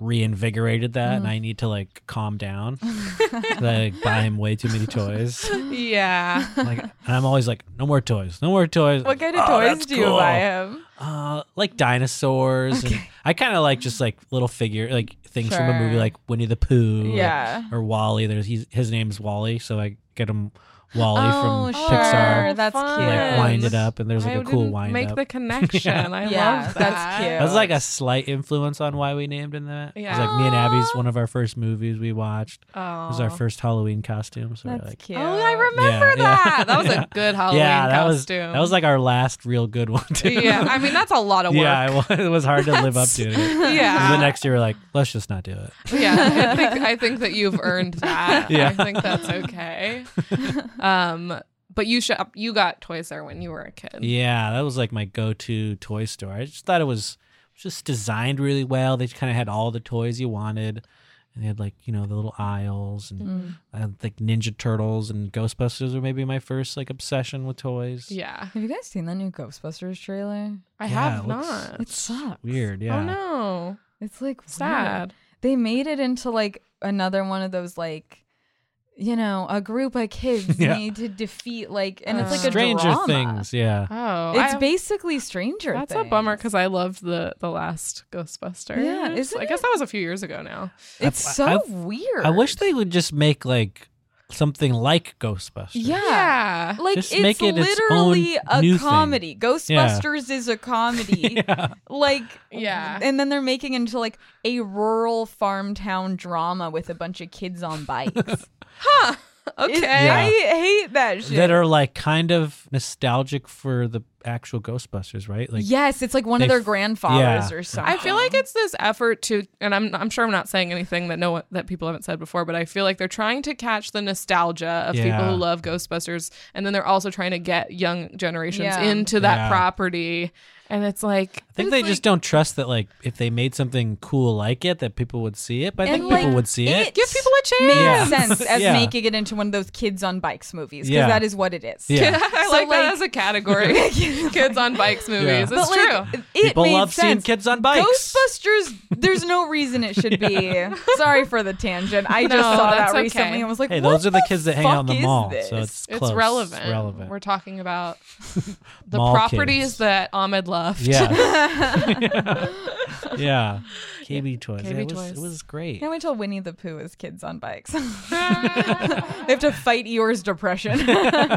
Speaker 4: reinvigorated that.
Speaker 2: Mm-hmm.
Speaker 4: And I need to like calm down. 'Cause I like, buy him way too
Speaker 2: [LAUGHS]
Speaker 4: many toys.
Speaker 3: Yeah.
Speaker 4: Like, and I'm always like, no more toys, no more toys.
Speaker 2: What kind of
Speaker 4: Oh,
Speaker 2: toys
Speaker 4: that's
Speaker 2: do you
Speaker 4: cool.
Speaker 2: buy him?
Speaker 4: Uh, like dinosaurs. And I kind of like just like little figure, like things from a movie,
Speaker 2: Sure.
Speaker 4: like Winnie the Pooh. or-
Speaker 2: Yeah.
Speaker 4: Or, Wally. There's he's, his name's Wally, so I get him Wally
Speaker 2: Oh,
Speaker 4: from
Speaker 2: sure.
Speaker 4: Pixar.
Speaker 2: That's
Speaker 4: Like
Speaker 2: cute. Yes.
Speaker 4: wind it up, and [LAUGHS] there's like
Speaker 3: I
Speaker 4: a cool
Speaker 3: didn't
Speaker 4: wind
Speaker 3: Make
Speaker 4: up. [LAUGHS]
Speaker 3: the connection. I
Speaker 2: Yeah,
Speaker 3: love that.
Speaker 2: that's cute.
Speaker 4: That was like a slight influence on why we named him that. It was like me and
Speaker 3: Yeah.
Speaker 4: Abby's one of our first movies we watched.
Speaker 3: Oh.
Speaker 4: It was our first Halloween costume. So we we're
Speaker 2: That's
Speaker 4: like,
Speaker 2: cute.
Speaker 3: Oh, I remember
Speaker 4: Yeah, yeah.
Speaker 3: that. That was
Speaker 4: [LAUGHS] Yeah.
Speaker 3: a good Halloween
Speaker 4: yeah, that
Speaker 3: costume.
Speaker 4: was that was like our last real good one too.
Speaker 3: yeah, I mean that's a lot of work.
Speaker 4: [LAUGHS] yeah, it was, it was hard to live up to. it.
Speaker 3: Yeah.
Speaker 4: The next year, we're like, let's just not do it.
Speaker 2: [LAUGHS]
Speaker 3: yeah, I think I think that you've earned that.
Speaker 4: Yeah.
Speaker 3: I think
Speaker 2: [LAUGHS]
Speaker 3: that's okay. Um, but you sh- you got toys there when you were a kid.
Speaker 4: Yeah, that was like my go-to toy store. I just thought it was just designed really well. They kind of had all the toys you wanted, and they had like you know the little aisles
Speaker 3: Mm.
Speaker 4: and
Speaker 2: Mm.
Speaker 4: I had, like Ninja Turtles and Ghostbusters were maybe my first like obsession with toys.
Speaker 3: Yeah.
Speaker 2: Have you guys seen the new Ghostbusters trailer?
Speaker 3: I
Speaker 4: Yeah,
Speaker 3: have
Speaker 4: it looks-
Speaker 3: not.
Speaker 2: It sucks.
Speaker 4: Weird, yeah.
Speaker 3: Oh no,
Speaker 2: It's like weird.
Speaker 3: sad.
Speaker 2: They made it into like another one of those like, you know, a group of kids
Speaker 4: [LAUGHS] Yeah.
Speaker 2: need to defeat like, and it's
Speaker 3: Uh,
Speaker 2: like a
Speaker 4: Stranger
Speaker 2: drama.
Speaker 4: Things, yeah.
Speaker 3: Oh,
Speaker 2: It's
Speaker 3: I-
Speaker 2: basically Stranger.
Speaker 3: That's a
Speaker 2: Things.
Speaker 3: bummer because I loved the the last Ghostbuster.
Speaker 2: Yeah, isn't
Speaker 3: I guess that was a few years ago now.
Speaker 2: It's
Speaker 4: I-
Speaker 2: so
Speaker 4: I-
Speaker 2: weird.
Speaker 4: I wish they would just make like something like Ghostbusters.
Speaker 3: Yeah.
Speaker 2: Like
Speaker 4: Just
Speaker 2: it's
Speaker 4: make it its
Speaker 2: literally
Speaker 4: own new
Speaker 2: a
Speaker 4: thing.
Speaker 2: comedy. Ghostbusters is a comedy.
Speaker 4: [LAUGHS] Yeah.
Speaker 2: Like
Speaker 3: Yeah.
Speaker 2: And then they're making it into like a rural farm town drama with a bunch of kids on
Speaker 4: [LAUGHS]
Speaker 2: bikes.
Speaker 3: Okay.
Speaker 2: It- I hate that shit.
Speaker 4: That are like kind of nostalgic for the actual Ghostbusters, right? Like
Speaker 2: yes, it's like one of
Speaker 4: they
Speaker 2: their
Speaker 4: f-
Speaker 2: grandfathers
Speaker 4: yeah.
Speaker 2: or something.
Speaker 3: I feel like it's this effort to, and I'm I'm sure I'm not saying anything that no one, that people haven't said before, but I feel like they're trying to catch the nostalgia of people
Speaker 4: Yeah.
Speaker 3: who love Ghostbusters, and then they're also trying to get young generations
Speaker 2: Yeah.
Speaker 3: into that
Speaker 4: Yeah.
Speaker 3: property, and it's like
Speaker 4: I think they just don't trust that like if they made something cool like it that people would see it. But I
Speaker 2: And,
Speaker 4: think people
Speaker 2: like,
Speaker 4: would see it.
Speaker 3: give people a chance.
Speaker 2: Makes
Speaker 4: Yeah. [LAUGHS]
Speaker 2: sense as
Speaker 4: Yeah.
Speaker 2: making it into one of those kids on bikes movies because
Speaker 4: Yeah.
Speaker 2: that is what it is.
Speaker 4: Yeah.
Speaker 3: [LAUGHS] I
Speaker 2: So, like-
Speaker 3: like that as a category.
Speaker 4: [LAUGHS]
Speaker 2: [LAUGHS]
Speaker 3: Kids on bikes movies.
Speaker 4: Yeah.
Speaker 3: It's
Speaker 4: But,
Speaker 2: But
Speaker 3: true.
Speaker 2: like, it
Speaker 4: People
Speaker 2: made
Speaker 4: love seeing
Speaker 2: sense.
Speaker 4: kids on bikes.
Speaker 2: Ghostbusters, there's no reason it should
Speaker 3: [LAUGHS]
Speaker 2: be. Sorry for the tangent. I just
Speaker 3: No,
Speaker 2: saw that
Speaker 3: that's okay.
Speaker 2: recently and was like,
Speaker 4: Hey,
Speaker 2: what
Speaker 4: those are the kids that hang out
Speaker 2: fuck
Speaker 4: in the
Speaker 2: is
Speaker 4: mall,
Speaker 2: this?
Speaker 4: so it's
Speaker 3: it's
Speaker 4: close.
Speaker 3: relevant.
Speaker 4: relevant.
Speaker 3: We're talking
Speaker 4: [LAUGHS]
Speaker 3: about the
Speaker 4: Mall
Speaker 3: properties
Speaker 4: kids.
Speaker 3: that Ahmed
Speaker 2: [LAUGHS]
Speaker 3: left.
Speaker 4: yeah. [LAUGHS] yeah. KB toys.
Speaker 3: KB
Speaker 4: it, was,
Speaker 3: toys.
Speaker 4: it was great.
Speaker 2: Can't wait till Winnie the Pooh is kids on bikes. [LAUGHS] they have to fight Eeyore's depression.
Speaker 3: [LAUGHS]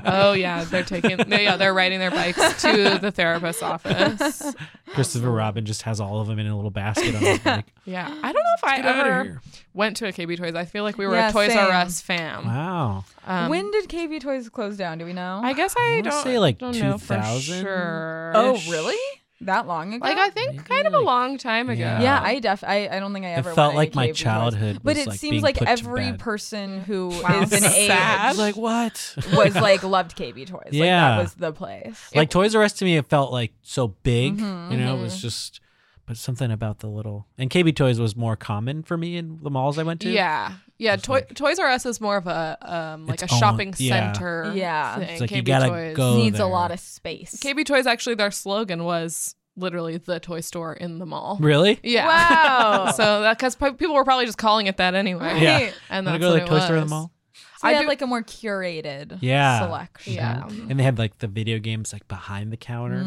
Speaker 3: oh yeah, they're taking. They, yeah, they're riding their bikes to the therapist's office.
Speaker 4: Christopher Robin just has all of them in a little basket
Speaker 3: [LAUGHS]
Speaker 4: on his bike.
Speaker 2: [GASPS]
Speaker 3: Yeah, I don't know if I
Speaker 4: outta
Speaker 3: ever
Speaker 4: here.
Speaker 3: went to a KB Toys. I feel like we were
Speaker 2: Yeah,
Speaker 3: a Toys R
Speaker 2: same.
Speaker 3: Us fam.
Speaker 4: Wow.
Speaker 3: [LAUGHS] Um,
Speaker 2: when did KB Toys close down? Do we know?
Speaker 3: I guess I,
Speaker 4: wanna
Speaker 3: don't
Speaker 4: say, like,
Speaker 3: don't know for
Speaker 4: 2000?
Speaker 3: sure.
Speaker 2: oh, really? That long ago?
Speaker 3: Like I think
Speaker 4: Maybe,
Speaker 3: kind of a
Speaker 4: like-
Speaker 3: long time ago.
Speaker 4: Yeah.
Speaker 2: yeah, I def. I, I don't think I
Speaker 4: Uh, It
Speaker 2: ever. went
Speaker 4: felt
Speaker 2: to
Speaker 4: like my
Speaker 2: KB Toys.
Speaker 4: childhood
Speaker 2: But
Speaker 4: was,
Speaker 2: it
Speaker 4: like,
Speaker 2: seems
Speaker 4: being
Speaker 2: like
Speaker 4: put to
Speaker 2: every
Speaker 4: bed.
Speaker 2: person who is
Speaker 3: Wow,
Speaker 2: an
Speaker 4: I
Speaker 3: sad.
Speaker 2: age
Speaker 4: was like, what?
Speaker 2: was like loved KB Toys. Like,
Speaker 4: Yeah.
Speaker 2: that was the place.
Speaker 4: [LAUGHS] like Toys R Us to me, it felt like so big.
Speaker 3: Mm-hmm,
Speaker 4: you know, it was just, but something about the little. And KB Toys was more common for me in the malls I went to.
Speaker 3: Yeah. Yeah, Toy, Toys R Us is more of a um, like
Speaker 4: It's
Speaker 3: a
Speaker 4: own-
Speaker 3: shopping
Speaker 4: yeah.
Speaker 3: center.
Speaker 2: Yeah.
Speaker 3: thing.
Speaker 4: It's like
Speaker 3: KB
Speaker 4: you gotta
Speaker 3: Toys.
Speaker 4: go
Speaker 2: Needs
Speaker 4: there.
Speaker 2: a lot of space.
Speaker 3: KB Toys actually their slogan was literally the toy store in the mall.
Speaker 4: Really?
Speaker 3: Yeah.
Speaker 2: Wow.
Speaker 3: [LAUGHS] so that because people were probably just calling it that anyway.
Speaker 2: Yeah.
Speaker 3: And
Speaker 4: Wanna
Speaker 3: that's
Speaker 4: go
Speaker 3: what
Speaker 4: to the
Speaker 3: it
Speaker 4: Toy Store in the
Speaker 3: was.
Speaker 4: mall?
Speaker 2: So
Speaker 3: I
Speaker 2: they had
Speaker 3: do-
Speaker 2: like a more curated
Speaker 4: Yeah.
Speaker 2: selection.
Speaker 3: Yeah. Mm,
Speaker 4: And they had like the video games like behind the counter.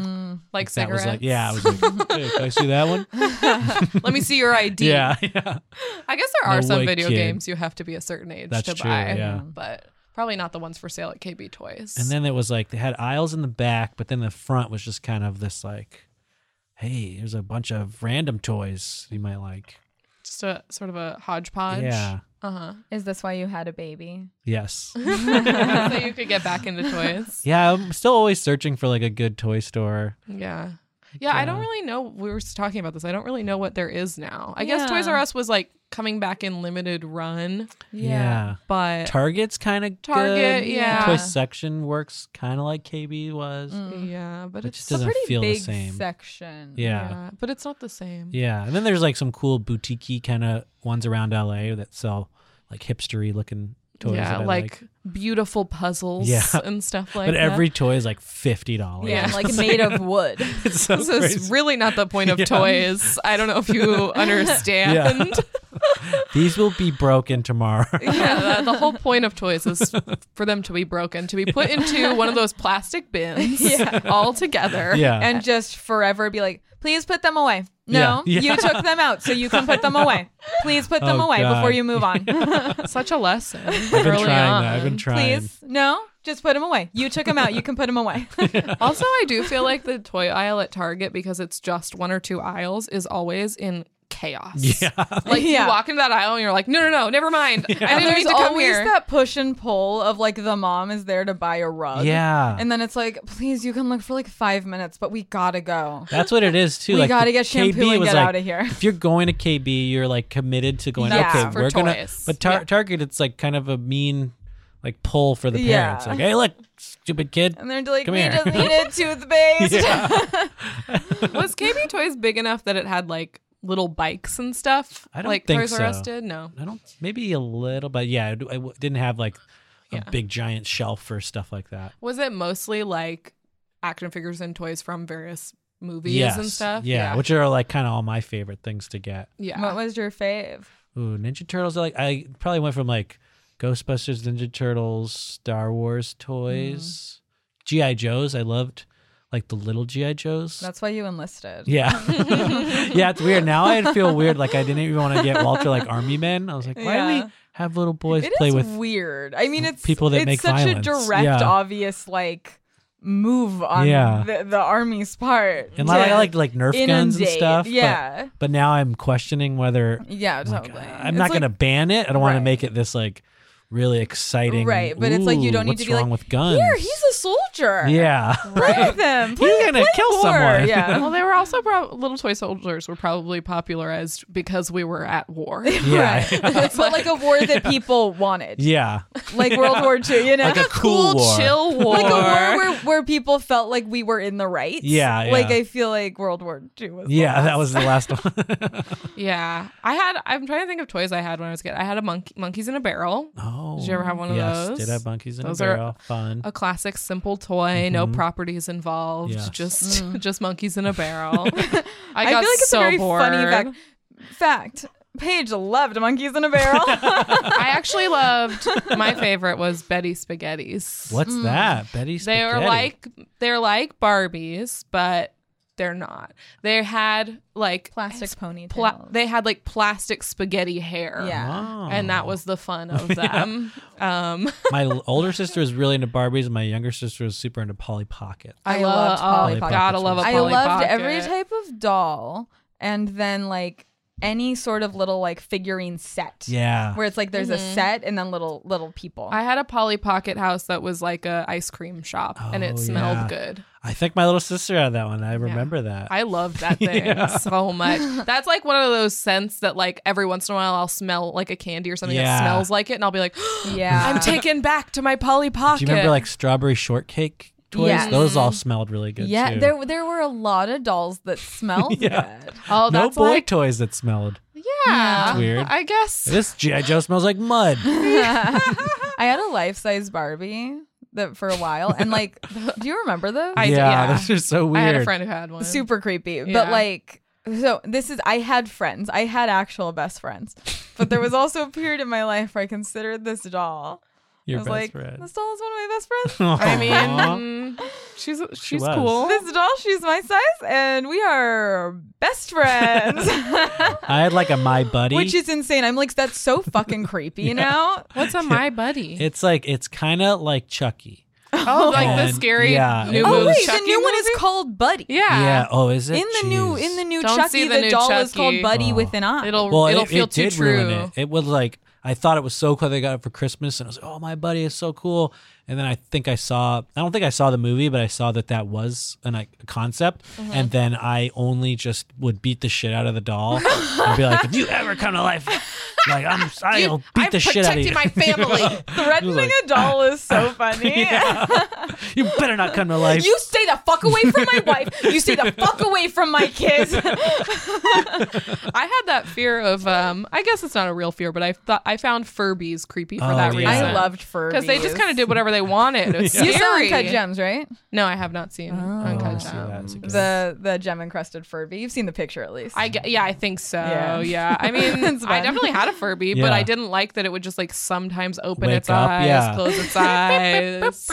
Speaker 3: Like
Speaker 4: That
Speaker 3: cigarettes.
Speaker 4: was like, yeah, I was like, hey, can I see that one?
Speaker 3: [LAUGHS] Let me see your ID.
Speaker 4: Yeah, [LAUGHS] yeah.
Speaker 3: I guess there are
Speaker 4: No
Speaker 3: some
Speaker 4: way,
Speaker 3: video
Speaker 4: kid.
Speaker 3: games you have to be a certain age
Speaker 4: That's
Speaker 3: to
Speaker 4: true,
Speaker 3: buy,
Speaker 4: yeah.
Speaker 3: but probably not the ones for sale at KB Toys.
Speaker 4: And then it was like they had aisles in the back, but then the front was just kind of this like, hey, there's a bunch of random toys you might like.
Speaker 3: just a sort of a hodgepodge.
Speaker 4: Yeah.
Speaker 3: Uh huh.
Speaker 2: Is this why you had a baby?
Speaker 4: Yes.
Speaker 3: [LAUGHS]
Speaker 4: [LAUGHS]
Speaker 3: so you could get back into toys.
Speaker 4: yeah, I'm still always searching for like a good toy store.
Speaker 3: Yeah. Yeah, I don't really know. We were just talking about this. I don't really know what there is now. I guess Toys
Speaker 2: Yeah.
Speaker 3: R Us was like coming back in limited run,
Speaker 4: Yeah.
Speaker 3: but
Speaker 4: Target's kind of
Speaker 3: Target, yeah. Mm,
Speaker 4: Toy section works kind of like KB was.
Speaker 3: yeah, but
Speaker 4: It
Speaker 3: it's
Speaker 2: It's
Speaker 4: just
Speaker 2: a
Speaker 4: doesn't
Speaker 2: pretty
Speaker 4: feel the
Speaker 2: big
Speaker 4: same.
Speaker 2: section.
Speaker 4: Yeah. yeah.
Speaker 3: yeah, but it's not the same.
Speaker 4: And then there's like some cool boutique kind of ones around LA that sell like hipstery looking toys.
Speaker 3: yeah,
Speaker 4: that I
Speaker 3: like, beautiful puzzles
Speaker 4: Yeah.
Speaker 3: and stuff like
Speaker 4: but
Speaker 3: that.
Speaker 4: every toy is like fifty dollars.
Speaker 2: Yeah,
Speaker 3: Yeah.
Speaker 2: like made of wood.
Speaker 4: [LAUGHS] it's so
Speaker 3: this is
Speaker 4: crazy.
Speaker 3: really not the [LAUGHS] point of
Speaker 4: Yeah.
Speaker 3: toys. I don't know if [LAUGHS] you understand.
Speaker 4: These will be broken
Speaker 2: [LAUGHS]
Speaker 4: tomorrow.
Speaker 3: [LAUGHS] Yeah, the, the whole point of toys is for them to be broken, to be put into one of those plastic [LAUGHS] bins
Speaker 2: Yeah.
Speaker 3: all together.
Speaker 4: yeah.
Speaker 2: And just forever be like, please put them away. No,
Speaker 4: Yeah. Yeah.
Speaker 2: you took them out, so you can put them away. Please put them
Speaker 4: Oh,
Speaker 2: away before
Speaker 4: God.
Speaker 2: you move
Speaker 4: [LAUGHS]
Speaker 2: on. [LAUGHS]
Speaker 3: Such a lesson.
Speaker 4: I've been
Speaker 3: early
Speaker 4: trying
Speaker 3: on.
Speaker 4: that. I've been trying.
Speaker 2: Please, no, just put them away. You took them out, you can put them
Speaker 4: [LAUGHS]
Speaker 2: away. [LAUGHS]
Speaker 3: Also, I do feel like the toy aisle at Target, because it's just one or two aisles, is always in chaos. [LAUGHS]
Speaker 4: Yeah.
Speaker 3: Like
Speaker 2: Yeah.
Speaker 3: you walk into that aisle and you're like, no, no, no, never [LAUGHS] mind. I
Speaker 2: And
Speaker 3: didn't
Speaker 2: there's
Speaker 3: need to come
Speaker 2: always
Speaker 3: here.
Speaker 2: that push and pull of like the mom is there to buy a rug.
Speaker 4: Yeah.
Speaker 2: And then it's like, please, you can look for like five minutes, but we gotta go.
Speaker 4: That's what it is too.
Speaker 2: We
Speaker 4: like
Speaker 2: gotta
Speaker 4: the
Speaker 2: get shampoo
Speaker 4: KB
Speaker 2: and
Speaker 4: was
Speaker 2: get
Speaker 4: like,
Speaker 2: outta here.
Speaker 4: If you're going to KB, you're like committed to going.
Speaker 2: That's
Speaker 4: okay,
Speaker 2: for
Speaker 4: we're gonna.
Speaker 3: toys.
Speaker 4: But tar-
Speaker 3: Yeah.
Speaker 4: Target, it's like kind of a mean, like pull for the
Speaker 2: Yeah.
Speaker 4: parents. Like, hey, look, stupid kid.
Speaker 2: And they're like,
Speaker 4: Come
Speaker 2: we
Speaker 4: here.
Speaker 2: just needed
Speaker 4: [LAUGHS]
Speaker 2: toothpaste.
Speaker 3: [LAUGHS] Was KB Toys big enough that it had like little bikes and stuff?
Speaker 4: I don't
Speaker 3: like
Speaker 4: think
Speaker 3: Toys R Us
Speaker 4: so.
Speaker 3: did? No.
Speaker 4: I don't. Maybe a little, but yeah, I d- I w- didn't have like a
Speaker 3: Yeah.
Speaker 4: big giant shelf for stuff like that.
Speaker 3: Was it mostly like action figures and toys from various movies
Speaker 4: yes.
Speaker 3: and stuff?
Speaker 4: Yeah,
Speaker 3: Yeah.
Speaker 4: which are like kind of all my favorite things to get.
Speaker 3: yeah.
Speaker 2: What was your fave?
Speaker 4: Ooh, Ninja Turtles. I Like I probably went from like Ghostbusters, Ninja Turtles, Star Wars
Speaker 2: Mm.
Speaker 4: toys, GI Joes. I loved like the little GI Joes.
Speaker 2: That's why you enlisted. [LAUGHS]
Speaker 4: yeah, [LAUGHS] yeah. It's weird now. I feel weird. Like I didn't even want to get Walter like Army Men. I was like, why do
Speaker 2: Yeah.
Speaker 4: we? have little boys
Speaker 2: It
Speaker 4: play
Speaker 2: is
Speaker 4: with
Speaker 2: weird. I mean, it's
Speaker 4: people that
Speaker 2: it's
Speaker 4: make
Speaker 2: such
Speaker 4: violence.
Speaker 2: a direct,
Speaker 4: Yeah.
Speaker 2: obvious like move on
Speaker 4: Yeah.
Speaker 2: the, the army's part.
Speaker 4: and like, I
Speaker 2: to
Speaker 4: like like Nerf guns and
Speaker 2: inundate.
Speaker 4: stuff. but-
Speaker 2: Yeah,
Speaker 4: But, now I'm questioning whether
Speaker 2: yeah,
Speaker 4: I'm like,
Speaker 2: totally.
Speaker 4: I'm
Speaker 2: It's
Speaker 4: not
Speaker 2: like-
Speaker 4: gonna ban it. I don't want to
Speaker 2: Right.
Speaker 4: make it this like really exciting.
Speaker 2: Right, but it's like you
Speaker 4: "Ooh,
Speaker 2: don't need
Speaker 4: what's
Speaker 2: to be
Speaker 4: wrong
Speaker 2: like,
Speaker 4: with guns.
Speaker 2: Here, he's a soldier.
Speaker 4: yeah. [LAUGHS]
Speaker 2: Play with him. Play,
Speaker 4: He's gonna
Speaker 2: play
Speaker 4: kill
Speaker 2: more.
Speaker 4: someone.
Speaker 2: Yeah.
Speaker 4: [LAUGHS]
Speaker 3: Well, they were also prob- little toy soldiers were probably popularized because we were at war.
Speaker 4: Yeah.
Speaker 2: Right. [LAUGHS] but like a war that people
Speaker 4: [LAUGHS]
Speaker 2: wanted,
Speaker 4: yeah.
Speaker 2: like World War II, [LAUGHS] you know,
Speaker 4: Like a cool, war.
Speaker 3: chill
Speaker 2: [LAUGHS]
Speaker 3: war.
Speaker 2: like a war where,
Speaker 4: [LAUGHS]
Speaker 2: where people felt like we were in the right.
Speaker 4: Yeah, yeah.
Speaker 2: Like I feel like World War II was. the
Speaker 4: Yeah, that
Speaker 2: last.
Speaker 4: was the [LAUGHS] last one.
Speaker 3: [LAUGHS] yeah, I had. I'm trying to think of toys I had when I was a kid. I had a monkey, monkeys in a barrel,
Speaker 4: oh.
Speaker 3: Did you ever have one of
Speaker 4: yes,
Speaker 3: those?
Speaker 4: Did have monkeys in
Speaker 3: Those
Speaker 4: a
Speaker 3: are-
Speaker 4: barrel. Fun.
Speaker 3: a classic simple toy, no properties involved,
Speaker 4: Mm-hmm. Yes.
Speaker 3: just just monkeys in a [LAUGHS] barrel. Mm.
Speaker 2: I,
Speaker 3: I got
Speaker 2: feel like it's
Speaker 3: so
Speaker 2: a very
Speaker 3: bored.
Speaker 2: funny fact. Fact. Paige loved monkeys in a
Speaker 3: [LAUGHS]
Speaker 2: barrel. [LAUGHS]
Speaker 3: I actually loved. My favorite was Betty
Speaker 4: [LAUGHS]
Speaker 3: Spaghetti's.
Speaker 4: What's that? Betty
Speaker 3: mm, They
Speaker 4: Spaghetti.
Speaker 3: are like they're like Barbies, but they're not. They had like
Speaker 5: Plastic
Speaker 3: sp-
Speaker 5: ponytails.
Speaker 3: pla- they had like plastic spaghetti hair.
Speaker 2: Yeah.
Speaker 4: Oh.
Speaker 3: And
Speaker 4: [LAUGHS]
Speaker 3: that was the fun of them. Um
Speaker 4: my l- older sister was really into Barbies, and my younger sister was super into Polly Pocket.
Speaker 2: I
Speaker 3: I,
Speaker 2: loved
Speaker 3: love
Speaker 2: Polly
Speaker 3: oh,
Speaker 4: Pocket.
Speaker 3: gotta love a
Speaker 2: I
Speaker 3: Polly
Speaker 2: loved
Speaker 3: Pocket.
Speaker 2: every type of doll, and then like any sort of little like figurine set.
Speaker 4: Yeah.
Speaker 2: Where it's like there's a set and then little little people.
Speaker 3: Mm-hmm. I had a Polly Pocket house that was like a ice cream shop and
Speaker 4: Oh,
Speaker 3: it smelled
Speaker 4: yeah.
Speaker 3: good.
Speaker 4: I think my little sister had that one. I remember that.
Speaker 3: I loved
Speaker 4: [LAUGHS]
Speaker 3: that thing
Speaker 4: Yeah.
Speaker 3: so much. That's like one of those scents that like every once in a while I'll smell like a candy or something
Speaker 4: Yeah.
Speaker 3: that smells like it and I'll be like [GASPS]
Speaker 2: yeah.
Speaker 4: [LAUGHS]
Speaker 3: I'm taken back to my Polly Pocket.
Speaker 4: Do you remember like strawberry shortcake toys?
Speaker 2: Yes.
Speaker 4: Those all smelled really good
Speaker 2: yeah,
Speaker 4: too.
Speaker 2: there there were a lot of dolls that smelled
Speaker 4: [LAUGHS] Yeah.
Speaker 2: good.
Speaker 3: Oh,
Speaker 4: no
Speaker 3: that's
Speaker 4: boy
Speaker 3: like
Speaker 4: toys
Speaker 3: [LAUGHS]
Speaker 4: that smelled.
Speaker 3: yeah.
Speaker 4: That's weird.
Speaker 3: I guess.
Speaker 4: This GI Joe smells like mud.
Speaker 2: [LAUGHS] I had a life size Barbie that for a while, and like, [LAUGHS] do you remember those?
Speaker 3: I-
Speaker 4: yeah, [LAUGHS]
Speaker 3: yeah.
Speaker 4: those are so weird.
Speaker 3: I had a friend who had one.
Speaker 2: Super creepy, but
Speaker 3: Yeah.
Speaker 2: like, so this is I had friends, I had actual best friends, but there was also a period in my life where I considered this doll.
Speaker 4: Your
Speaker 2: I was
Speaker 4: best
Speaker 2: like,
Speaker 4: friend.
Speaker 2: this doll is one of my best friends.
Speaker 3: I mean,
Speaker 4: Aw.
Speaker 3: mm, she's she's
Speaker 4: was.
Speaker 3: cool.
Speaker 2: This doll, she's my size, and we are best friends,
Speaker 4: I had like a my buddy.
Speaker 2: which is insane. I'm like, that's so fucking creepy, you know?
Speaker 3: What's
Speaker 4: [LAUGHS]
Speaker 3: a my buddy?
Speaker 4: it's like it's kind of like Chucky.
Speaker 3: oh, like the
Speaker 4: And-
Speaker 3: scary
Speaker 4: yeah.
Speaker 3: new
Speaker 4: It
Speaker 2: Oh
Speaker 4: was
Speaker 3: movie.
Speaker 2: wait,
Speaker 3: Chucky
Speaker 2: the new one is
Speaker 3: movie?
Speaker 2: called Buddy.
Speaker 3: yeah.
Speaker 4: Yeah. Oh, is it
Speaker 2: In the new in the new
Speaker 3: Don't
Speaker 2: Chucky,
Speaker 3: see
Speaker 2: the,
Speaker 3: the new
Speaker 2: doll is called
Speaker 3: Chucky.
Speaker 2: Buddy
Speaker 4: Oh.
Speaker 2: with an eye.
Speaker 3: It'll
Speaker 4: Well,
Speaker 3: it'll
Speaker 4: it,
Speaker 3: feel
Speaker 4: it
Speaker 3: too
Speaker 4: did
Speaker 3: true.
Speaker 4: ruin it. It was like I thought it was so cool. They got it for Christmas, and I was like, "Oh, my buddy is so cool." And then I think I saw. I don't think I saw the movie, but I saw that that was an, like, a concept.
Speaker 2: Uh-huh.
Speaker 4: And then I only just would beat the shit out of the doll and be like, "If you ever come to life, like
Speaker 2: [LAUGHS]
Speaker 4: I'm, I'll beat
Speaker 3: I'm
Speaker 4: the shit out of
Speaker 3: protecting
Speaker 4: you."
Speaker 3: my family.
Speaker 4: [LAUGHS]
Speaker 2: Threatening
Speaker 4: Like,
Speaker 2: a doll is
Speaker 4: [LAUGHS]
Speaker 2: so funny.
Speaker 4: you better not come to life. Oh,
Speaker 2: You stay the fuck away from
Speaker 4: [LAUGHS]
Speaker 2: my wife. You stay the fuck away from my kids.
Speaker 3: I had that fear of um I guess it's not a real fear, but I thought I found Furbies creepy for
Speaker 4: Oh,
Speaker 3: that
Speaker 4: yeah.
Speaker 3: reason.
Speaker 2: I loved Furbies.
Speaker 3: because they just kind of did whatever they wanted. It
Speaker 4: [LAUGHS]
Speaker 3: was
Speaker 2: You saw
Speaker 3: scary.
Speaker 2: Uncut Gems, right?
Speaker 3: No, I have not seen
Speaker 4: Oh, I wanna
Speaker 3: Uncut
Speaker 4: see that.
Speaker 3: Gems.
Speaker 4: It's a good-
Speaker 2: The the gem encrusted Furby. You've seen the picture at least.
Speaker 3: I get, yeah, I think so.
Speaker 2: Yeah.
Speaker 3: Yeah,
Speaker 2: [LAUGHS]
Speaker 3: I mean,
Speaker 2: It's
Speaker 3: I
Speaker 2: bad.
Speaker 3: definitely had a Furby,
Speaker 4: Yeah.
Speaker 3: but I didn't like that it would just like sometimes open
Speaker 4: Wake
Speaker 3: its
Speaker 4: up,
Speaker 3: eyes,
Speaker 4: yeah.
Speaker 3: close
Speaker 2: [LAUGHS]
Speaker 3: its eyes.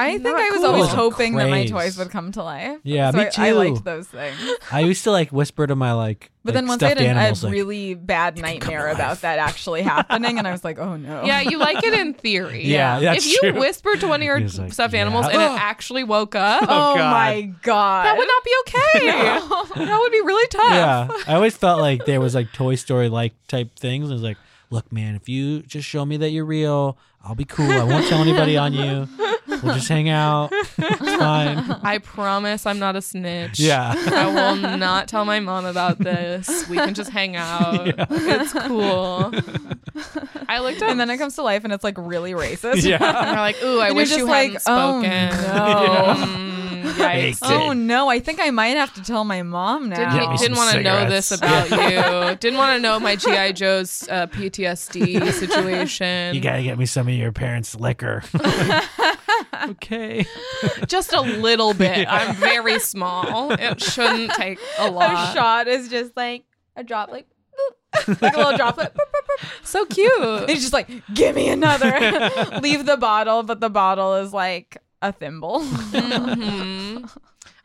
Speaker 2: I think
Speaker 3: Not
Speaker 2: I was
Speaker 3: cool.
Speaker 2: always
Speaker 4: Those are
Speaker 2: hoping that my
Speaker 4: craze.
Speaker 2: toys would come to life.
Speaker 4: Yeah,
Speaker 2: so
Speaker 4: me
Speaker 2: I, I liked
Speaker 4: too.
Speaker 2: those things.
Speaker 4: I used to like whisper to my like,
Speaker 2: But
Speaker 4: like,
Speaker 2: then once I
Speaker 4: stuffed
Speaker 2: had an- a
Speaker 4: animals, like,
Speaker 2: really bad nightmare about that actually happening, and I was like, oh no.
Speaker 3: Yeah, you like it
Speaker 2: [LAUGHS]
Speaker 3: in theory.
Speaker 4: Yeah, that's
Speaker 3: if you
Speaker 4: true.
Speaker 3: whispered to
Speaker 4: [LAUGHS]
Speaker 3: one of your
Speaker 4: He's like,
Speaker 3: stuffed
Speaker 4: yeah.
Speaker 3: animals and it actually woke up,
Speaker 4: [LAUGHS]
Speaker 2: Oh,
Speaker 4: God.
Speaker 2: my god.
Speaker 3: that would not be
Speaker 4: [LAUGHS]
Speaker 3: okay. [LAUGHS] That would be really tough.
Speaker 4: yeah, I always felt like there was like Toy Story like type things. It was like, look, man, if you just show me that you're real, I'll be cool. I won't tell anybody on you. We'll just hang out. It's fine.
Speaker 3: I promise I'm not a snitch.
Speaker 4: Yeah. [LAUGHS]
Speaker 3: I
Speaker 2: [LAUGHS]
Speaker 3: will not tell my mom about this. We can just
Speaker 4: [LAUGHS]
Speaker 3: hang out.
Speaker 2: [LAUGHS]
Speaker 3: It's cool. I looked up
Speaker 2: and then it comes to life and it's like really [LAUGHS] racist.
Speaker 4: Yeah.
Speaker 3: And They're like, ooh, I
Speaker 2: And you're
Speaker 3: wish
Speaker 2: just
Speaker 3: you
Speaker 2: like,
Speaker 3: hadn't
Speaker 2: "Oh,
Speaker 3: spoken. [LAUGHS]
Speaker 2: no.
Speaker 3: Mm,
Speaker 4: [LAUGHS] Baked
Speaker 3: yikes.
Speaker 4: it.
Speaker 2: Oh no, I think I might have to tell my mom
Speaker 3: Didn't,
Speaker 4: Get
Speaker 2: now.
Speaker 4: me some
Speaker 3: didn't want to know
Speaker 4: cigarettes.
Speaker 3: this about
Speaker 4: [LAUGHS]
Speaker 3: you. Didn't want to know my GI Joe's uh,
Speaker 4: [LAUGHS]
Speaker 3: PTSD situation.
Speaker 4: You gotta get me some of your parents' liquor. [LAUGHS] okay.
Speaker 3: Just a little
Speaker 4: [LAUGHS]
Speaker 3: bit. I'm very small. It shouldn't take a
Speaker 2: A
Speaker 3: lot.
Speaker 2: shot is just like a drop, like boop, [LAUGHS] like a little droplet. boop, boop, boop.
Speaker 3: So cute.
Speaker 2: [LAUGHS] It's just like, give me [LAUGHS] another. Leave the bottle, but the bottle is like a thimble.
Speaker 3: Mhm.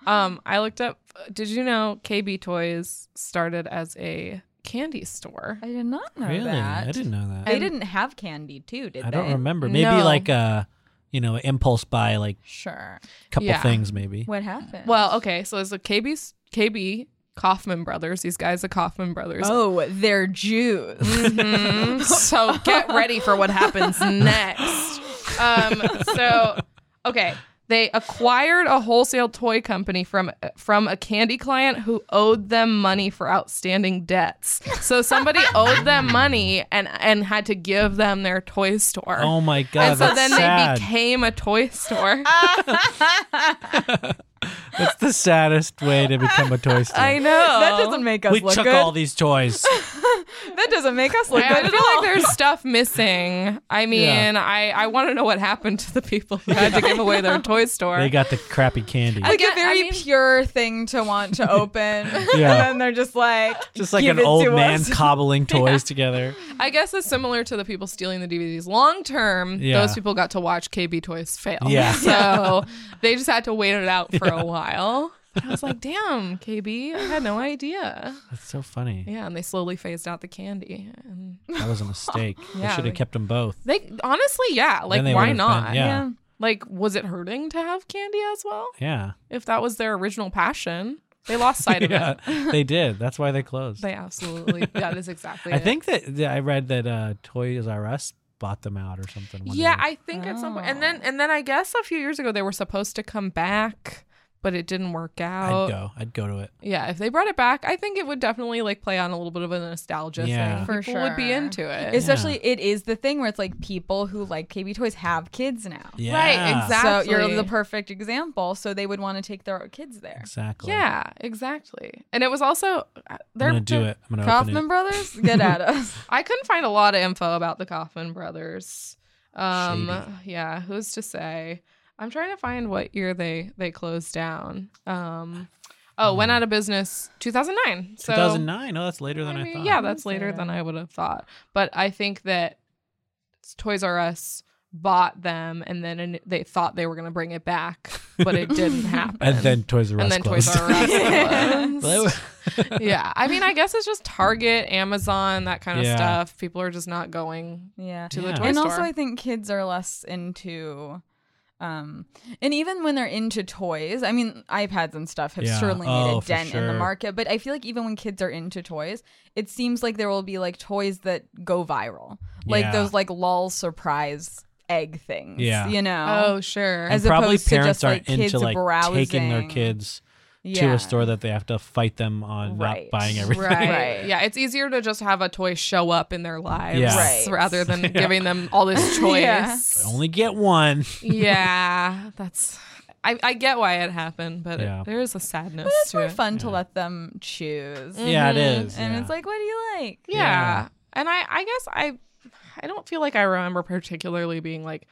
Speaker 3: Um, I looked up. Did you know KB Toys started as a candy store.
Speaker 2: [LAUGHS] I did not know
Speaker 4: really?
Speaker 2: that.
Speaker 4: I didn't know that.
Speaker 2: They didn't have candy too, did
Speaker 4: I
Speaker 2: they?
Speaker 4: don't remember. Maybe
Speaker 3: No.
Speaker 4: like uh you know, impulse buy like
Speaker 2: Sure.
Speaker 4: couple
Speaker 3: Yeah.
Speaker 4: things maybe.
Speaker 2: What happened?
Speaker 3: Well, okay, so it's the KB's KB Kaufman brothers. These guys, the Kaufman brothers.
Speaker 2: oh, they're Jews.
Speaker 3: Mhm. [LAUGHS] so get ready for what happens next. Um, so, okay, they acquired a wholesale toy company from from a candy client who owed them money for outstanding debts. So somebody owed them money and and had to give them their toy store.
Speaker 4: Oh my god.
Speaker 3: and so
Speaker 4: that's
Speaker 3: then
Speaker 4: sad.
Speaker 3: they became a toy store.
Speaker 4: That's the saddest way to become
Speaker 3: [LAUGHS]
Speaker 4: a toy store.
Speaker 3: I
Speaker 2: [LAUGHS]
Speaker 3: know
Speaker 2: that doesn't make us
Speaker 4: we
Speaker 2: look
Speaker 4: chuck
Speaker 2: good.
Speaker 4: all these toys.
Speaker 2: that doesn't make us look
Speaker 3: I,
Speaker 2: good
Speaker 3: I
Speaker 2: at
Speaker 3: feel like
Speaker 2: all.
Speaker 3: there's stuff missing. I mean, I, I want to know what happened to the people who had to give away their toy store.
Speaker 4: they got the crappy candy.
Speaker 2: like
Speaker 3: Again,
Speaker 2: a
Speaker 3: I
Speaker 2: very
Speaker 3: mean-
Speaker 2: pure thing to want to [LAUGHS] open. And then they're just like,
Speaker 4: Just like
Speaker 2: give
Speaker 4: an
Speaker 2: it
Speaker 4: old
Speaker 2: to
Speaker 4: man
Speaker 3: [LAUGHS]
Speaker 2: us.
Speaker 4: cobbling toys together.
Speaker 3: I guess it's similar to the people stealing the DVDs. Long term,
Speaker 4: Yeah.
Speaker 3: those people got to watch KB Toys fail.
Speaker 4: Yeah.
Speaker 3: [LAUGHS] So they just had to wait it out for a while. And I was like, damn, KB, I had no idea.
Speaker 4: That's so funny.
Speaker 3: Yeah, and they slowly phased out the candy. And
Speaker 4: That was
Speaker 3: [LAUGHS]
Speaker 4: a mistake.
Speaker 3: Yeah,
Speaker 4: they should
Speaker 3: we-
Speaker 4: have kept them both.
Speaker 3: they honestly, yeah, like
Speaker 4: Then they
Speaker 3: why
Speaker 4: would've been-
Speaker 3: not?
Speaker 4: yeah.
Speaker 3: Like, was it hurting to have candy as well?
Speaker 4: Yeah.
Speaker 3: If that was their original passion, they lost sight of it.
Speaker 4: [LAUGHS] yeah. They did. That's why they closed.
Speaker 3: They absolutely. That is exactly.
Speaker 4: I
Speaker 3: it.
Speaker 4: think that that I read that uh, Toys R Us bought them out or something. one
Speaker 3: Yeah,
Speaker 4: day.
Speaker 3: I think at some point, and then and then I guess a few years ago they were supposed to come back, but it didn't work out.
Speaker 4: I'd go. I'd go to it.
Speaker 3: Yeah, if they brought it back, I think it would definitely like play on a little bit of a nostalgia thing.
Speaker 4: Yeah.
Speaker 2: For
Speaker 3: People would be
Speaker 2: sure.
Speaker 3: into
Speaker 2: [LAUGHS]
Speaker 3: it.
Speaker 2: especially it is the thing where it's like people who like KB toys have kids now.
Speaker 4: Yeah.
Speaker 3: exact-
Speaker 2: So you're the
Speaker 3: Exactly.
Speaker 2: perfect example. So they would want to take their kids there.
Speaker 4: Exactly.
Speaker 3: yeah, exactly. And it was also uh,
Speaker 4: I'm
Speaker 3: they're,
Speaker 4: gonna do
Speaker 3: they're-
Speaker 4: it. I'm gonna
Speaker 2: Kaufman
Speaker 4: open
Speaker 2: Brothers, get
Speaker 4: [LAUGHS]
Speaker 2: at us.
Speaker 3: I couldn't find a lot of info about the Kaufman brothers. Um, yeah, who's to say? I'm trying to find what year they they closed down. Um, oh, went out of business 2009.
Speaker 4: it.
Speaker 3: So
Speaker 4: 2009. Oh, that's later than I,
Speaker 3: I mean,
Speaker 4: thought.
Speaker 3: Yeah,
Speaker 2: I
Speaker 3: that's
Speaker 2: would say
Speaker 3: later than
Speaker 2: that.
Speaker 3: I would have thought. But I think that Toys R Us bought them, and then an- they thought they were going to bring it back, but it didn't happen.
Speaker 4: And then Toys R Us
Speaker 3: and then
Speaker 4: closed.
Speaker 3: Toys R Us. [LAUGHS]
Speaker 4: [LAUGHS] Well,
Speaker 3: closed.
Speaker 4: that
Speaker 3: yeah, I mean, I guess it's just Target, Amazon, that kind of
Speaker 4: Yeah.
Speaker 3: stuff. People are just not going
Speaker 2: Yeah.
Speaker 3: to the
Speaker 4: Yeah.
Speaker 3: toy
Speaker 2: and
Speaker 3: store.
Speaker 2: also i think kids are less into um and even when they're into toys i mean ipads and stuff have
Speaker 4: Yeah.
Speaker 2: certainly made
Speaker 4: Oh,
Speaker 2: a
Speaker 4: for
Speaker 2: dent in the
Speaker 4: sure.
Speaker 2: market but i feel like even when kids are into toys it seems like there will be like toys that go viral like
Speaker 4: Yeah.
Speaker 2: those like lol surprise egg things
Speaker 4: Yeah.
Speaker 2: you know
Speaker 3: oh, sure.
Speaker 2: as
Speaker 4: [LAUGHS] And probably
Speaker 2: opposed to
Speaker 4: parents
Speaker 2: just, like,
Speaker 4: aren't into
Speaker 2: kids
Speaker 4: like taking their
Speaker 2: browsing.
Speaker 4: kids to
Speaker 2: Yeah.
Speaker 4: a store that they have to fight them on
Speaker 2: Right.
Speaker 4: not buying everything. [LAUGHS]
Speaker 3: Right.
Speaker 2: Right.
Speaker 3: Yeah. It's easier to just have a toy show up in their lives
Speaker 4: Yeah.
Speaker 2: Right.
Speaker 3: rather than giving them all this choice.
Speaker 2: Yeah.
Speaker 4: I only get one. [LAUGHS]
Speaker 3: yeah. That's I, I get why it happened, but it-
Speaker 4: Yeah.
Speaker 3: there is a sadness
Speaker 2: it's
Speaker 3: to
Speaker 2: more
Speaker 3: it.
Speaker 2: fun to let them choose
Speaker 4: Yeah, it
Speaker 3: Mhm.
Speaker 4: is.
Speaker 2: Mm-hmm. and
Speaker 4: yeah.
Speaker 2: it's like what do you like
Speaker 3: Yeah.
Speaker 4: Yeah.
Speaker 3: And I I guess I I don't feel like I remember particularly being like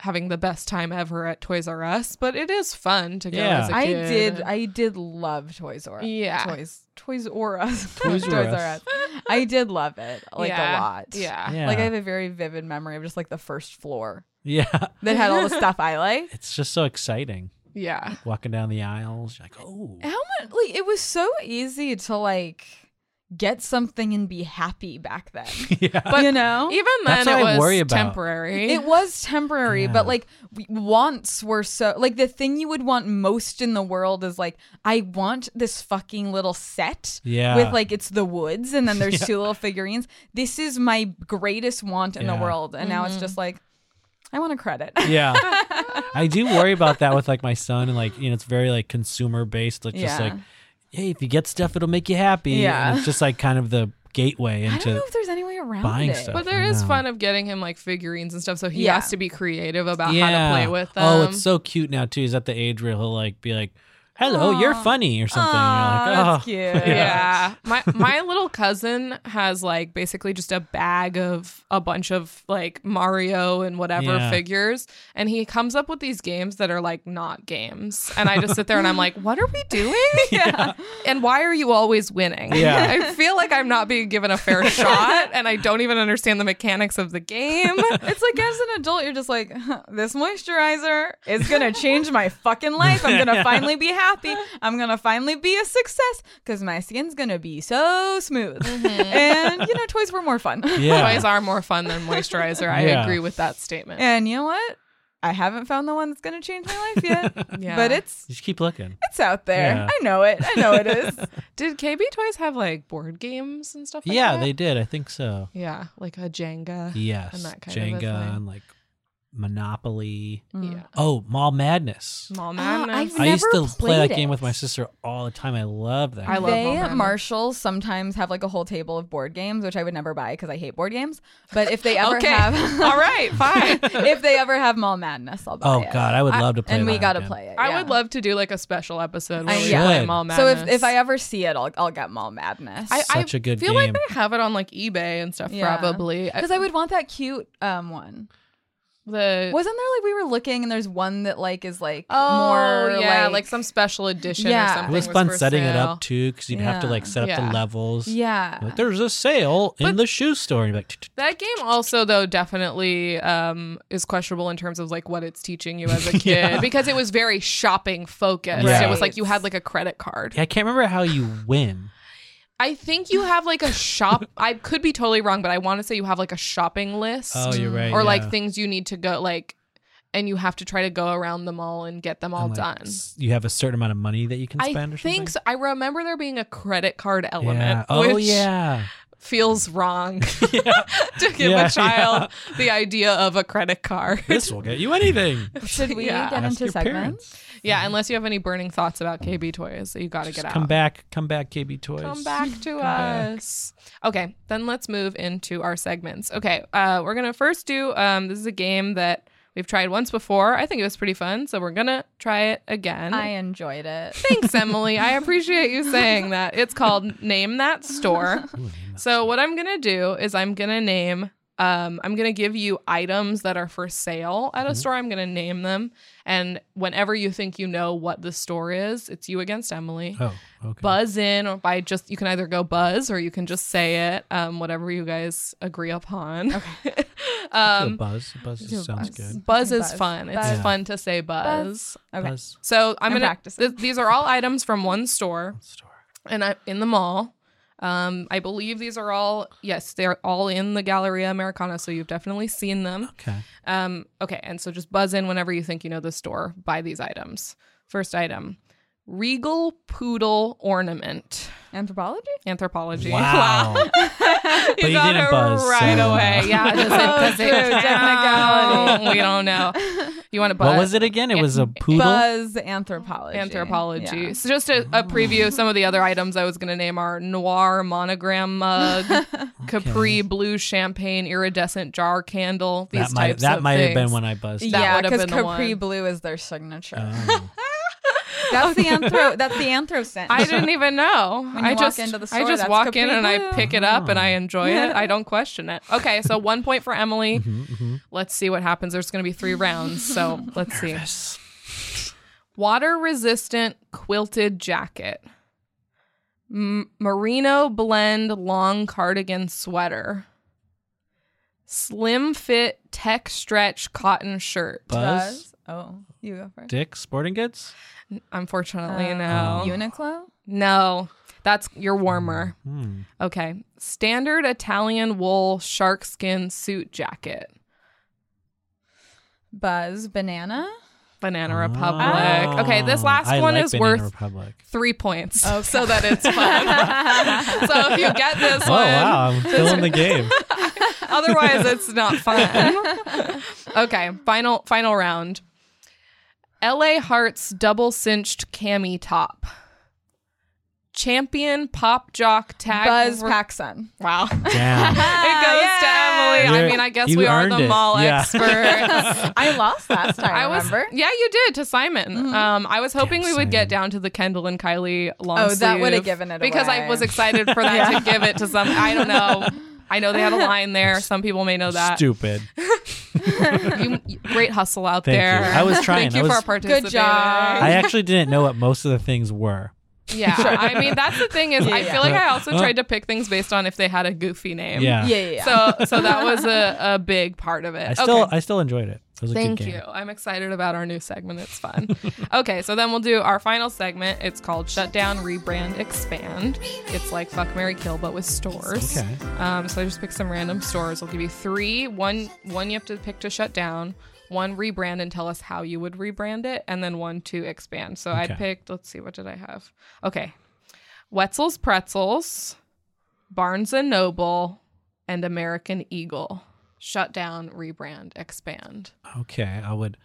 Speaker 3: having the best time ever at Toys R Us, but it is fun to go
Speaker 4: Yeah.
Speaker 3: as a
Speaker 2: I
Speaker 3: kid.
Speaker 2: did. I did love Toys R Us.
Speaker 3: Yeah.
Speaker 2: Toys. Toys or Us. [LAUGHS]
Speaker 4: Toys R Us.
Speaker 2: I did love it like
Speaker 3: Yeah.
Speaker 2: a lot.
Speaker 3: Yeah.
Speaker 4: yeah.
Speaker 2: Like I have a very vivid memory of just like the first floor
Speaker 4: [LAUGHS] yeah.
Speaker 2: that had [LAUGHS] all the stuff I like.
Speaker 4: It's just so exciting.
Speaker 3: Yeah.
Speaker 4: Walking down the aisles, you're like,
Speaker 2: [LAUGHS]
Speaker 4: oh, [LAUGHS]
Speaker 2: How much? Like it was so easy to like get something and be happy back then.
Speaker 4: yeah.
Speaker 2: [LAUGHS]
Speaker 3: But
Speaker 2: you know.
Speaker 3: Even then
Speaker 4: That's
Speaker 3: it
Speaker 4: what I
Speaker 3: was
Speaker 4: worry about.
Speaker 3: temporary.
Speaker 2: It was temporary,
Speaker 4: Yeah.
Speaker 2: but like w- wants were so like the thing you would want most in the world is like I want this fucking little set
Speaker 4: Yeah.
Speaker 2: with like it's the woods and then
Speaker 4: [LAUGHS]
Speaker 2: there's two little figurines. This is my greatest want in the
Speaker 4: Yeah.
Speaker 2: world, and now it's just like I want a credit.
Speaker 4: Yeah. I do worry about that with like my son and like, you know, it's very like consumer based. Like just
Speaker 2: Yeah.
Speaker 4: like, hey, if you get stuff, it'll make you happy.
Speaker 2: Yeah.
Speaker 4: And it's just like kind of the gateway
Speaker 2: I don't know
Speaker 4: into
Speaker 2: if there's any way around
Speaker 4: buying
Speaker 2: it.
Speaker 4: stuff.
Speaker 3: But there
Speaker 4: I
Speaker 3: is
Speaker 4: know.
Speaker 3: fun of getting him like figurines and stuff, so he
Speaker 2: Yeah.
Speaker 3: has to be creative about
Speaker 4: yeah.
Speaker 3: how to play with them.
Speaker 4: Oh, it's so cute now too. He's at the age where he'll like be like, hello, you're funny or something.
Speaker 2: Aw,
Speaker 4: and you're like,
Speaker 2: that's
Speaker 4: oh. [LAUGHS]
Speaker 2: cute.
Speaker 3: yeah. my my little cousin has like basically just a bag of a bunch of like Mario and whatever
Speaker 4: Yeah.
Speaker 3: figures, and he comes up with these games that are like not games, and I just sit there and I'm like, what are we
Speaker 4: [LAUGHS]
Speaker 3: doing? yeah, and why are you always winning?
Speaker 4: Yeah.
Speaker 3: I feel like I'm not being given a
Speaker 4: [LAUGHS]
Speaker 3: fair shot, and I don't even understand the mechanics of the game.
Speaker 2: It's like as an
Speaker 4: [LAUGHS]
Speaker 2: adult, you're just like, huh, this moisturizer is gonna change my fucking life. I'm gonna finally be happy. I'm gonna finally be a success because my skin's gonna be so smooth.
Speaker 3: Mm-hmm.
Speaker 2: And you know, toys were more fun.
Speaker 3: Toys
Speaker 4: Yeah.
Speaker 3: are more fun than moisturizer. I
Speaker 4: Yeah.
Speaker 3: agree with that statement.
Speaker 2: And you know what? I haven't found the one that's gonna change my life yet.
Speaker 3: [LAUGHS] Yeah.
Speaker 2: But it's
Speaker 4: Just keep
Speaker 3: [LAUGHS]
Speaker 4: looking.
Speaker 2: it's out there.
Speaker 4: Yeah.
Speaker 2: I know it. I know it is.
Speaker 3: Did KB Toys have like board games and stuff like
Speaker 4: yeah,
Speaker 3: that?
Speaker 4: they did. I think so.
Speaker 3: Yeah, like a Jenga.
Speaker 4: Yes.
Speaker 3: And that kind of a Mm.
Speaker 4: Jenga
Speaker 3: thing.
Speaker 4: and like Monopoly.
Speaker 3: Yeah.
Speaker 4: Oh, Mall Madness.
Speaker 3: Mall
Speaker 2: Ah,
Speaker 3: Madness.
Speaker 2: I've
Speaker 4: I used to
Speaker 2: never
Speaker 4: play that
Speaker 2: played
Speaker 4: game with my
Speaker 2: it.
Speaker 4: sister all the time. I love
Speaker 3: [LAUGHS]
Speaker 4: that.
Speaker 3: I love
Speaker 2: they
Speaker 3: Mall
Speaker 2: at
Speaker 3: Madness.
Speaker 2: Marshalls sometimes have like a whole table of board games, which I would never buy because I hate board games. But if they ever
Speaker 3: okay.
Speaker 2: have,
Speaker 3: [LAUGHS] All right, [LAUGHS] fine.
Speaker 2: [LAUGHS] if they ever have Mall Madness, I'll buy
Speaker 4: oh
Speaker 2: it.
Speaker 4: god, I would love to play
Speaker 2: and we
Speaker 4: that
Speaker 2: gotta
Speaker 4: again.
Speaker 2: play it.
Speaker 3: I
Speaker 2: yeah.
Speaker 3: would love to do like a special episode where
Speaker 2: I-
Speaker 3: we
Speaker 2: yeah.
Speaker 3: play
Speaker 4: Should.
Speaker 3: Mall
Speaker 2: So
Speaker 3: Madness.
Speaker 2: if, if I ever see it, I'll I'll get Mall Madness.
Speaker 3: I,
Speaker 4: Such
Speaker 3: I
Speaker 4: a good
Speaker 3: feel like
Speaker 4: game.
Speaker 3: they have it on like eBay and stuff
Speaker 2: Yeah.
Speaker 3: probably. I-
Speaker 2: because I would want that cute um one.
Speaker 3: the
Speaker 2: Wasn't there like we were looking and there's one that like is like
Speaker 3: oh,
Speaker 2: more
Speaker 3: yeah, like,
Speaker 2: like
Speaker 3: some special edition
Speaker 2: Yeah.
Speaker 3: or
Speaker 2: It
Speaker 3: something.
Speaker 4: It was fun
Speaker 3: for
Speaker 4: setting it
Speaker 3: sale.
Speaker 4: up too, because you'd have to
Speaker 2: Yeah.
Speaker 4: like set up
Speaker 3: Yeah.
Speaker 4: the levels.
Speaker 2: [LAUGHS] yeah
Speaker 4: Like, there's a sale in the shoe store. And you're like, "Tch, tch, tch."
Speaker 3: That game also though definitely um, is questionable in terms of like what it's teaching you
Speaker 4: [LAUGHS]
Speaker 3: as a kid
Speaker 4: Yeah.
Speaker 3: because it was very shopping focused.
Speaker 4: Right.
Speaker 3: It was like you had like a credit card.
Speaker 4: Yeah, I can't remember how you win.
Speaker 3: I think you have like a shop. I could be totally wrong, but I want to say you have like a shopping list
Speaker 4: Oh, you're right.
Speaker 3: or like
Speaker 4: yeah.
Speaker 3: things you need to go like, and you have to try to go around them all and get them all
Speaker 4: And, like,
Speaker 3: done.
Speaker 4: s- You have a certain amount of money that you can
Speaker 3: I
Speaker 4: spend or something.
Speaker 3: think so. I remember there being a credit card element,
Speaker 4: Yeah. Oh
Speaker 3: which
Speaker 4: yeah.
Speaker 3: feels wrong
Speaker 4: [LAUGHS]
Speaker 3: [LAUGHS]
Speaker 4: yeah.
Speaker 3: to give
Speaker 4: Yeah,
Speaker 3: a child the idea of a credit card.
Speaker 4: [LAUGHS] This will get you anything.
Speaker 3: [LAUGHS]
Speaker 2: should we
Speaker 3: Yeah.
Speaker 2: get
Speaker 4: Ask
Speaker 2: into
Speaker 4: your
Speaker 2: segments?
Speaker 4: parents.
Speaker 3: Yeah, unless you have any burning thoughts about KB toys that you got to
Speaker 4: Just
Speaker 3: get out.
Speaker 4: come back, come back, KB Toys.
Speaker 3: Come back to us. Okay, then let's move into our segments. Okay, uh, we're gonna first do. Um, this is a game that we've tried once before. I think it was pretty fun, so we're gonna try it again.
Speaker 2: I enjoyed
Speaker 3: [LAUGHS]
Speaker 2: it.
Speaker 3: Thanks, Emily. I appreciate you saying that. It's called Name That Store. So what I'm gonna do is I'm gonna name. Um, I'm gonna give you items that are for sale at a store. I'm gonna name them, and whenever you think you know what the store is, it's you against Emily.
Speaker 4: Oh, okay.
Speaker 3: Buzz in, or by just you can either go buzz or you can just say it. Um, whatever you guys agree upon. Okay.
Speaker 4: Do a
Speaker 3: [LAUGHS] um,
Speaker 4: buzz. A Buzz
Speaker 2: do a buzz.
Speaker 4: sounds good.
Speaker 3: buzz is
Speaker 2: Buzz.
Speaker 3: fun. It's
Speaker 2: Buzz.
Speaker 4: Yeah.
Speaker 3: fun to say buzz.
Speaker 2: Okay.
Speaker 4: Buzz
Speaker 3: So
Speaker 2: I'm
Speaker 3: I'm gonna.
Speaker 2: practicing.
Speaker 3: th- these are all items from one store
Speaker 4: store.
Speaker 3: and I in the mall. Um, I believe these are all yes, they're all in the Galleria Americana, so you've definitely seen them.
Speaker 4: Okay.
Speaker 3: Um, okay, and so just buzz in whenever you think you know the store. Buy these items. First item, Regal Poodle Ornament.
Speaker 2: Anthropology?
Speaker 3: Anthropology. [LAUGHS]
Speaker 4: Wow.
Speaker 3: you
Speaker 4: you
Speaker 3: got
Speaker 4: didn't
Speaker 3: it
Speaker 4: buzz,
Speaker 3: right
Speaker 4: so-
Speaker 3: away. Yeah, does it, does it
Speaker 2: Oh, true,
Speaker 3: count? We don't know. You want to buzz?
Speaker 4: what was it again? It was a poodle.
Speaker 2: Buzz anthropology.
Speaker 3: Anthropology.
Speaker 2: Yeah.
Speaker 3: So just a, a preview. Some of the other items I was going to name are noir monogram mug,
Speaker 2: [LAUGHS]
Speaker 3: Capri blue champagne iridescent jar candle. These
Speaker 4: that might
Speaker 3: types
Speaker 4: that
Speaker 3: of
Speaker 4: might have been
Speaker 3: things.
Speaker 4: when I buzzed.
Speaker 3: That
Speaker 2: yeah,
Speaker 3: would've
Speaker 2: because
Speaker 3: been the
Speaker 2: Capri
Speaker 3: one.
Speaker 2: Blue is their signature.
Speaker 4: Oh.
Speaker 2: [LAUGHS] That's the anthro. That's the anthro scent.
Speaker 3: I didn't even know.
Speaker 2: [LAUGHS] When
Speaker 3: I
Speaker 2: you walk
Speaker 3: just
Speaker 2: into the
Speaker 3: I
Speaker 2: store,
Speaker 3: just
Speaker 2: that's
Speaker 3: walk in
Speaker 2: Capri
Speaker 3: and I
Speaker 2: Blue.
Speaker 3: pick it up
Speaker 2: [LAUGHS]
Speaker 3: and I enjoy it. I don't question it. Okay, so one point for Emily.
Speaker 4: Mm-hmm,
Speaker 3: Let's see what happens. There's going to be three rounds,
Speaker 4: [LAUGHS]
Speaker 3: so let's see.
Speaker 4: Yes.
Speaker 3: water resistant quilted jacket, M- merino blend long cardigan sweater, slim fit tech stretch cotton shirt.
Speaker 4: Buzz.
Speaker 2: Oh, you go first.
Speaker 4: Dick Sporting Goods.
Speaker 3: Unfortunately,
Speaker 4: Oh.
Speaker 2: Uh,
Speaker 3: no.
Speaker 2: Uniqlo.
Speaker 3: no, that's your warmer.
Speaker 4: Hmm.
Speaker 3: Okay. Standard Italian wool sharkskin suit jacket.
Speaker 2: Buzz banana.
Speaker 3: Banana
Speaker 4: Ah.
Speaker 3: Republic. Okay, this last
Speaker 4: I
Speaker 3: one
Speaker 4: like
Speaker 3: is
Speaker 4: Banana Oh.
Speaker 3: worth
Speaker 4: Republic.
Speaker 3: [LAUGHS] three points [LAUGHS] so that it's fun. so if you get this
Speaker 4: Oh
Speaker 3: one.
Speaker 4: wow, I'm still in the game.
Speaker 3: [LAUGHS] Otherwise, it's not fun.
Speaker 2: [LAUGHS]
Speaker 3: okay, final final round. L.A. Hearts double cinched cami top. Champion pop jock
Speaker 2: [LAUGHS]
Speaker 3: tag.
Speaker 2: Buzz
Speaker 3: re-
Speaker 2: Paxson. [LAUGHS]
Speaker 3: wow. It
Speaker 4: Damn.
Speaker 3: goes to Emily. I
Speaker 4: You're-
Speaker 3: mean, I guess
Speaker 4: you
Speaker 3: we are
Speaker 4: earned
Speaker 3: the
Speaker 4: it.
Speaker 3: mall
Speaker 4: Yeah. [LAUGHS]
Speaker 3: experts.
Speaker 2: I lost last time.
Speaker 3: I was,
Speaker 2: remember.
Speaker 3: yeah, you did to Simon.
Speaker 2: Mm-hmm.
Speaker 3: Um, I was hoping
Speaker 4: Damn,
Speaker 3: we would get
Speaker 4: Simon.
Speaker 3: down to the Kendall and Kylie long
Speaker 2: Oh, that would've
Speaker 3: sleeve
Speaker 2: given it
Speaker 3: because I
Speaker 2: away.
Speaker 3: was excited
Speaker 2: [LAUGHS]
Speaker 3: for that to give it to some. I don't know. I know they had a line there. Some people may know that.
Speaker 4: Stupid.
Speaker 3: you, you- great hustle out
Speaker 4: Thank you.
Speaker 3: there.
Speaker 4: I was trying.
Speaker 3: Thank you
Speaker 4: I was-
Speaker 3: for participating.
Speaker 2: Good job.
Speaker 4: I actually didn't know what most of the
Speaker 3: [LAUGHS]
Speaker 4: things were.
Speaker 3: yeah, I mean that's the thing is I
Speaker 2: Yeah.
Speaker 3: feel like I also tried to pick things based on if they had a goofy name.
Speaker 4: Yeah.
Speaker 2: Yeah, yeah. yeah.
Speaker 3: So so that was a, a big part of it.
Speaker 4: I still
Speaker 3: okay.
Speaker 4: I still enjoyed it. It was a
Speaker 3: Thank
Speaker 4: good game.
Speaker 3: you. I'm excited about our new segment. It's fun. [LAUGHS] okay, so then we'll do our final segment. It's called Shut Down, Rebrand, Expand. It's like Fuck Mary Kill, but with stores.
Speaker 4: Okay.
Speaker 3: Um, so I just pick some random stores. I'll give you three. One one you have to pick to shut down, one rebrand and tell us how you would rebrand it, and then one to expand. So I
Speaker 4: Okay.
Speaker 3: picked, let's see, what did I have? Okay. Wetzel's Pretzels, Barnes and Noble, and American Eagle. Shut down, rebrand, expand.
Speaker 4: Okay, I would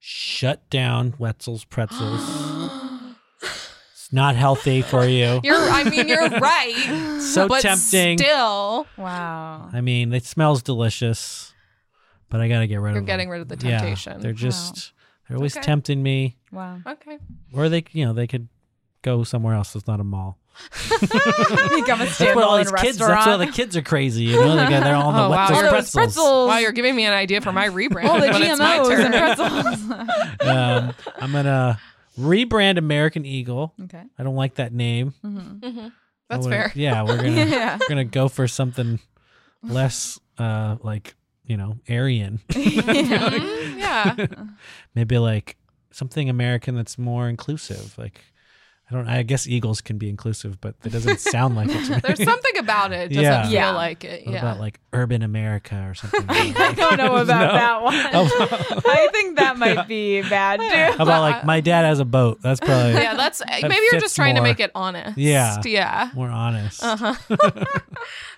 Speaker 4: shut down Wetzel's
Speaker 3: [GASPS]
Speaker 4: Pretzels. it's not healthy for you.
Speaker 3: You're, I mean,
Speaker 4: [LAUGHS]
Speaker 3: you're right.
Speaker 4: so
Speaker 3: but
Speaker 4: tempting.
Speaker 3: Still,
Speaker 2: Wow.
Speaker 4: I mean, it smells delicious, but I gotta get
Speaker 3: you're
Speaker 4: rid of. them.
Speaker 3: getting rid of the
Speaker 4: Yeah,
Speaker 3: temptation.
Speaker 4: they're just they're always
Speaker 3: Okay.
Speaker 4: tempting me.
Speaker 3: [LAUGHS]
Speaker 2: Wow.
Speaker 3: okay.
Speaker 4: Or they, you know, they could go somewhere else that's not a mall.
Speaker 2: [LAUGHS] Become a
Speaker 4: That's what all these
Speaker 2: standalone
Speaker 4: kids. That's why
Speaker 2: restaurant.
Speaker 4: the kids are crazy. You know, they
Speaker 3: [LAUGHS]
Speaker 4: got, they're all on the
Speaker 3: Oh, wow.
Speaker 4: Wetzel's
Speaker 3: All those
Speaker 4: pretzels.
Speaker 3: Wow, you're giving me an idea for [LAUGHS] my rebrand.
Speaker 2: all the
Speaker 3: when it's my
Speaker 2: GMOs
Speaker 3: turn.
Speaker 2: and
Speaker 3: [LAUGHS]
Speaker 4: [LAUGHS]
Speaker 2: pretzels.
Speaker 4: um, I'm gonna rebrand American Eagle.
Speaker 2: okay.
Speaker 4: I don't like that name. I
Speaker 3: That's
Speaker 4: wanna-
Speaker 3: fair.
Speaker 4: Yeah, we're
Speaker 3: [LAUGHS]
Speaker 4: gonna
Speaker 2: Yeah.
Speaker 4: we're gonna go for something less uh like you know Aryan.
Speaker 3: Mm, yeah.
Speaker 4: Maybe like something American that's more inclusive. Like I don't. I guess Eagles can be inclusive, but that doesn't sound like it.
Speaker 3: [LAUGHS]
Speaker 4: To me.
Speaker 3: There's something about it. it doesn't
Speaker 4: Yeah.
Speaker 3: feel
Speaker 2: Yeah.
Speaker 3: like it.
Speaker 4: What
Speaker 3: Yeah. [LAUGHS]
Speaker 4: about like urban America or something?
Speaker 2: I don't know about that one.
Speaker 3: [LAUGHS]
Speaker 2: I think that might be bad too.
Speaker 4: How about like my dad has a boat? That's probably
Speaker 3: yeah,
Speaker 4: [LAUGHS]
Speaker 3: that's maybe you're
Speaker 4: fits
Speaker 3: just trying
Speaker 4: more.
Speaker 3: to make it honest.
Speaker 4: Yeah.
Speaker 3: Yeah.
Speaker 4: more honest.
Speaker 3: Uh-huh.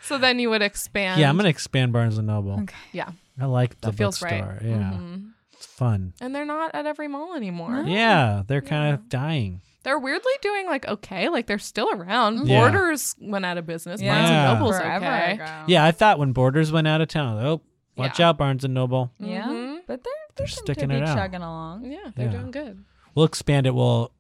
Speaker 3: So then you would expand.
Speaker 4: Yeah, I'm gonna expand Barnes and Noble.
Speaker 2: Okay.
Speaker 3: Yeah.
Speaker 4: I like the
Speaker 3: That feels
Speaker 4: bookstore.
Speaker 3: right.
Speaker 4: Yeah,
Speaker 3: Mhm.
Speaker 4: it's fun.
Speaker 3: And they're not at every mall anymore.
Speaker 4: Yeah, they're kind of dying.
Speaker 3: They're weirdly doing like okay, like they're still around.
Speaker 4: Yeah.
Speaker 3: Borders went out of business.
Speaker 2: Yeah.
Speaker 3: Barnes
Speaker 4: Yeah.
Speaker 3: and Noble's
Speaker 2: Forever
Speaker 3: okay.
Speaker 2: ago.
Speaker 4: Yeah, I thought when Borders went out of town, oh, watch
Speaker 3: Oh. Yeah.
Speaker 4: out, Barnes and Noble.
Speaker 2: Yeah.
Speaker 3: Mhm.
Speaker 2: But they're,
Speaker 4: They're
Speaker 2: seem to
Speaker 4: sticking
Speaker 2: be
Speaker 4: it out.
Speaker 2: chugging along.
Speaker 3: Yeah, they're
Speaker 4: Yeah.
Speaker 3: doing good.
Speaker 4: We'll expand it. We'll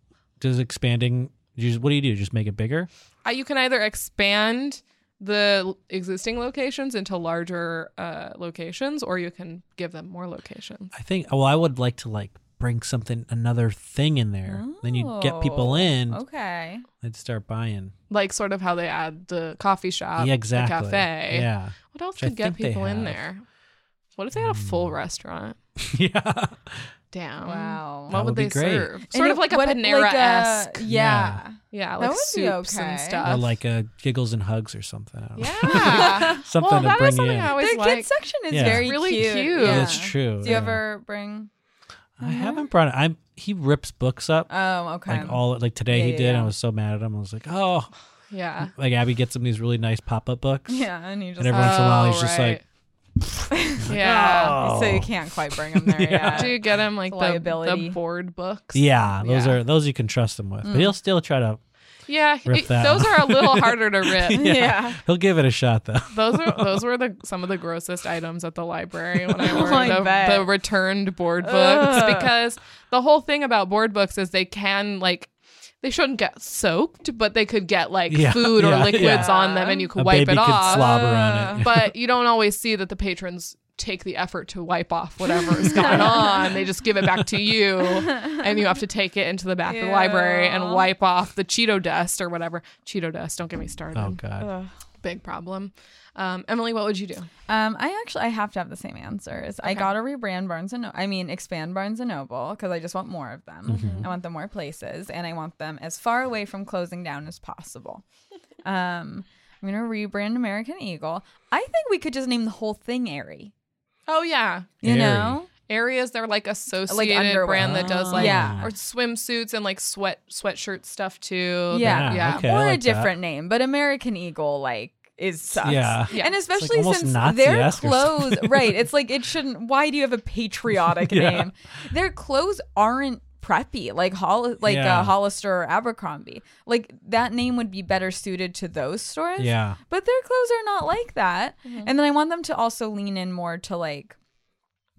Speaker 4: does expanding. You just, what do you do? Just make it bigger?
Speaker 3: Uh, you can either expand the l- existing locations into larger uh, locations, or you can give them more locations.
Speaker 4: I think. Well, I would like to like bring something another thing in there. Then you get people
Speaker 2: Oh,
Speaker 4: in.
Speaker 2: Okay.
Speaker 4: They'd start buying.
Speaker 3: Like sort of how they add the coffee shop,
Speaker 4: yeah, exactly.
Speaker 3: the cafe.
Speaker 4: Yeah, [LAUGHS]
Speaker 3: What else
Speaker 4: Which I
Speaker 3: could get
Speaker 4: think they
Speaker 3: people in
Speaker 4: have. Hmm.
Speaker 3: there? What if they had a full restaurant?
Speaker 4: yeah.
Speaker 3: Damn.
Speaker 2: Wow.
Speaker 4: That
Speaker 3: What
Speaker 4: would
Speaker 3: would
Speaker 4: be
Speaker 3: they
Speaker 4: great.
Speaker 3: serve?
Speaker 2: And
Speaker 3: Sort
Speaker 2: it-
Speaker 3: of like a
Speaker 2: what-
Speaker 3: Panera esque.
Speaker 2: a-
Speaker 4: Yeah.
Speaker 2: yeah.
Speaker 3: yeah,
Speaker 2: That
Speaker 3: like
Speaker 2: would be
Speaker 3: soups and
Speaker 2: okay.
Speaker 4: Or
Speaker 3: stuff.
Speaker 4: like a giggles and hugs or something. I don't know.
Speaker 3: yeah.
Speaker 4: [LAUGHS] Something
Speaker 3: well,
Speaker 4: to
Speaker 3: that
Speaker 4: bring
Speaker 3: was something
Speaker 4: in.
Speaker 3: I
Speaker 2: Their
Speaker 3: always
Speaker 2: kids
Speaker 3: like.
Speaker 2: section is
Speaker 4: Yeah.
Speaker 2: very
Speaker 3: Really
Speaker 2: cute.
Speaker 3: cute.
Speaker 2: Yeah.
Speaker 3: Yeah,
Speaker 4: That's true.
Speaker 2: Do you
Speaker 4: yeah.
Speaker 2: ever bring?
Speaker 4: I haven't brought it. I'm. He rips books up.
Speaker 2: Oh, okay.
Speaker 4: like all like today
Speaker 2: Yeah,
Speaker 4: he
Speaker 2: yeah,
Speaker 4: did and
Speaker 2: yeah.
Speaker 4: i was so mad at him i was like oh
Speaker 3: Yeah.
Speaker 4: like abby gets him these really nice pop-up
Speaker 2: [LAUGHS]
Speaker 4: books
Speaker 2: yeah, and you just
Speaker 4: every once in a while,
Speaker 3: Oh,
Speaker 4: he's just like, [LAUGHS]
Speaker 3: right. yeah.
Speaker 4: oh.
Speaker 2: so you can't quite bring them
Speaker 4: [LAUGHS]
Speaker 2: there yet.
Speaker 3: Do you get him like the,
Speaker 2: Liability.
Speaker 3: the board books?
Speaker 4: yeah those
Speaker 3: Yeah.
Speaker 4: are those you can trust him with but he'll still try to
Speaker 3: Yeah,
Speaker 4: Rip
Speaker 3: it-
Speaker 4: that
Speaker 3: those
Speaker 4: one.
Speaker 3: are a little harder to
Speaker 2: [LAUGHS]
Speaker 3: rip.
Speaker 4: [LAUGHS]
Speaker 2: yeah.
Speaker 4: he'll give it a shot though
Speaker 3: Those are those were the some of the grossest items at the library
Speaker 2: [LAUGHS]
Speaker 3: when I ordered
Speaker 2: I
Speaker 3: the-
Speaker 2: bet.
Speaker 3: the, returned board books
Speaker 2: Oh Ugh.
Speaker 3: because the whole thing about board books is they can like they shouldn't get soaked, but they could get like
Speaker 4: Yeah,
Speaker 3: food or
Speaker 4: yeah,
Speaker 3: liquids
Speaker 2: yeah.
Speaker 3: on them and you could
Speaker 4: a
Speaker 3: wipe
Speaker 4: baby
Speaker 3: it
Speaker 4: could
Speaker 3: off.
Speaker 4: slobber on it
Speaker 3: but you don't always see that the patrons take the effort to wipe off whatever
Speaker 2: [LAUGHS]
Speaker 3: is going on. They just give it back to you, and you have to take it into the back of the library
Speaker 2: Ew.
Speaker 3: and wipe off the Cheeto dust or whatever. Cheeto dust. Don't get me started.
Speaker 4: [LAUGHS] oh god
Speaker 2: Ugh.
Speaker 3: Big problem. Um, Emily, what would you do?
Speaker 2: Um, I actually I have to have the same answers. I
Speaker 3: Okay.
Speaker 2: gotta rebrand Barnes and no- I mean expand Barnes and Noble because I just want more of them. I want them more places, and I want them as far away from closing down as possible. um, I'm gonna rebrand American Eagle. I think we could just name the whole thing Airy.
Speaker 3: Oh yeah,
Speaker 2: You
Speaker 4: Aerie.
Speaker 2: know,
Speaker 3: areas they're like associated
Speaker 2: underwear.
Speaker 3: brand that does like
Speaker 2: Yeah.
Speaker 3: or swimsuits and like sweat sweatshirt stuff too.
Speaker 2: Yeah.
Speaker 3: yeah.
Speaker 4: okay, I
Speaker 2: or
Speaker 4: like
Speaker 2: a
Speaker 4: that.
Speaker 2: different name, but American Eagle like is sucks.
Speaker 4: Yeah.
Speaker 3: Yeah.
Speaker 2: And
Speaker 3: It's,
Speaker 2: especially
Speaker 4: almost
Speaker 2: since their
Speaker 4: Nazi-esque or
Speaker 2: clothes,
Speaker 4: [LAUGHS]
Speaker 2: right? It's like it shouldn't. Why do you have a patriotic
Speaker 4: Yeah.
Speaker 2: name? Their clothes aren't preppy like Hol- like
Speaker 4: Yeah.
Speaker 2: uh, Hollister or Abercrombie. Like that name would be better suited to those stores.
Speaker 4: yeah
Speaker 2: But their clothes are not like that.
Speaker 4: Mm-hmm.
Speaker 2: And then I want them to also lean in more to like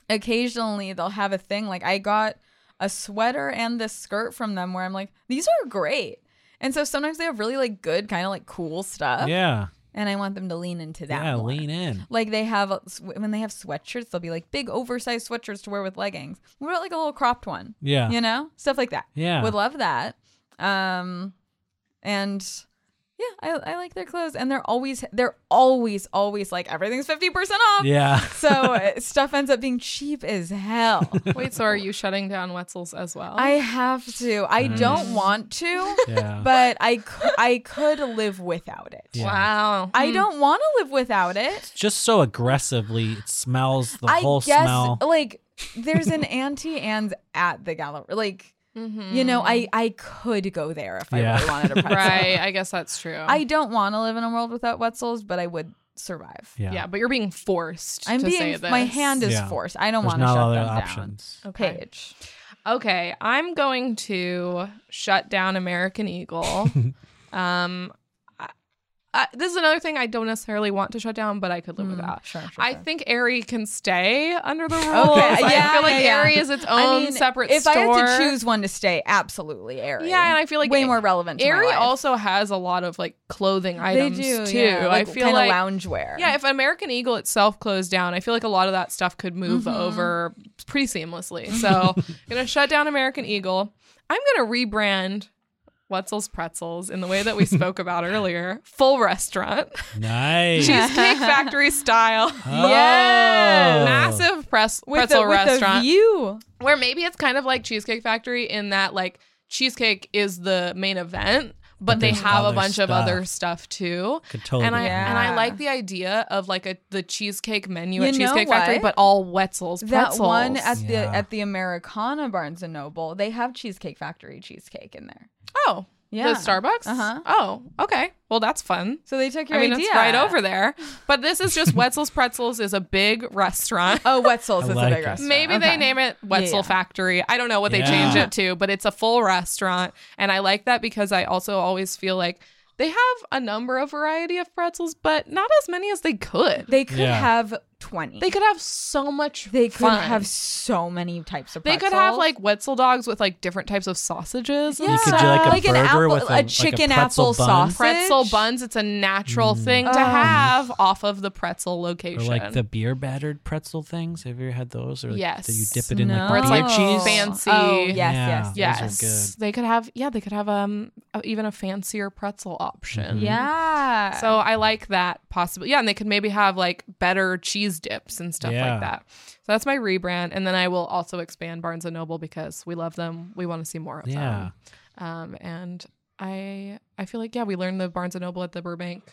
Speaker 2: occasionally they'll have a thing like I got a sweater and this skirt from them where I'm like these are great. And so sometimes they have really like good kind of like cool stuff
Speaker 4: yeah
Speaker 2: and I want them to lean into uh, that.
Speaker 4: yeah
Speaker 2: more.
Speaker 4: lean in
Speaker 2: Like they have uh, when they have sweatshirts, they'll be like big oversized sweatshirts to wear with leggings. What about like a little cropped one?
Speaker 4: yeah
Speaker 2: you know stuff like that
Speaker 4: Yeah.
Speaker 2: would love that um and Yeah, I, I like their clothes, and they're always they're always always like everything's fifty percent off.
Speaker 4: Yeah.
Speaker 2: So uh, stuff ends up being cheap as
Speaker 4: [LAUGHS]
Speaker 2: hell.
Speaker 3: Wait, so are you shutting down Wetzel's as well?
Speaker 2: I have to. I don't want
Speaker 3: [LAUGHS]
Speaker 2: to,
Speaker 4: Yeah.
Speaker 2: [LAUGHS] but I cou- I could live without it.
Speaker 4: Yeah.
Speaker 3: wow.
Speaker 2: I don't want to live without it.
Speaker 4: Just so aggressively, it smells the
Speaker 2: I
Speaker 4: whole
Speaker 2: guess
Speaker 4: smell.
Speaker 2: like there's
Speaker 4: [LAUGHS]
Speaker 2: an Auntie Anne's at the gallery. Like
Speaker 3: Mm-hmm.
Speaker 2: you know, I I could go there if I
Speaker 4: Yeah.
Speaker 2: really wanted a
Speaker 4: [LAUGHS]
Speaker 2: pretzel.
Speaker 3: Mm. right. I guess that's true.
Speaker 2: I don't want to live in a world without Wetzels, but I would survive.
Speaker 4: Yeah.
Speaker 3: yeah. but you're being forced.
Speaker 2: I'm
Speaker 3: to say
Speaker 2: being
Speaker 3: this.
Speaker 2: my hand is
Speaker 4: Yeah.
Speaker 2: forced. I don't
Speaker 4: There's
Speaker 2: want to
Speaker 4: not
Speaker 2: shut
Speaker 4: other
Speaker 2: them
Speaker 4: options.
Speaker 2: down.
Speaker 3: Okay.
Speaker 2: Page.
Speaker 3: Okay, I'm going to shut down American Eagle. um, I, I, this is another thing I don't necessarily want to shut down, but I could live without.
Speaker 2: Hmm. sure, sure, Mm,
Speaker 3: I
Speaker 2: sure.
Speaker 3: think Aerie can stay under the rules.
Speaker 2: Okay,
Speaker 3: Like,
Speaker 2: yeah,
Speaker 3: I feel like
Speaker 2: yeah, yeah.
Speaker 3: Aerie is its own separate
Speaker 2: if
Speaker 3: store.
Speaker 2: I had to choose one to stay, absolutely Aerie.
Speaker 3: Yeah, and I feel like
Speaker 2: way more relevant. To my
Speaker 3: Aerie
Speaker 2: life.
Speaker 3: also has a lot of like clothing
Speaker 2: they
Speaker 3: items
Speaker 2: do
Speaker 3: too.
Speaker 2: Yeah, like,
Speaker 3: I feel
Speaker 2: kinda
Speaker 3: like
Speaker 2: loungewear.
Speaker 3: yeah, if American Eagle itself closed down, I feel like a lot of that stuff could move
Speaker 2: Mm-hmm.
Speaker 3: over pretty seamlessly. So I'm gonna shut down American Eagle. I'm gonna rebrand Wetzel's Pretzels in the way
Speaker 2: [LAUGHS]
Speaker 3: that we spoke about earlier, full restaurant,
Speaker 4: [LAUGHS] Nice.
Speaker 3: cheesecake factory style.
Speaker 4: Oh.
Speaker 3: Massive press
Speaker 2: with
Speaker 3: pretzel
Speaker 2: a,
Speaker 3: restaurant
Speaker 2: with a view.
Speaker 3: where maybe it's kind of like Cheesecake Factory in that like cheesecake is the main event, but,
Speaker 4: But
Speaker 3: they
Speaker 4: there's
Speaker 3: have a
Speaker 4: other
Speaker 3: bunch of
Speaker 4: stuff.
Speaker 3: other stuff too.
Speaker 4: Could totally
Speaker 3: and I
Speaker 4: be
Speaker 3: and I
Speaker 2: Yeah.
Speaker 3: like the idea of like a the cheesecake menu at
Speaker 2: You know
Speaker 3: Cheesecake Factory,
Speaker 2: what?
Speaker 3: but all Wetzel's
Speaker 2: That
Speaker 3: pretzels.
Speaker 2: one at the
Speaker 4: Yeah.
Speaker 2: at the Americana Barnes and Noble, they have Cheesecake Factory cheesecake in there.
Speaker 3: oh
Speaker 2: Yeah.
Speaker 3: the Starbucks.
Speaker 2: Uh-huh.
Speaker 3: Oh, okay. Well, that's fun.
Speaker 2: So they took your
Speaker 3: I mean,
Speaker 2: idea
Speaker 3: it's right over there. But this is just Wetzel's Pretzels is a big restaurant.
Speaker 2: [LAUGHS] Oh, Wetzel's
Speaker 4: I
Speaker 2: is
Speaker 4: like
Speaker 2: a
Speaker 4: it.
Speaker 2: big restaurant.
Speaker 3: [LAUGHS] Maybe
Speaker 2: Okay.
Speaker 3: they name it Wetzel
Speaker 2: Yeah.
Speaker 3: Factory. I don't know what they
Speaker 4: Yeah.
Speaker 3: change it to, but it's a full restaurant. And I like that because I also always feel like they have a number of variety of pretzels, but not as many as they could. They,
Speaker 2: They could
Speaker 4: Yeah.
Speaker 2: have twenty.
Speaker 3: could have so much
Speaker 2: They could
Speaker 3: fun.
Speaker 2: have so many types of.
Speaker 3: they could have
Speaker 2: pretzels.
Speaker 3: like Wetzel dogs with like different types of sausages. and
Speaker 4: You could do
Speaker 3: stuff.
Speaker 4: like a
Speaker 2: an
Speaker 4: burger
Speaker 2: apple,
Speaker 4: with a- like a
Speaker 2: chicken
Speaker 4: pretzel
Speaker 2: apple
Speaker 4: bun.
Speaker 2: sausage,
Speaker 3: pretzel buns. It's a natural thing to
Speaker 2: Ugh.
Speaker 3: have off of the pretzel
Speaker 4: Mm. Or
Speaker 3: location.
Speaker 4: like the beer battered pretzel things. Have you ever had those? Or like
Speaker 3: Yes.
Speaker 4: that you dip it in
Speaker 2: No.
Speaker 4: like
Speaker 3: Where it's,
Speaker 4: beer
Speaker 3: like,
Speaker 4: cheese.
Speaker 3: fancy.
Speaker 2: Oh yes,
Speaker 4: Yeah.
Speaker 2: yes,
Speaker 4: Those are
Speaker 2: yes.
Speaker 3: Yes,
Speaker 4: good.
Speaker 3: they could have. Yeah, they could have um a- even a fancier pretzel
Speaker 4: Mm-hmm.
Speaker 3: option.
Speaker 2: Yeah.
Speaker 3: So I like that possibility. Yeah, and they could maybe have like better cheese dips and stuff
Speaker 4: Yeah.
Speaker 3: like that. So that's my rebrand, and then I will also expand Barnes and Noble because we love them. We want to see more of
Speaker 4: Yeah.
Speaker 3: them. Um, and I I feel like yeah, we learned the Barnes and Noble at the Burbank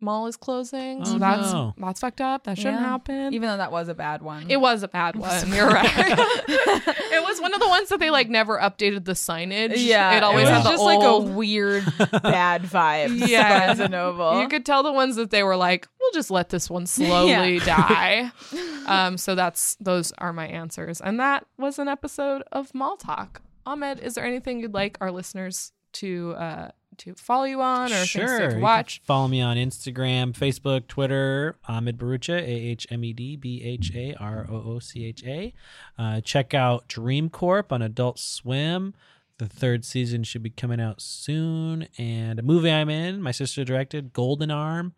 Speaker 3: Mall is closing, so
Speaker 4: Oh,
Speaker 3: that's
Speaker 4: no.
Speaker 3: that's fucked up. That shouldn't
Speaker 2: Yeah.
Speaker 3: happen.
Speaker 2: even though that was a bad one,
Speaker 3: It was
Speaker 2: [LAUGHS]
Speaker 3: a bad one. You're right. [LAUGHS] it was one of the ones that they like never updated the signage.
Speaker 2: yeah,
Speaker 3: it always
Speaker 2: was
Speaker 3: had the
Speaker 2: just
Speaker 3: old-
Speaker 2: like a
Speaker 4: [LAUGHS]
Speaker 2: weird bad vibe.
Speaker 3: Yeah.
Speaker 2: Barnes and Noble.
Speaker 3: You could tell the ones that they were like, we'll just let this
Speaker 2: [LAUGHS]
Speaker 3: one slowly die. Um, so that's those are my answers, and that was an episode of Mall Talk. Ahmed, is there anything you'd like our listeners to uh, to follow you on or
Speaker 4: sure. you
Speaker 3: things to
Speaker 4: can
Speaker 3: watch?
Speaker 4: follow me on Instagram, Facebook, Twitter, Ahmed Barucha, A H M E D B H A R O O C H A. Uh, Check out Dream Corp on Adult Swim. The third season should be coming out soon. And a movie I'm in, my sister directed, Golden Arm,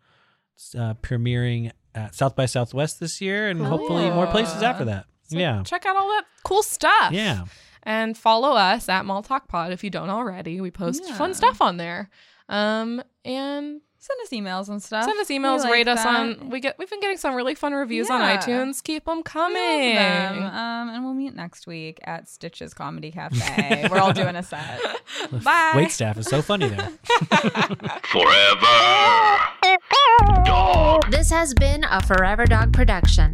Speaker 4: it's, uh, premiering at South by Southwest this year and hopefully more places after that.
Speaker 3: So
Speaker 4: yeah.
Speaker 3: Check out all that cool stuff.
Speaker 4: Yeah.
Speaker 3: And follow us at Mall Talk Pod if you don't already. We post fun
Speaker 2: Yeah.
Speaker 3: stuff on there. Um, and
Speaker 2: send us emails and stuff.
Speaker 3: send us emails,
Speaker 2: We like
Speaker 3: rate us
Speaker 2: that.
Speaker 3: on. We get we've been getting some really fun reviews on
Speaker 2: Yeah.
Speaker 3: iTunes. Keep them
Speaker 2: We
Speaker 3: coming.
Speaker 2: love them. Um, and we'll meet next week at Stitches Comedy Cafe. We're all doing a
Speaker 4: [LAUGHS]
Speaker 2: set. Bye.
Speaker 4: Wait staff is so
Speaker 3: [LAUGHS]
Speaker 4: funny there.
Speaker 1: Forever. Dog.
Speaker 5: This has been a Forever Dog production,